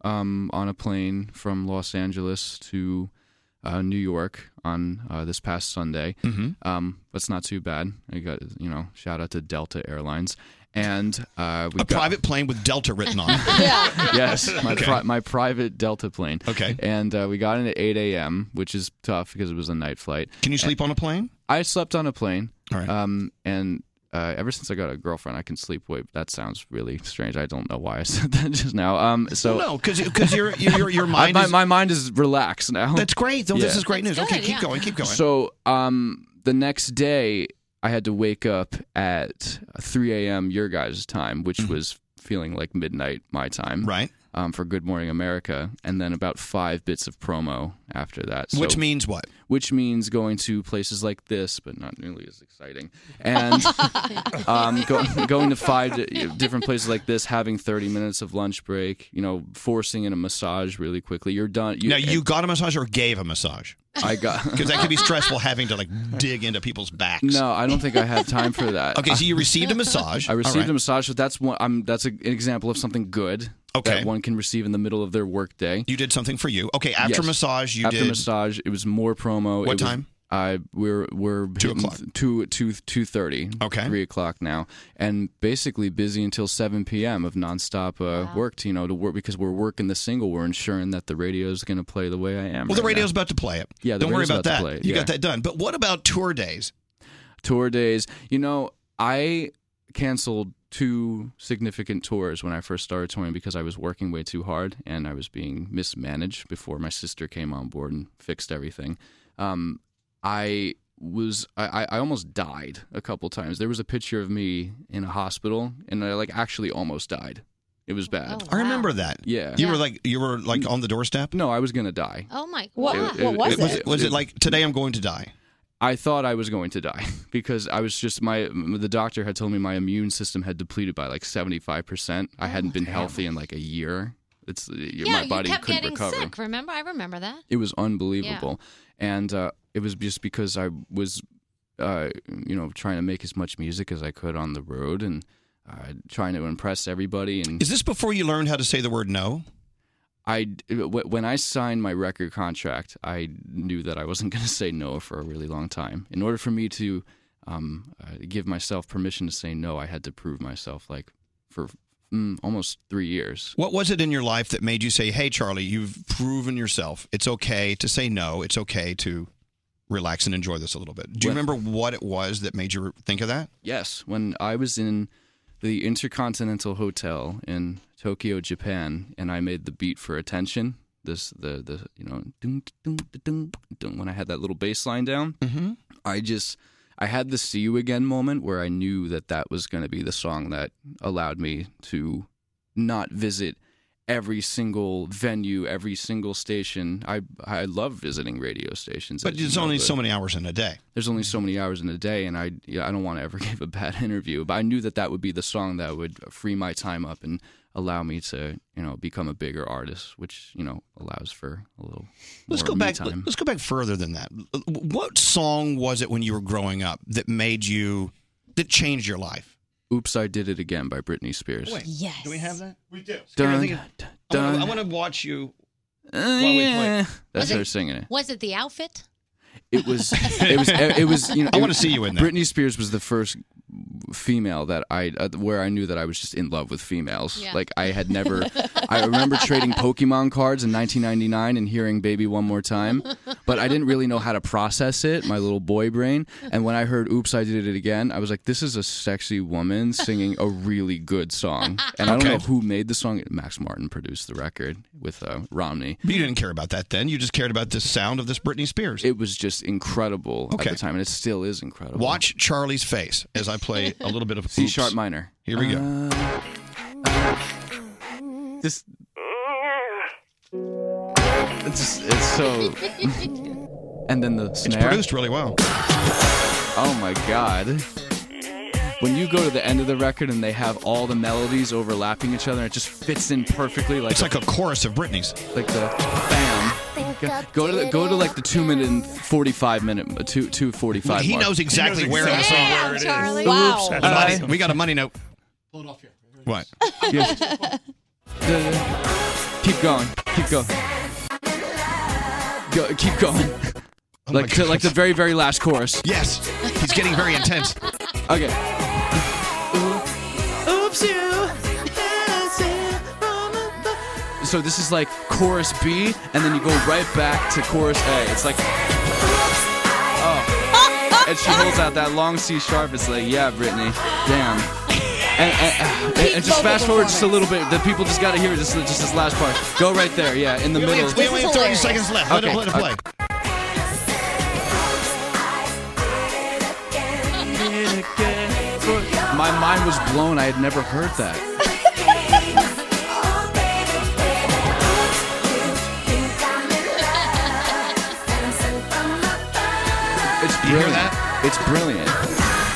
Speaker 27: um, on a plane from Los Angeles to uh, New York on uh, this past Sunday.
Speaker 4: Mhm.
Speaker 1: Mm-hmm.
Speaker 27: Um, that's not too bad. I got you know shout out to Delta Airlines and uh, we
Speaker 1: a
Speaker 27: got,
Speaker 1: private plane with Delta written on it.
Speaker 27: yes, my
Speaker 1: Okay.
Speaker 27: pri- my private Delta plane.
Speaker 1: Okay.
Speaker 27: And uh, we got in at 8 a.m., which is tough because it was a night flight.
Speaker 1: Can you sleep on a plane?
Speaker 27: I slept on a plane.
Speaker 1: All right.
Speaker 27: Um, and uh, ever since I got a girlfriend, I can sleep. Wait, that sounds really strange. I don't know why I said that just now. Um, so
Speaker 1: no, because your your your
Speaker 27: I-
Speaker 1: mind
Speaker 27: my,
Speaker 1: is
Speaker 27: my mind is relaxed now.
Speaker 1: That's great. Though this is great news. okay,
Speaker 8: good,
Speaker 1: keep
Speaker 8: yeah.
Speaker 1: going. Keep going.
Speaker 27: Uh-huh. So um, the next day, I had to wake up at 3 a.m. your guys' time, which was feeling like midnight my time,
Speaker 1: Mm-hmm. right?
Speaker 27: Um, for Good Morning America, and then about five bits of promo after that.
Speaker 1: Which means what?
Speaker 27: Which means going to places like this, but not nearly as exciting, and um, go, going to five di- different places like this, having 30 minutes of lunch break, you know, forcing in a massage really quickly. You're done.
Speaker 1: now you got a massage or gave a massage?
Speaker 27: I got
Speaker 1: because that could be stressful having to like dig into people's backs.
Speaker 27: No, I don't think I had time for that.
Speaker 1: Okay, so you received a massage.
Speaker 27: I
Speaker 1: All
Speaker 27: received
Speaker 1: right.
Speaker 27: a massage, so that's one. I'm, that's a, an example of something good.
Speaker 1: Okay.
Speaker 27: that one can receive in the middle of their workday.
Speaker 1: You did something for you. Okay, after massage, you
Speaker 27: after
Speaker 1: did-
Speaker 27: massage. It was more promo.
Speaker 1: What
Speaker 27: It was-
Speaker 1: time?
Speaker 27: I we're we're two o'clock two two two thirty okay three o'clock now and basically busy until seven p.m. of nonstop uh, work to you know to work because we're working the single we're ensuring that the radio is going to play the way I am.
Speaker 1: Well,
Speaker 27: right
Speaker 1: the radio's
Speaker 27: now.
Speaker 1: about to play it.
Speaker 27: Yeah, the
Speaker 1: don't worry
Speaker 27: radio's
Speaker 1: about,
Speaker 27: about
Speaker 1: that.
Speaker 27: to play it,
Speaker 1: You
Speaker 27: yeah.
Speaker 1: got that done. But what about tour days?
Speaker 27: tour days. You know, I canceled two significant tours when I first started touring because I was working way too hard and I was being mismanaged before my sister came on board and fixed everything. Um, I was I, I- I almost died a couple times. There was a picture of me in a hospital and I like actually almost died. It was bad.
Speaker 1: I remember that.
Speaker 27: Yeah.
Speaker 1: You were like you were like on the doorstep.
Speaker 27: No, I was gonna die.
Speaker 8: Oh my
Speaker 27: What-
Speaker 8: god.
Speaker 27: what was
Speaker 1: Was
Speaker 27: it?
Speaker 1: it, was it like today I'm going to die?
Speaker 27: I thought I was going to die because I was just my the doctor had told me my immune system had depleted by like 75%. I hadn't been healthy in like a year. It's
Speaker 8: Oh yeah,
Speaker 27: my body
Speaker 8: you kept
Speaker 27: couldn't
Speaker 8: getting
Speaker 27: recover.
Speaker 8: sick, remember? I remember that.
Speaker 27: It was unbelievable. And uh, it was just because I was, uh, you know, trying to make as much music as I could on the road and uh, trying to impress everybody. And
Speaker 1: Is this before you learned how to say the word no?
Speaker 27: I w- when I signed my record contract, I knew that I wasn't going to say no for a really long time. In order for me to um, uh, give myself permission to say no, I had to prove myself like for mm, almost three years.
Speaker 1: What was it in your life that made you say, "Hey, Charlie, you've proven yourself. It's okay to say no. It's okay to relax and enjoy this a little bit." Do you
Speaker 27: Well-
Speaker 1: remember what it was that made you think of that?
Speaker 27: Yes, when I was in the Intercontinental Hotel in Tokyo, Japan, and I made the beat for Attention. This the the you know dun, dun, dun, dun, dun, when I had that little bass line down,
Speaker 17: Mhm.
Speaker 27: I just I had the "See You Again" moment where I knew that that was going to be the song that allowed me to not visit every single venue, every single station. I I love visiting radio stations.
Speaker 1: But
Speaker 27: as you
Speaker 1: there's
Speaker 27: know,
Speaker 1: only
Speaker 27: but-
Speaker 1: so many hours in a day.
Speaker 27: there's only so many hours in a day, and I yeah, I don't want to ever give a bad interview. But I knew that that would be the song that would free my time up and allow me to you know become a bigger artist, which you know allows for a little.
Speaker 1: Let's
Speaker 27: more
Speaker 1: go
Speaker 27: me
Speaker 1: back.
Speaker 27: Time.
Speaker 1: Let's go back further than that. What song was it when you were growing up that made you that changed your life?
Speaker 27: Oops, I did it again by Britney Spears.
Speaker 1: Yes. Do we have that? We do.
Speaker 27: Dun,
Speaker 1: I,
Speaker 27: dun.
Speaker 1: want to watch you
Speaker 27: Uh,
Speaker 1: while we
Speaker 27: yeah.
Speaker 1: play.
Speaker 27: That's
Speaker 8: Was it-
Speaker 27: her singing it.
Speaker 8: Was it the outfit?
Speaker 27: It was. It was. It was. You know,
Speaker 1: I
Speaker 27: it-
Speaker 1: wanna see you in that.
Speaker 27: Britney Spears was the first female that I, uh, where I knew that I was just in love with females.
Speaker 4: Yeah.
Speaker 27: Like I had never. I remember trading Pokemon cards in 1999 and hearing "Baby One More Time," but I didn't really know how to process it. My little boy brain. And when I heard "Oops, I Did It Again," I was like, "This is a sexy woman singing a really good song." And I don't
Speaker 1: Okay.
Speaker 27: know who made the song. Max Martin produced the record with uh, Romney.
Speaker 1: But you didn't care about that then. You just cared about the sound of this Britney Spears.
Speaker 27: It was just incredible
Speaker 1: Okay.
Speaker 27: at the time, and it still is incredible.
Speaker 1: Watch Charlie's face as I play a little bit of
Speaker 27: C
Speaker 1: Oops.
Speaker 27: sharp minor. Uh,
Speaker 1: Here we go.
Speaker 27: This. It's, just- it's so. and then the snare. It's produced
Speaker 1: really well.
Speaker 27: Oh my god. When you go to the end of the record and they have all the melodies overlapping each other, it just fits in perfectly. Like
Speaker 1: It's like a chorus of Britney's.
Speaker 27: Like the bam. Go- Go to the, go to like the two minute and forty five minute uh, two two forty five.
Speaker 1: He knows exactly where in the song.
Speaker 27: Wow.
Speaker 1: Oops, a money- we got a money note. Pull it off here. What?
Speaker 27: Keep going. Keep going. Go, keep going. like to, like the very very last chorus.
Speaker 1: Oh Yes. He's getting very intense.
Speaker 27: Okay.
Speaker 2: Oops, you.
Speaker 27: So this is like chorus B, and then you go right back to chorus A. It's like, oh, and she holds out that long C sharp. It's like, yeah, Brittany, damn. And, and, and, and just
Speaker 2: vocal
Speaker 27: fast forward just a little bit. The people just got to hear this, just this last part. Go right there, yeah, in the
Speaker 1: We only
Speaker 27: middle.
Speaker 1: have- we only have 30 seconds left. Let it- let it play.
Speaker 27: My mind was blown. I had never heard that. It's brilliant.
Speaker 2: You hear
Speaker 27: It's brilliant.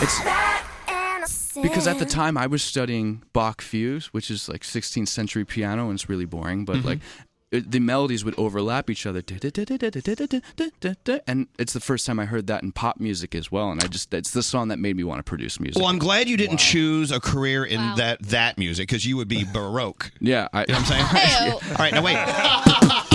Speaker 27: It's because at the time I was studying Bach fugues, which is like 16th century piano, and it's really boring. But
Speaker 2: Mhm.
Speaker 27: like it, the melodies would overlap each other, and it's the first time I heard that in pop music as well. And I just it's the song that made me want to produce music.
Speaker 1: Well, I'm glad you didn't choose a career in that that music because you would be baroque.
Speaker 27: Yeah, I,
Speaker 1: you know what I'm saying. All right, now wait.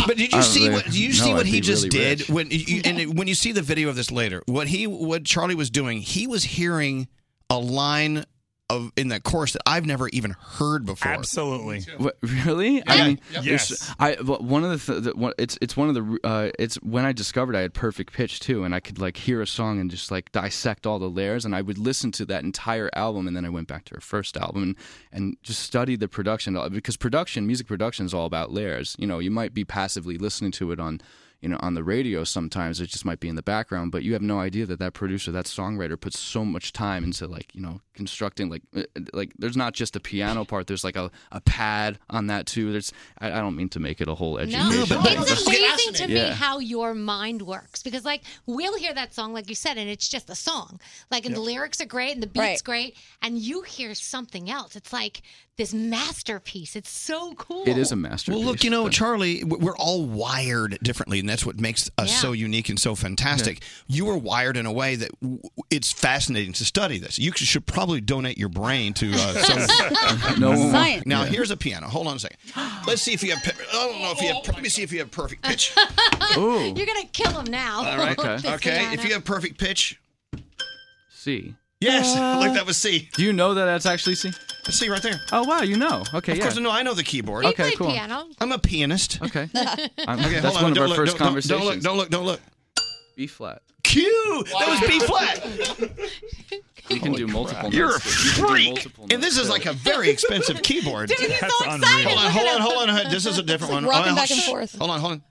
Speaker 1: But did you
Speaker 27: I
Speaker 1: see
Speaker 27: really-
Speaker 1: what? Did you see
Speaker 27: no,
Speaker 1: what
Speaker 27: I'd
Speaker 1: he
Speaker 27: be
Speaker 1: just
Speaker 27: really
Speaker 1: did when? You, and it- when you see the video of this later, what he what Charlie was doing, he was hearing a line of in that chorus that I've never even heard before.
Speaker 9: Absolutely.
Speaker 27: What, really?
Speaker 1: Yeah.
Speaker 27: I mean,
Speaker 1: Yeah.
Speaker 27: it's-
Speaker 1: Yes.
Speaker 27: I but one of the, th- the one, it's it's one of the uh, it's when I discovered I had perfect pitch too, and I could like hear a song and just like dissect all the layers, and I would listen to that entire album, and then I went back to her first album and, and just studied the production uh, because production, music production is all about layers. You know, you might be passively listening to it on. You know, on the radio sometimes it just might be in the background, but you have no idea that that producer, that songwriter, puts so much time into like you know constructing like uh, like there's not just the piano part. There's like a, a pad on that too. There's I, I don't mean to make it a whole education.
Speaker 8: No,
Speaker 27: thing.
Speaker 8: it's amazing to me
Speaker 27: Yeah.
Speaker 8: how your mind works because, like, we'll hear that song, like you said, and it's just a song. Like, and the
Speaker 27: Yeah.
Speaker 8: lyrics are great and the beat's great, and you hear something else. It's like this masterpiece. It's so cool.
Speaker 27: It is a masterpiece.
Speaker 1: Well, look, you know, Charlie, w- we're all wired differently, and that's what makes us so unique and so fantastic. You were wired in a way that w- it's fascinating to study this. You should probably donate your brain to uh, some
Speaker 27: No one- Science.
Speaker 1: Now,
Speaker 27: Yeah.
Speaker 1: here's a piano. Hold on a second. Let's see if you have. pe- I don't know if you have. per- Let me see if you have perfect pitch.
Speaker 27: Ooh.
Speaker 8: You're gonna kill him now.
Speaker 1: All right.
Speaker 8: Uh, This
Speaker 1: Okay.
Speaker 8: piano.
Speaker 1: If you have perfect pitch,
Speaker 27: C.
Speaker 1: yes,
Speaker 8: Uh,
Speaker 1: like that was C.
Speaker 27: Do you know that that's actually C?
Speaker 1: C right there.
Speaker 27: Oh wow, you know. Okay,
Speaker 1: of
Speaker 27: yeah.
Speaker 1: course, no, I know the keyboard.
Speaker 27: He Okay, played cool.
Speaker 8: piano.
Speaker 1: I'm a pianist.
Speaker 27: Okay. I'm-
Speaker 1: Okay,
Speaker 27: that's
Speaker 1: hold on.
Speaker 27: one of
Speaker 1: Don't
Speaker 27: our
Speaker 1: look,
Speaker 27: first
Speaker 1: don't- don't-
Speaker 27: conversations.
Speaker 1: Don't look. Don't look. Don't look.
Speaker 27: B flat.
Speaker 1: Q. That was B flat.
Speaker 27: You can do multiple. notes.
Speaker 1: You're a
Speaker 27: You can do
Speaker 1: freak.
Speaker 27: multiple
Speaker 1: And this is like a very expensive keyboard.
Speaker 27: Dude, he's so That's
Speaker 1: Hold
Speaker 27: excited.
Speaker 1: on,
Speaker 27: Look
Speaker 1: hold
Speaker 27: at
Speaker 1: on,
Speaker 27: him.
Speaker 1: hold on. This is a different one.
Speaker 27: It's like rocking
Speaker 1: Hold on,
Speaker 27: back and
Speaker 1: shh.
Speaker 27: forth.
Speaker 1: Hold on, hold on.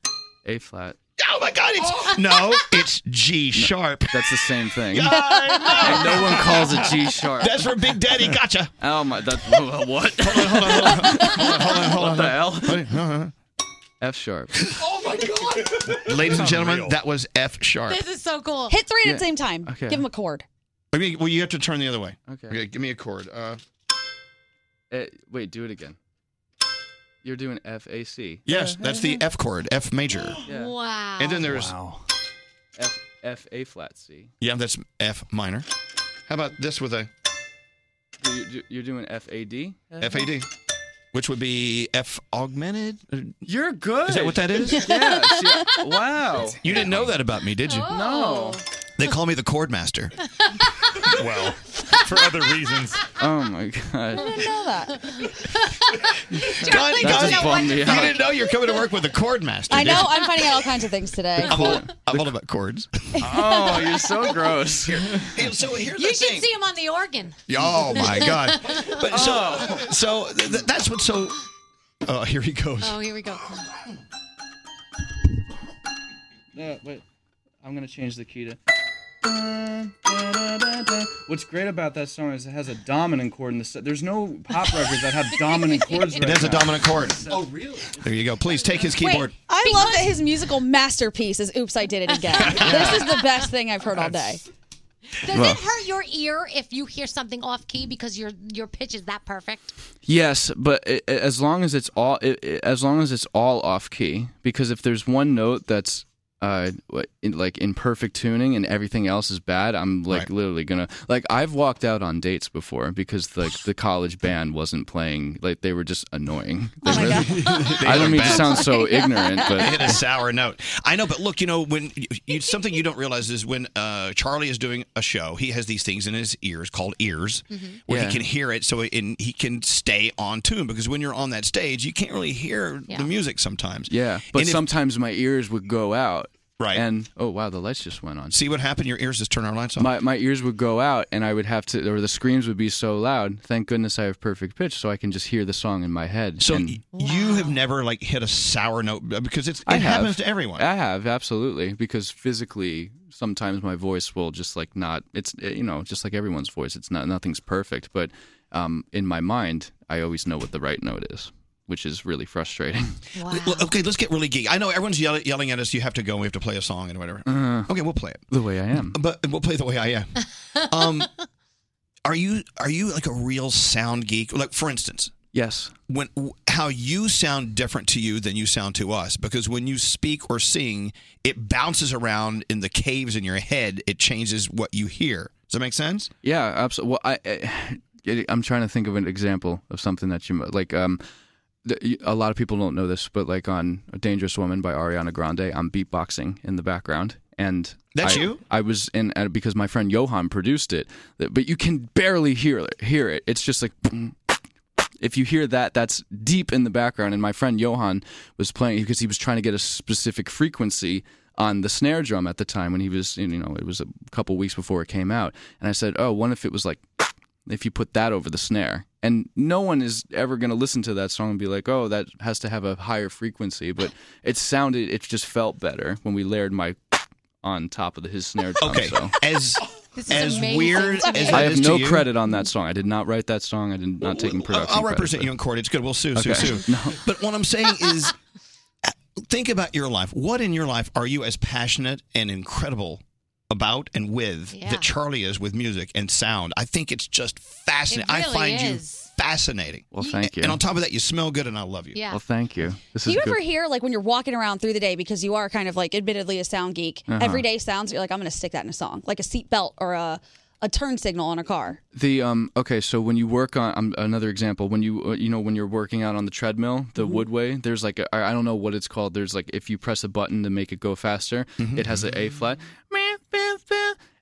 Speaker 27: A flat.
Speaker 1: Oh my God! It's, no, it's G sharp.
Speaker 27: That's the same thing.
Speaker 1: I
Speaker 27: And no one calls it G sharp.
Speaker 1: That's for Big Daddy. Gotcha.
Speaker 27: Oh my! That wha- what? Hold on, hold on, hold on, hold on. What the hell? F sharp.
Speaker 6: Oh my god!
Speaker 1: Ladies and gentlemen, that was F sharp.
Speaker 11: This
Speaker 8: is so cool.
Speaker 11: Hit three
Speaker 1: Yeah.
Speaker 11: at the same time.
Speaker 1: Okay.
Speaker 11: Give him a chord.
Speaker 1: I mean, well, you have to turn the other way. Okay. give me a chord. Uh,
Speaker 27: Eh, wait, do it again. You're doing F A C.
Speaker 1: yes, that's the F chord, F major.
Speaker 27: Yeah.
Speaker 8: Wow.
Speaker 1: And then there's
Speaker 27: F F A flat C.
Speaker 1: yeah, that's F minor. How about this with a
Speaker 27: You- you- You're doing F A D.
Speaker 1: F A D, which would be F augmented.
Speaker 27: You're good.
Speaker 1: Is that what that is?
Speaker 27: Yeah. see, wow.
Speaker 1: You didn't know that about me, did
Speaker 2: Oh.
Speaker 1: you?
Speaker 27: No.
Speaker 1: They call me the chord master.
Speaker 27: Well,
Speaker 9: for other reasons.
Speaker 27: Oh my god.
Speaker 11: didn't know that.
Speaker 1: Don,
Speaker 27: That just bummed me
Speaker 1: you
Speaker 27: out.
Speaker 1: didn't know you're coming to work with a chord master.
Speaker 11: I
Speaker 1: did
Speaker 11: know.
Speaker 1: you?
Speaker 11: I'm finding out all kinds of things today.
Speaker 1: I'm all, I'm all about chords.
Speaker 27: Oh, you're so gross.
Speaker 1: so here's
Speaker 8: you should see him on the organ. Oh.
Speaker 1: Oh my God! But so,
Speaker 27: Oh.
Speaker 1: so th- th- that's what's so. Oh, here he goes.
Speaker 8: Oh, here we go.
Speaker 27: No, wait. I'm gonna change the key to. What's great about that song is it has a dominant chord in the set. There's no pop records that have dominant chords.
Speaker 1: It
Speaker 27: right
Speaker 1: has a
Speaker 27: now.
Speaker 1: dominant chord.
Speaker 11: Oh, really?
Speaker 1: There you go. Please take his keyboard.
Speaker 11: I love that his musical masterpiece is "Oops, I Did It Again." This is the best thing I've heard all day.
Speaker 8: Does
Speaker 27: Well-
Speaker 8: it hurt your ear if you hear something off key because your your pitch is that perfect?
Speaker 27: Yes, but i i- as long as it's all i i as long as it's all off key, because if there's one note that's uh what- in, like in perfect tuning and everything else is bad, I'm like literally gonna like I've walked out on dates before because like the college band wasn't playing like they were just annoying. They were- I don't mean to sound so ignorant, but
Speaker 1: They hit a sour note. I know, but look, you know, when you, you, something you don't realize is when uh, Charlie is doing a show, he has these things in his ears called ears,
Speaker 4: Mhm.
Speaker 1: where
Speaker 4: Yeah.
Speaker 1: he can hear it, so it, and he can stay on tune. Because when you're on that stage, you can't really hear
Speaker 27: Yeah.
Speaker 1: the music sometimes.
Speaker 27: yeah. But
Speaker 1: And if-
Speaker 27: sometimes my ears would go out.
Speaker 1: Right.
Speaker 27: And oh wow, the lights just went on.
Speaker 1: See what happened? Your ears just turn our lights on.
Speaker 27: my, my ears would go out and I would have to, or the screams would be so loud. Thank goodness I have perfect pitch so I can just hear the song in my head. So
Speaker 1: you have never like hit a sour note uh, because it's it
Speaker 27: I have.
Speaker 1: happens to everyone.
Speaker 27: I have, absolutely. Because physically, sometimes my voice will just like not, it's, eh, you know, just like everyone's voice, it's not, nothing's perfect. But um, in my mind, I always know what the right note is, which is really frustrating.
Speaker 1: L- Okay, let's get really geeky. I know everyone's yell- yelling at us. You have to go. We have to play a song and whatever.
Speaker 27: Uh-huh.
Speaker 1: okay, we'll play it
Speaker 27: the way I am.
Speaker 1: But we'll play the way I am. Um, are you are you like a real sound geek? Like for instance,
Speaker 27: yes.
Speaker 1: When w- how you sound different to you than you sound to us because when you speak or sing, it bounces around in the caves in your head. It changes what you hear. Does that make sense?
Speaker 27: Yeah, absolutely. Well, I, I I'm trying to think of an example of something that you mo- like. Um, th- you- a lot of people don't know this, but like on "A "Dangerous Woman" by Ariana Grande, I'm beatboxing in the background, and
Speaker 1: That's
Speaker 27: I-
Speaker 1: you?
Speaker 27: I was in uh, because my friend Johan produced it, th- but you can barely hear it, hear it. It's just like. If you hear that, that's deep in the background. And my friend Johan was playing because he was trying to get a specific frequency on the snare drum at the time when he was, you know, it was a couple weeks before it came out. And I said, "Oh, what if it was like if you put that over the snare?" And no one is ever going to listen to that song and be like, "Oh, that has to have a higher frequency." But it sounded, it just felt better when we layered my on top of his snare drum.
Speaker 1: Okay,
Speaker 27: so.
Speaker 1: as
Speaker 8: This is
Speaker 1: as
Speaker 8: amazing
Speaker 1: weird
Speaker 8: to
Speaker 1: as
Speaker 8: me.
Speaker 1: that
Speaker 27: I have
Speaker 1: is to
Speaker 27: no
Speaker 1: you-
Speaker 27: credit on that song. I did not write that song. I did not take any production.
Speaker 1: I'll
Speaker 27: credit,
Speaker 1: represent
Speaker 27: but-
Speaker 1: you in court. It's good. We'll sue, sue,
Speaker 27: Okay.
Speaker 1: sue. But what I'm saying is, think about your life. What in your life are you as passionate and incredible about and with
Speaker 8: Yeah.
Speaker 1: that Charlie is with music and sound? I think it's just fascinating. I
Speaker 8: really
Speaker 1: find
Speaker 8: is.
Speaker 1: you fascinating.
Speaker 27: Well, thank you.
Speaker 1: And on top of that, you smell good, and I love you.
Speaker 11: Yeah.
Speaker 27: Well, thank you. This
Speaker 11: Do
Speaker 27: is
Speaker 11: you
Speaker 27: good.
Speaker 11: ever hear like when you're walking around through the day because you are kind of like admittedly a sound geek,
Speaker 27: Uh-huh.
Speaker 11: everyday sounds you're like I'm going to stick that in a song, like a seatbelt or a a turn signal on a car.
Speaker 27: The um okay, so when you work on um, another example, when you uh, you know when you're working out on the treadmill, the
Speaker 11: Mhm.
Speaker 27: woodway, there's like a, I I don't know what it's called. There's like if you press a button to make it go faster, it has an A flat.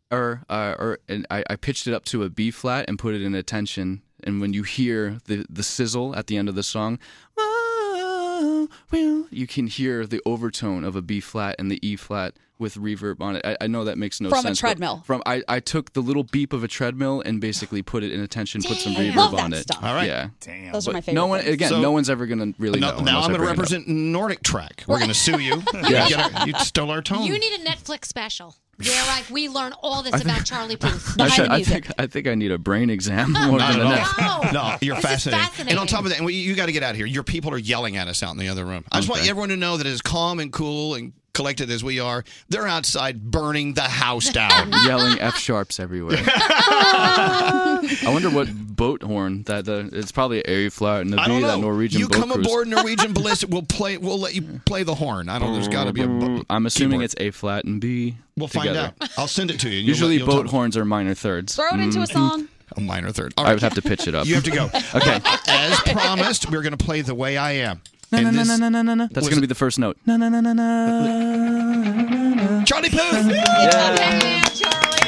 Speaker 27: Or uh, or and I, I pitched it up to a B flat and put it in attention. And when you hear the the sizzle at the end of the song, "Ah, you can hear the overtone of a B flat and the E flat with reverb on it. I, I know that makes no
Speaker 11: From a
Speaker 27: sense. but
Speaker 11: treadmill.
Speaker 27: From I, I took the little beep of a treadmill and basically put it in attention, put some
Speaker 1: Damn.
Speaker 27: reverb
Speaker 1: Love that
Speaker 27: on it.
Speaker 1: stuff. All right.
Speaker 27: Yeah.
Speaker 1: Damn. Those are
Speaker 27: But
Speaker 1: my
Speaker 27: No
Speaker 1: favorite
Speaker 27: one
Speaker 1: things.
Speaker 27: again.
Speaker 1: So-
Speaker 27: no one's ever gonna really
Speaker 1: No-
Speaker 27: know.
Speaker 1: now
Speaker 27: unless
Speaker 1: I'm
Speaker 27: I
Speaker 1: going to
Speaker 27: bring it up.
Speaker 1: represent Nordic Track. We're going to sue you. You,
Speaker 27: Yeah.
Speaker 1: get our- you stole our tone.
Speaker 8: You need a Netflix special where like we learn all this
Speaker 27: I think-
Speaker 8: about Charlie Puth.
Speaker 27: I, should- I think I think I need a brain exam more
Speaker 1: Not
Speaker 27: than
Speaker 1: at
Speaker 27: enough.
Speaker 1: all. No, you're
Speaker 8: This is
Speaker 1: fascinating.
Speaker 8: fascinating.
Speaker 1: And on top of that, and we- you got to get out of here. Your people are yelling at us out in the other room. I just want everyone to know that as calm and cool and collected as we are, they're outside burning the house down.
Speaker 27: Yelling F sharps everywhere. I wonder what boat horn that the it's probably A flat and the
Speaker 1: I
Speaker 27: B
Speaker 1: don't
Speaker 27: that
Speaker 1: know.
Speaker 27: Norwegian
Speaker 1: you
Speaker 27: boat
Speaker 1: come
Speaker 27: cruise.
Speaker 1: aboard Norwegian Bliss, we'll play. We'll let you play the horn. I don't. There's got to be a. bu-
Speaker 27: I'm assuming
Speaker 1: keyboard.
Speaker 27: it's A flat and B.
Speaker 1: We'll find
Speaker 27: together.
Speaker 1: out. I'll send it to you. You'll-
Speaker 27: Usually
Speaker 1: you'll
Speaker 27: boat
Speaker 1: tell-
Speaker 27: horns are minor thirds.
Speaker 1: Throw it into a
Speaker 27: Mhm.
Speaker 1: song. A minor third. All
Speaker 27: I
Speaker 1: right.
Speaker 27: would have to pitch it up.
Speaker 1: You have to go.
Speaker 27: okay.
Speaker 1: As promised, we're going to play the way I am.
Speaker 27: No, no,
Speaker 1: And
Speaker 27: no,
Speaker 1: this-
Speaker 27: no, no, no, no, no. That's
Speaker 1: was-
Speaker 27: going to be the first note.
Speaker 1: Na, na, na, na, na. Charlie Puth.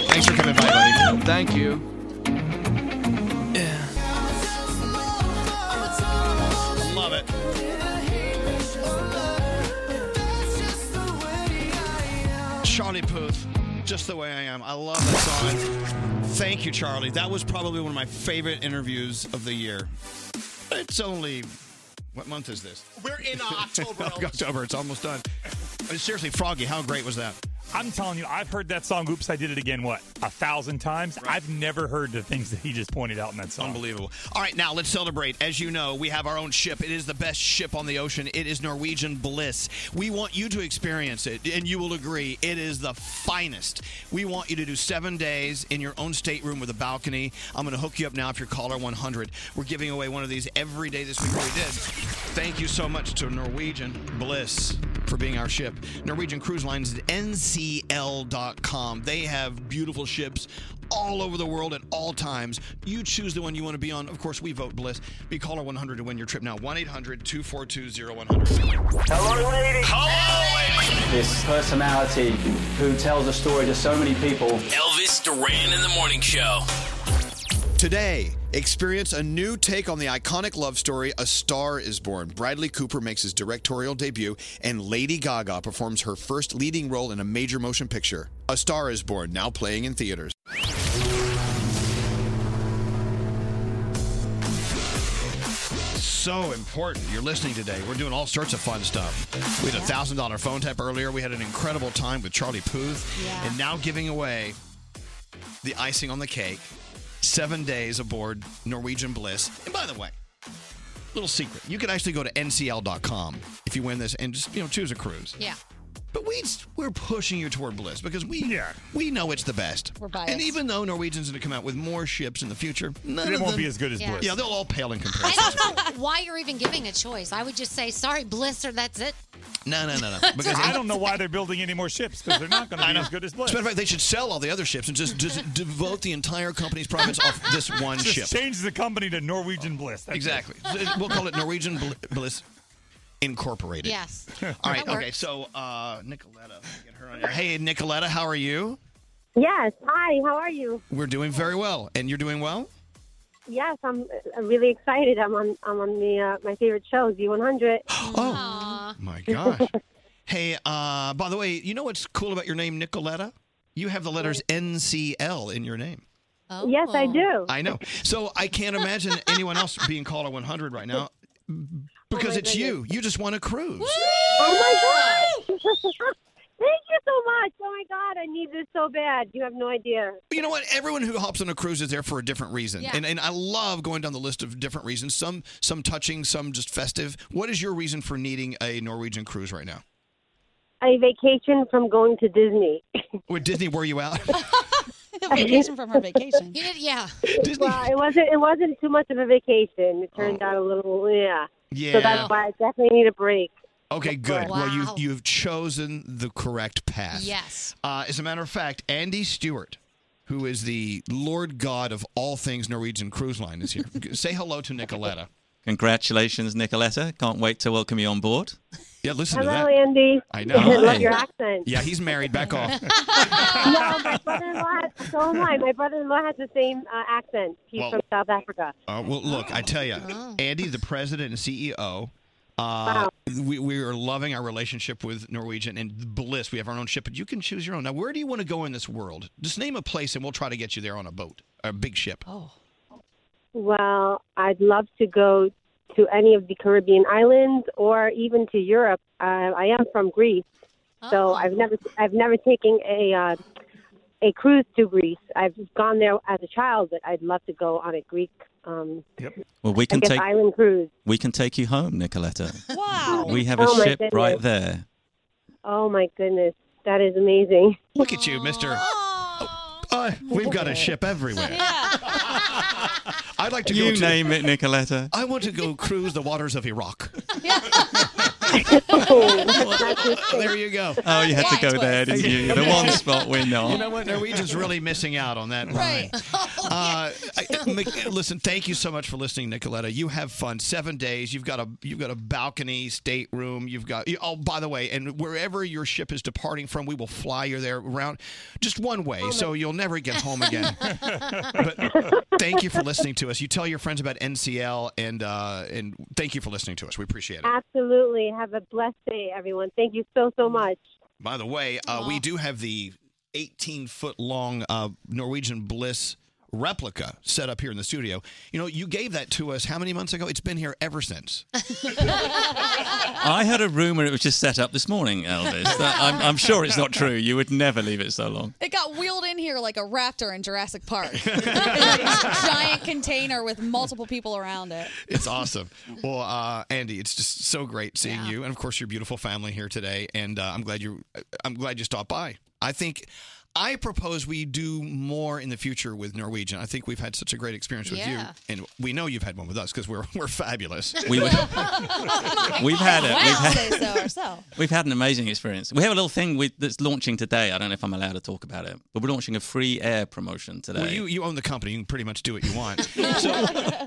Speaker 1: Thanks for coming by, buddy.
Speaker 27: Thank you.
Speaker 1: Love it. Charlie Puth, just the way I am. I love that song. Thank you, Charlie. That was probably one of my favorite interviews of the year. It's only what month is this?
Speaker 23: We're in uh, October.
Speaker 27: Oh,
Speaker 1: October. It's almost done. Seriously, Froggy, how great was that?
Speaker 9: I'm telling you, I've heard that song, Oops, I Did It Again, what, a thousand times? I've never heard the things that he just pointed out in that song.
Speaker 1: Unbelievable. All right, now let's celebrate. As you know, we have our own ship. It is the best ship on the ocean. It is Norwegian Bliss. We want you to experience it, and you will agree it is the finest. We want you to do seven days in your own stateroom with a balcony. I'm going to hook you up now if you're caller 100. We're giving away one of these every day this week. We did. Thank you so much to Norwegian Bliss for being our ship. Norwegian Cruise Lines is ncl.com. They have beautiful ships all over the world at all times. You choose the one you want to be on. Of course, we vote Bliss. Be caller 100 to win your trip now. 1 800 242
Speaker 2: Hello, lady.
Speaker 4: This personality who tells a story to so many people.
Speaker 7: Elvis Duran in the morning show.
Speaker 1: Today, experience a new take on the iconic love story A Star is Born. Bradley Cooper makes his directorial debut, and Lady Gaga performs her first leading role in a major motion picture. A Star is Born, now playing in theaters. so important. You're listening today. We're doing all sorts of fun stuff. We had a thousand dollar phone tap earlier. We had an incredible time with Charlie Puth, and now giving away the icing on the cake. Seven days aboard Norwegian Bliss. And by the way, little secret: you can actually go to ncl.com if you win this, and just you know choose a cruise.
Speaker 8: Yeah.
Speaker 1: But we we're pushing you toward Bliss because we we know it's the best. We're
Speaker 8: biased.
Speaker 1: And even though Norwegian's going to come out with more ships in the future, none
Speaker 9: It
Speaker 1: of
Speaker 9: won't
Speaker 1: them-
Speaker 9: be as good as
Speaker 8: Yeah. Bliss.
Speaker 1: Yeah, they'll all pale in comparison.
Speaker 8: I don't know why you're even giving a choice. I would just say, sorry, Bliss, or that's it.
Speaker 1: No, no, no, no.
Speaker 9: Because I don't know why they're building any more ships because they're not going to be as good as Bliss.
Speaker 1: As a matter of fact, they should sell all the other ships and just, just devote the entire company's profits off this one
Speaker 9: Just
Speaker 1: ship.
Speaker 9: change the company to Norwegian Bliss. That's it.
Speaker 1: Exactly. So We'll call it Norwegian Bl- Bliss Incorporated.
Speaker 9: Yes.
Speaker 1: All right.
Speaker 9: That
Speaker 1: Okay.
Speaker 9: works.
Speaker 1: So, uh, Nicoletta, get her on here. Hey, Nicoletta, how are you?
Speaker 17: Yes. Hi. How are you?
Speaker 1: We're doing very well, and you're doing well.
Speaker 17: Yes, I'm uh, really excited. I'm on. I'm on the uh, my favorite show, Z100.
Speaker 1: Oh my gosh. hey, uh, by the way, you know what's cool about your name, Nicoletta? You have the letters NCL in your name.
Speaker 17: Yes, I
Speaker 9: Oh.
Speaker 17: do.
Speaker 1: Oh. I know. So I can't imagine anyone else being called a 100 right now because it's you. You just won a cruise.
Speaker 17: Oh my god! Thank you so much. Oh my god, I need this so bad. You have no idea.
Speaker 1: You know what? Everyone who hops on a cruise is there for a different reason.
Speaker 17: Yeah.
Speaker 1: And and I love going down the list of different reasons. Some some touching, some just festive. What is your reason for needing a Norwegian cruise right now?
Speaker 17: A vacation from going to Disney.
Speaker 1: With Disney, were you out?
Speaker 17: vacation
Speaker 11: from her vacation.
Speaker 17: yeah. Well, it wasn't. It wasn't too much of a vacation. It turned out a little. Yeah. So
Speaker 1: Oh. Yeah.
Speaker 17: that's why I definitely need a break.
Speaker 1: Okay, good.
Speaker 17: course.
Speaker 1: Well, you
Speaker 17: Wow.
Speaker 1: you've chosen the correct path.
Speaker 17: Yes.
Speaker 1: Uh, as a matter of fact, Andy Stewart, who is the Lord God of all things Norwegian Cruise Line, is here. Say hello to Nicoletta.
Speaker 19: Congratulations, Nicoletta. Can't wait to welcome you on board.
Speaker 1: Yeah, listen
Speaker 17: Hello, Andy.
Speaker 1: I know.
Speaker 17: I love
Speaker 1: Hi.
Speaker 17: your accent.
Speaker 1: Yeah, he's married. Back off.
Speaker 17: no, my brother-in-law. Has, so am I. My brother-in-law has the same uh, accent. He's
Speaker 1: Well-
Speaker 17: from South Africa.
Speaker 1: Uh, well, look, I tell you, Andy, the president and CEO Uh, we, we are loving our relationship with Norwegian and bliss. We have our own ship, but you can choose your own. Now, where do you want to go in this world? Just name a place and we'll try to get you there on a boat, a big ship. Oh.
Speaker 17: Well, I'd love to go to any of the Caribbean islands or even to Europe. Uh, I am from Greece, so I've never I've never taken a uh, a cruise to Greece. I've gone there as a child, but I'd love to go on a Greek um,
Speaker 19: Well, we
Speaker 17: I
Speaker 19: can
Speaker 17: guess
Speaker 19: take
Speaker 17: island cruise.
Speaker 19: we can take you home, Nicoletta.
Speaker 17: Wow!
Speaker 19: We have a
Speaker 17: oh my
Speaker 19: ship
Speaker 17: goodness.
Speaker 19: right there.
Speaker 17: Oh my goodness, that is amazing.
Speaker 1: Look at you, Mister. Uh, we've got a ship everywhere. I'd like to
Speaker 19: you
Speaker 1: go to.
Speaker 19: name it, Nicoletta.
Speaker 1: I want to go cruise the waters of Iraq. Oh. there you go.
Speaker 19: Oh, you had to go there, didn't you? The one spot we're not.
Speaker 1: You know what? Norwegian's really missing out on that line. Uh, I- Mc- listen, thank you so much for listening, Nicoletta. You have fun. Seven days. You've got a you've got a balcony stateroom. You've got you- oh, by the way, and wherever your ship is departing from, we will fly you there around just one way, so you'll never get home again. but thank you for listening to us. You tell your friends about NCL, and uh, and thank you for listening to us. We appreciate it.
Speaker 17: Absolutely. Have a blessed day, everyone. Thank you so so much.
Speaker 1: By the way, uh, we do have the 18 foot long uh, Norwegian Bliss replica set up here in the studio. You know, you gave that to us how many months ago? It's been here ever since.
Speaker 19: I heard a rumor it was just set up this morning, Elvis. That- I'm, I'm sure it's not true. You would never leave it so long.
Speaker 11: It got wheeled in here like a raptor in Jurassic Park. It's like this giant container with multiple people around it.
Speaker 1: It's awesome. Well, uh, Andy, it's just so great seeing you, and of course your beautiful family here today. And uh, I'm glad you, I'm glad you stopped by. I think. I propose we do more in the future with Norwegian. I think we've had such a great experience with you,
Speaker 12: Yeah.
Speaker 1: and we know you've had one with us because we're we're fabulous.
Speaker 19: We were- We've had it. We've had,
Speaker 11: Say so ourselves.
Speaker 19: we've had an amazing experience. We have a little thing we, that's launching today. I don't know if I'm allowed to talk about it, but we're launching a free air promotion today.
Speaker 1: Well, you, you own the company. You can pretty much do what you want. so,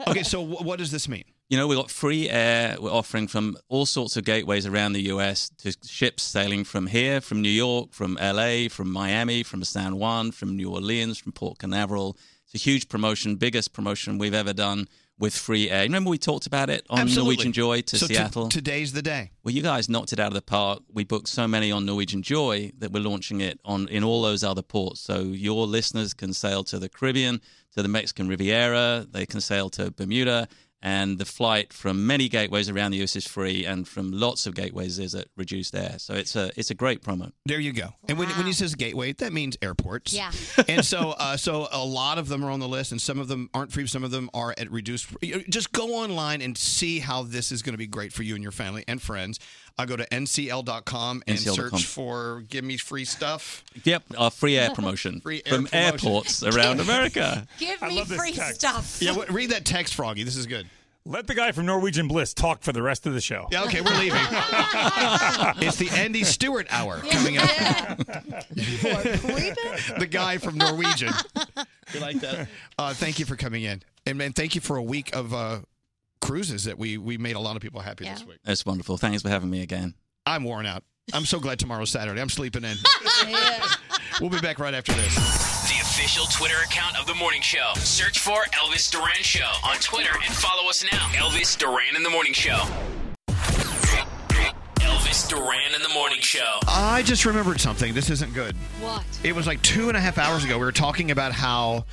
Speaker 1: okay, so wh- what does this mean?
Speaker 19: You know, we've got free air we're offering from all sorts of gateways around the US to ships sailing from here, from New York, from LA, from Miami, from San Juan, from New Orleans, from Port Canaveral. It's a huge promotion, biggest promotion we've ever done with free air. Remember, we talked about it on
Speaker 1: Absolutely.
Speaker 19: Norwegian Joy to
Speaker 1: So to-
Speaker 19: Seattle?
Speaker 1: today's the day.
Speaker 19: Well, you guys knocked it out of the park. We booked so many on Norwegian Joy that we're launching it on in all those other ports. So your listeners can sail to the Caribbean, to the Mexican Riviera. They can sail to Bermuda, and the flight from many gateways around the US is free, and from lots of gateways is at reduced air. So it's a it's a great promo.
Speaker 1: There you go. And when, when he says gateway, that means airports.
Speaker 19: Yeah.
Speaker 1: and so, uh, so a lot of them are on the list, and some of them aren't free. Some of them are at reduced. you know, Just go online and see how this is going to be great for you and your family and friends. I go to ncl.com and
Speaker 19: NCL.com.
Speaker 1: search for "Give Me Free Stuff."
Speaker 19: Yep, our free air promotion
Speaker 1: Free air
Speaker 19: from
Speaker 1: promotion.
Speaker 19: airports around America.
Speaker 8: Give
Speaker 1: I
Speaker 8: me
Speaker 1: love this
Speaker 8: free
Speaker 1: text.
Speaker 8: stuff.
Speaker 1: Yeah, what, read that text, Froggy. This is good.
Speaker 9: Let the guy from Norwegian Bliss talk for the rest of the show.
Speaker 1: Yeah, okay, we're leaving. it's the Andy Stewart hour coming up. the guy from Norwegian.
Speaker 19: You like that?
Speaker 1: Uh, thank you for coming in, and man, thank you for a week of uh, cruises that we we made a lot of people happy this week.
Speaker 19: That's wonderful. Thanks for having me again.
Speaker 1: I'm worn out. I'm so glad tomorrow's Saturday. I'm sleeping in. We'll be back right after this.
Speaker 7: The official Twitter account of the morning show. Search for Elvis Duran Show on Twitter and follow us now. Elvis Duran in the morning show. Elvis Duran in the morning show.
Speaker 1: I just remembered something. This isn't good.
Speaker 7: What?
Speaker 1: It was like two and a half hours ago. We were talking about how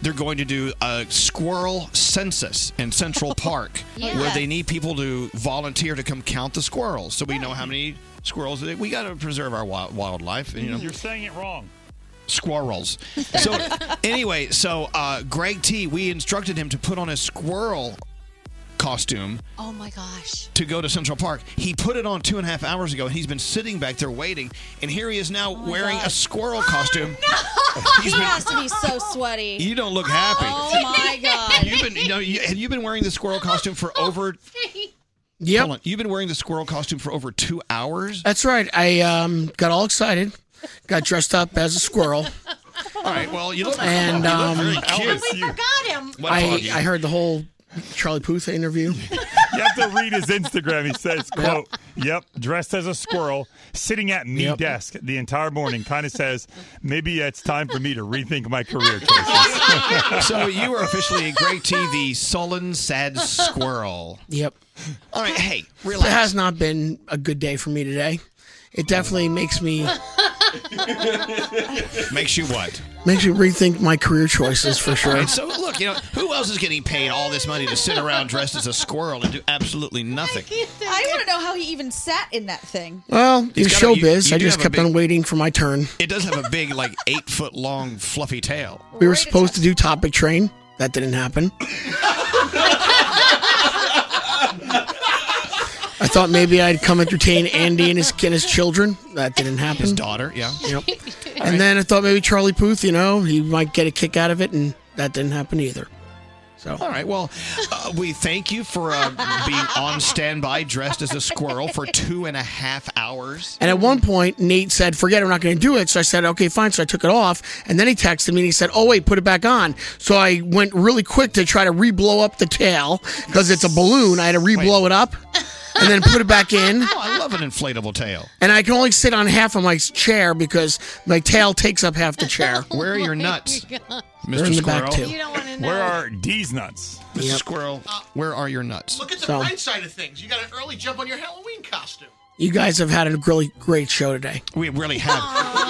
Speaker 1: they're going to do a squirrel census in Central Park,
Speaker 13: Yeah.
Speaker 1: where they need people to volunteer to come count the squirrels, so we know how many squirrels. We got to preserve our wild, wildlife. You know,
Speaker 9: You're saying it wrong.
Speaker 1: squirrels. So anyway, so uh, Greg T, we instructed him to put on a squirrel costume
Speaker 8: Oh my gosh.
Speaker 1: to go to Central Park. He put it on two and a half hours ago, and he's been sitting back there waiting. And here he is
Speaker 11: Oh
Speaker 1: now wearing a squirrel costume.
Speaker 11: He
Speaker 1: He's been-
Speaker 11: has to be so sweaty.
Speaker 1: You don't look happy.
Speaker 11: Oh my god.
Speaker 1: You've been, you know, you, have you been wearing the squirrel costume for over?
Speaker 14: Yep.
Speaker 1: Hold on, You've been wearing the squirrel costume for over two hours.
Speaker 14: That's right. I um, got all excited, got dressed up as a squirrel.
Speaker 1: All right. Well, you look
Speaker 14: And,
Speaker 1: you look
Speaker 14: um,
Speaker 1: very
Speaker 14: And
Speaker 1: cute.
Speaker 8: Oh, We forgot him.
Speaker 14: I, I heard the whole Charlie Puth interview.
Speaker 9: You have to read his Instagram. He says, quote, Yep, dressed as a squirrel, sitting at me desk the entire morning, kind of says, maybe it's time for me to rethink my career choices.
Speaker 1: so you are officially a great TV sullen, sad squirrel.
Speaker 14: Yep.
Speaker 1: All right, hey,
Speaker 14: It has not been a good day for me today. It definitely makes me
Speaker 1: Makes you what?
Speaker 14: makes me rethink my career choices for
Speaker 1: All
Speaker 14: sure.
Speaker 1: right, so look, you know, who else is getting paid all this money to sit around dressed as a squirrel and do absolutely nothing?
Speaker 11: I want to know how he even sat in that thing.
Speaker 14: Well,
Speaker 1: He's
Speaker 14: it's
Speaker 1: got a- you-
Speaker 14: showbiz.
Speaker 1: you
Speaker 14: I
Speaker 1: do
Speaker 14: just
Speaker 1: have a
Speaker 14: kept
Speaker 1: big-
Speaker 14: on waiting for my turn.
Speaker 1: It does have a big, like eight foot long, fluffy tail.
Speaker 14: We were supposed to do Topic Train. That didn't happen. I thought maybe I'd come entertain Andy and his, and his children. That didn't happen. His
Speaker 1: daughter, yeah.
Speaker 14: Yep. And then I thought maybe Charlie Puth, you know, he might get a kick out of it, and that didn't happen either. So.
Speaker 1: All right. Well, uh, we thank you for uh, being on standby dressed as a squirrel for two and a half hours.
Speaker 14: And at one point, Nate said, "Forget, it, I'm not going to do it." So I said, "Okay, fine." So I took it off, and then he texted me and he said, "Oh wait, put it back on." So I went really quick to try to re-blow up the tail because it's a balloon. I had to re-blow it up and then put it back in.
Speaker 1: Oh, I love an inflatable tail.
Speaker 14: And I can only sit on half of my chair because my tail takes up half the chair.
Speaker 1: Where are your nuts,
Speaker 14: They're in the back too.
Speaker 9: Where are D's nuts?
Speaker 1: Mr. Squirrel, where are your nuts?
Speaker 23: Look at the
Speaker 14: So-
Speaker 23: bright side of things. You got an early jump on your Halloween costume.
Speaker 14: You guys have had a really great show today.
Speaker 1: We really have.
Speaker 23: I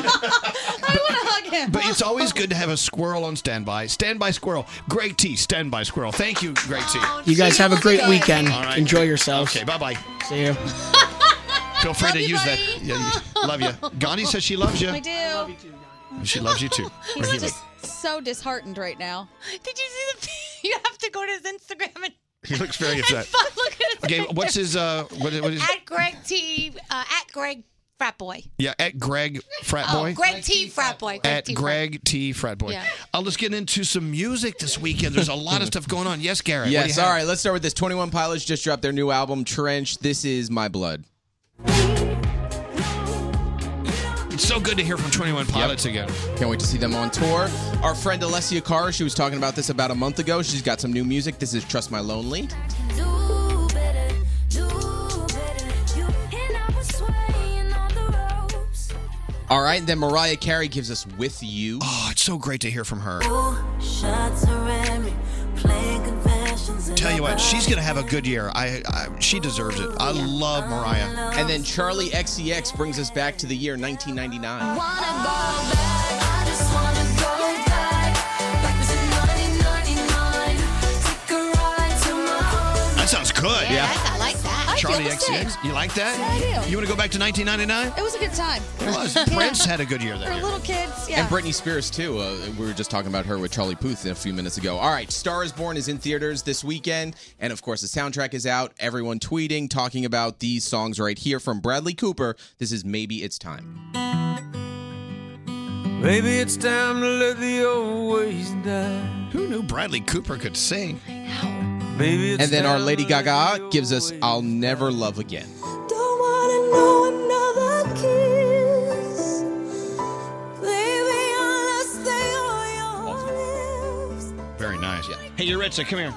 Speaker 11: want to hug him.
Speaker 1: But it's always good to have a squirrel on standby. Standby squirrel. Great tea. Standby squirrel. Thank you, Great tea.
Speaker 14: You guys have a great weekend.
Speaker 1: All right.
Speaker 14: Enjoy yourselves.
Speaker 1: Okay, bye bye.
Speaker 14: See you.
Speaker 1: Feel free to use that. Yeah, you- love you. Gandhi says she loves you.
Speaker 11: I do.
Speaker 1: She loves you too. Or he loves-
Speaker 11: He's just so disheartened right now.
Speaker 8: Did you see the? You have to go to his Instagram and
Speaker 1: He looks very upset.
Speaker 8: look at his
Speaker 1: Okay,
Speaker 8: picture.
Speaker 1: what's his uh what, what is
Speaker 8: At Greg T. Uh, at Greg Frat Boy.
Speaker 1: yeah, at Greg Frat
Speaker 8: Oh,
Speaker 1: Boy.
Speaker 8: Greg T. Frat Boy. Greg
Speaker 1: at
Speaker 8: T. Frat
Speaker 1: Greg T. Frat Boy.
Speaker 8: Yeah.
Speaker 1: I'll just get into some music this weekend. There's a lot of stuff going on. Yes, Garrett. what do
Speaker 10: Yes,
Speaker 1: you have?
Speaker 10: all right, let's start with this. 21 Pilots just dropped their new album, Trench. This is My Blood.
Speaker 1: It's so good to hear from 21 Pilots again.
Speaker 10: Can't wait to see them on tour. Our friend Alessia Cara, she was talking about this about a month ago. She's got some new music. This is Trust My Lonely. All right, and then Mariah Carey gives us With You.
Speaker 1: Oh, it's so great to hear from her. Tell
Speaker 2: Tell
Speaker 1: you what, she's gonna have a good year. I, I she deserves it. I love Mariah.
Speaker 10: And then Charlie XCX brings us back to the year 1999.
Speaker 1: That sounds good.
Speaker 8: I like that.
Speaker 1: Charlie XCX. You like that?
Speaker 11: I do.
Speaker 1: You want to go back to 1999?
Speaker 11: It was a good time.
Speaker 1: It was. Prince had a good year that
Speaker 11: For
Speaker 1: year.
Speaker 11: little kids, yeah.
Speaker 10: And Britney Spears, too. Uh, we were just talking about her with Charlie Puth a few minutes ago. All right, Star is Born is in theaters this weekend. And of course, the soundtrack is out. Everyone tweeting, talking about these songs right here from Bradley Cooper. This is Maybe It's Time.
Speaker 12: Maybe it's time to let the old ways die.
Speaker 1: Who knew Bradley Cooper could sing?
Speaker 10: Maybe and then our Lady Gaga gives us I'll Never Love Again.
Speaker 1: Very nice. Hey, Yuritsa, come here.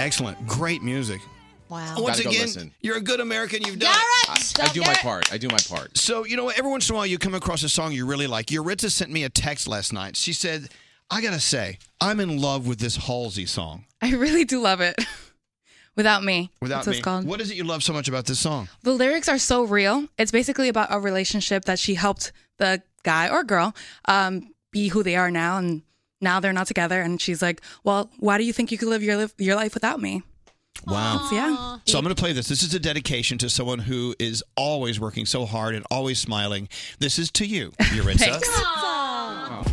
Speaker 1: Excellent. Great music.
Speaker 8: Wow.
Speaker 1: Once
Speaker 10: Gotta go
Speaker 1: again,
Speaker 10: listen.
Speaker 1: you're a good American. You've done
Speaker 10: I, I do my part. I do my part.
Speaker 1: So, you know, every once in a while you come across a song you really like. Yuritsa sent me a text last night. She said, I gotta say, I'm in love with this Halsey song.
Speaker 13: I really do love it. Without me.
Speaker 1: Without
Speaker 13: That's what
Speaker 1: me.
Speaker 13: it's called.
Speaker 1: What is it you love so much about this song?
Speaker 13: The lyrics are so real. It's basically about a relationship that she helped the guy or girl um, be who they are now, and now they're not together. And she's like, "Well, why do you think you could live your liv- your life without me?"
Speaker 1: Wow.
Speaker 13: So, yeah.
Speaker 1: So I'm going to play this. This is a dedication to someone who is always working so hard and always smiling. This is to you, Yuritsa.
Speaker 13: Thanks.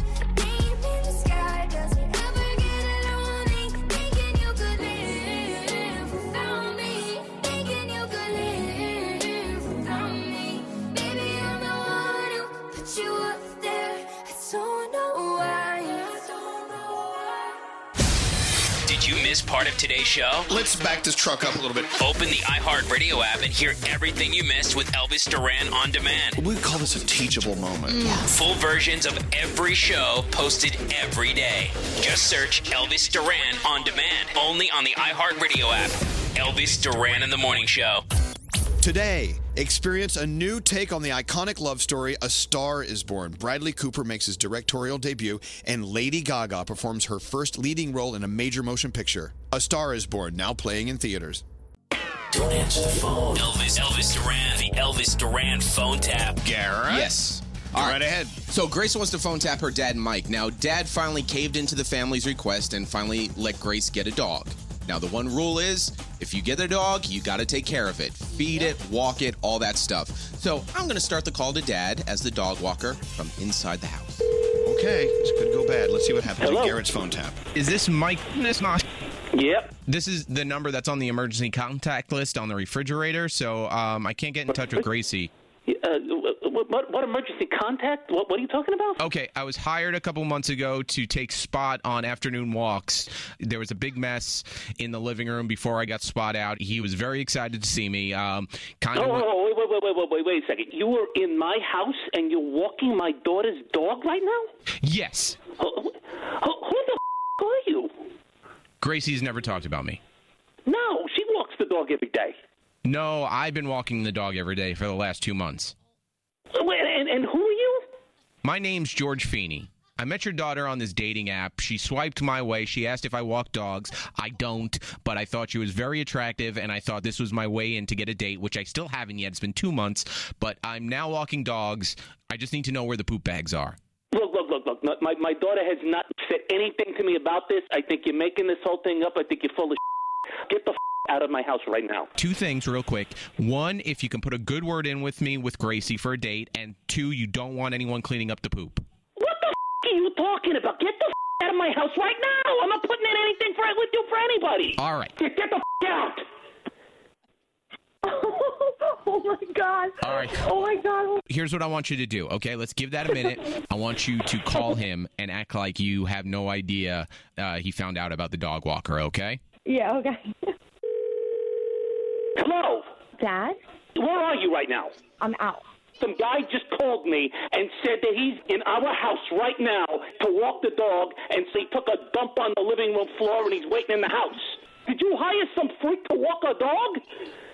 Speaker 7: Did you miss part of today's show?
Speaker 1: Let's back this truck up a little bit.
Speaker 7: Open the iHeartRadio app and hear everything you missed with Elvis Duran on demand.
Speaker 1: We call this a teachable moment.
Speaker 7: Full versions of every show posted every day. Just search Elvis Duran on demand only on the iHeartRadio app. Elvis Duran in the Morning Show.
Speaker 1: Today, experience a new take on the iconic love story A Star is Born. Bradley Cooper makes his directorial debut, and Lady Gaga performs her first leading role in a major motion picture. A Star is Born, now playing in theaters.
Speaker 7: Don't answer the phone. Elvis, Elvis Duran, the Elvis Duran phone tap.
Speaker 1: Garrett?
Speaker 28: Yes. All right ahead. So Grace wants to phone tap her dad, Mike. Now, dad finally caved into the family's request and finally let Grace get a dog. Now, the one rule is if you get a dog, you got to take care of it. Feed it, walk it, all that stuff. So I'm going to start the call to dad as the dog walker from inside the house.
Speaker 1: Okay, this could go bad. Let's see what happens with Garrett's phone tap.
Speaker 10: Is this Mike? This not. Yep. This is the number that's on the emergency contact list on the refrigerator, so um, I can't get in touch with Gracie.
Speaker 18: Uh, what, what, what emergency contact? What, what are you talking about?
Speaker 10: Okay, I was hired a couple months ago to take Spot on afternoon walks. There was a big mess in the living room before I got Spot out. He was very excited to see me. Um, kind
Speaker 18: Oh,
Speaker 10: of.
Speaker 18: oh, oh, wait, wait, wait, wait, wait, wait, wait a second. You were in my house and you're walking my daughter's dog right now?
Speaker 10: Yes.
Speaker 18: Who, who the f- are you?
Speaker 10: Gracie's never talked about me.
Speaker 18: No, she walks the dog every day.
Speaker 10: No, I've been walking the dog every day for the last two months.
Speaker 18: Wait, and, and who are you?
Speaker 10: My name's George Feeney. I met your daughter on this dating app. She swiped my way. She asked if I walk dogs. I don't, but I thought she was very attractive, and I thought this was my way in to get a date, which I still haven't yet. It's been two months, but I'm now walking dogs. I just need to know where the poop bags are.
Speaker 18: Look, look, look, look. no, My, my daughter has not said anything to me about this. I think you're making this whole thing up. I think you're full of s***. Get the f- out of my house right now.
Speaker 10: Two things, real quick. One, if you can put a good word in with me with Gracie for a date, and two, you don't want anyone cleaning up the poop.
Speaker 18: What the f- are you talking about? Get the f- out of my house right now. I'm not putting in anything for with you for anybody.
Speaker 10: All right.
Speaker 18: Get, get the f- out.
Speaker 21: oh my god.
Speaker 10: All right.
Speaker 21: Oh my god.
Speaker 10: Here's what I want you to do, okay? Let's give that a minute. I want you to call him and act like you have no idea uh, he found out about the dog walker, okay?
Speaker 21: Yeah, okay.
Speaker 18: Hello.
Speaker 21: Dad?
Speaker 18: Where are you right now?
Speaker 21: I'm out.
Speaker 18: Some guy just called me and said that he's in our house right now to walk the dog, and so he took a dump on the living room floor and he's waiting in the house. Did you hire some freak to walk a dog?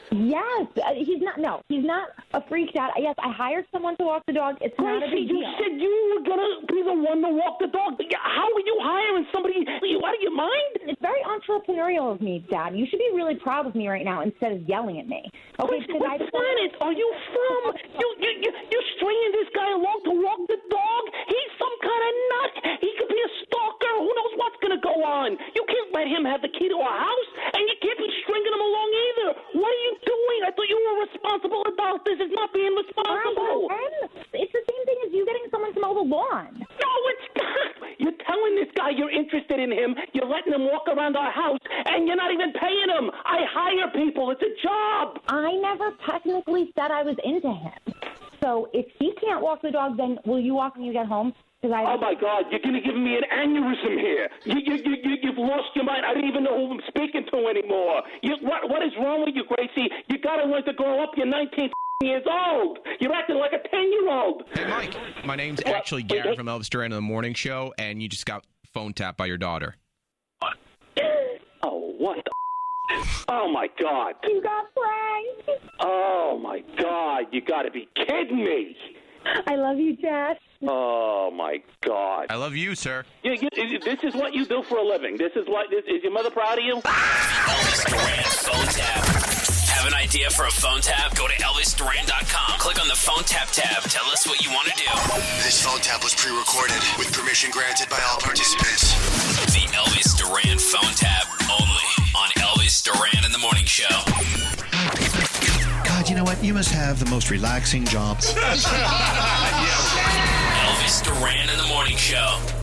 Speaker 21: Yes. Uh, he's not no, he's not a freak dad. Uh, Yes, I hired someone to walk the dog. It's not a
Speaker 18: Gracie,
Speaker 21: big
Speaker 18: you
Speaker 21: deal.
Speaker 18: said you were gonna be the one to walk the dog. How are you hiring somebody? Are you out of your mind?
Speaker 21: It's very entrepreneurial of me, Dad. You should be really proud of me right now instead of yelling at me. Okay,
Speaker 18: What
Speaker 21: I
Speaker 18: planet are you from? You you you you stringing this guy along to walk the dog? He's some kind of nut. He could be a stalker. Who knows what's gonna go on? You can't let him have the key to our house, and you can't be stringing him along either. What are you doing? I thought you were responsible adult. This is not being responsible.
Speaker 21: It's the same thing as you getting someone to mow the lawn.
Speaker 18: No, it's not. You're telling this guy you're interested in him. You're letting him walk around our house, and you're not even paying him. I hire people. It's a job.
Speaker 21: I never technically said I was into him. So if he can't walk the dog, then will you walk when you get home? Because I
Speaker 18: Oh my God! You're gonna give me an aneurysm here. You, you, you, you, you've lost your mind. I don't even know who I'm speaking to anymore. You, what, what is wrong with you, Gracie? You gotta learn to grow up. You're 19 years old. You're acting like a 10 year old.
Speaker 10: My name's actually Garrett from Elvis Duran on the Morning Show, and you just got phone tapped by your daughter.
Speaker 18: Oh, what the? Oh my God!
Speaker 21: You got pranked.
Speaker 18: Oh my God! You gotta be kidding me!
Speaker 21: I love you, Dad.
Speaker 18: Oh my God!
Speaker 10: I love you, sir.
Speaker 18: You, you, this is what you do for a living. This is what this, is your mother proud of you?
Speaker 7: phone tap. Have an idea for a phone tap? Go to ElvisDuran.com. Click on the phone tap tab. Tell us what you want to do.
Speaker 29: This phone tap was pre-recorded with permission granted by all participants.
Speaker 7: The Elvis Duran phone tap only on Elvis Duran in the Morning Show.
Speaker 1: God, you know what? You must have the most relaxing job.
Speaker 7: Elvis Duran in the Morning Show.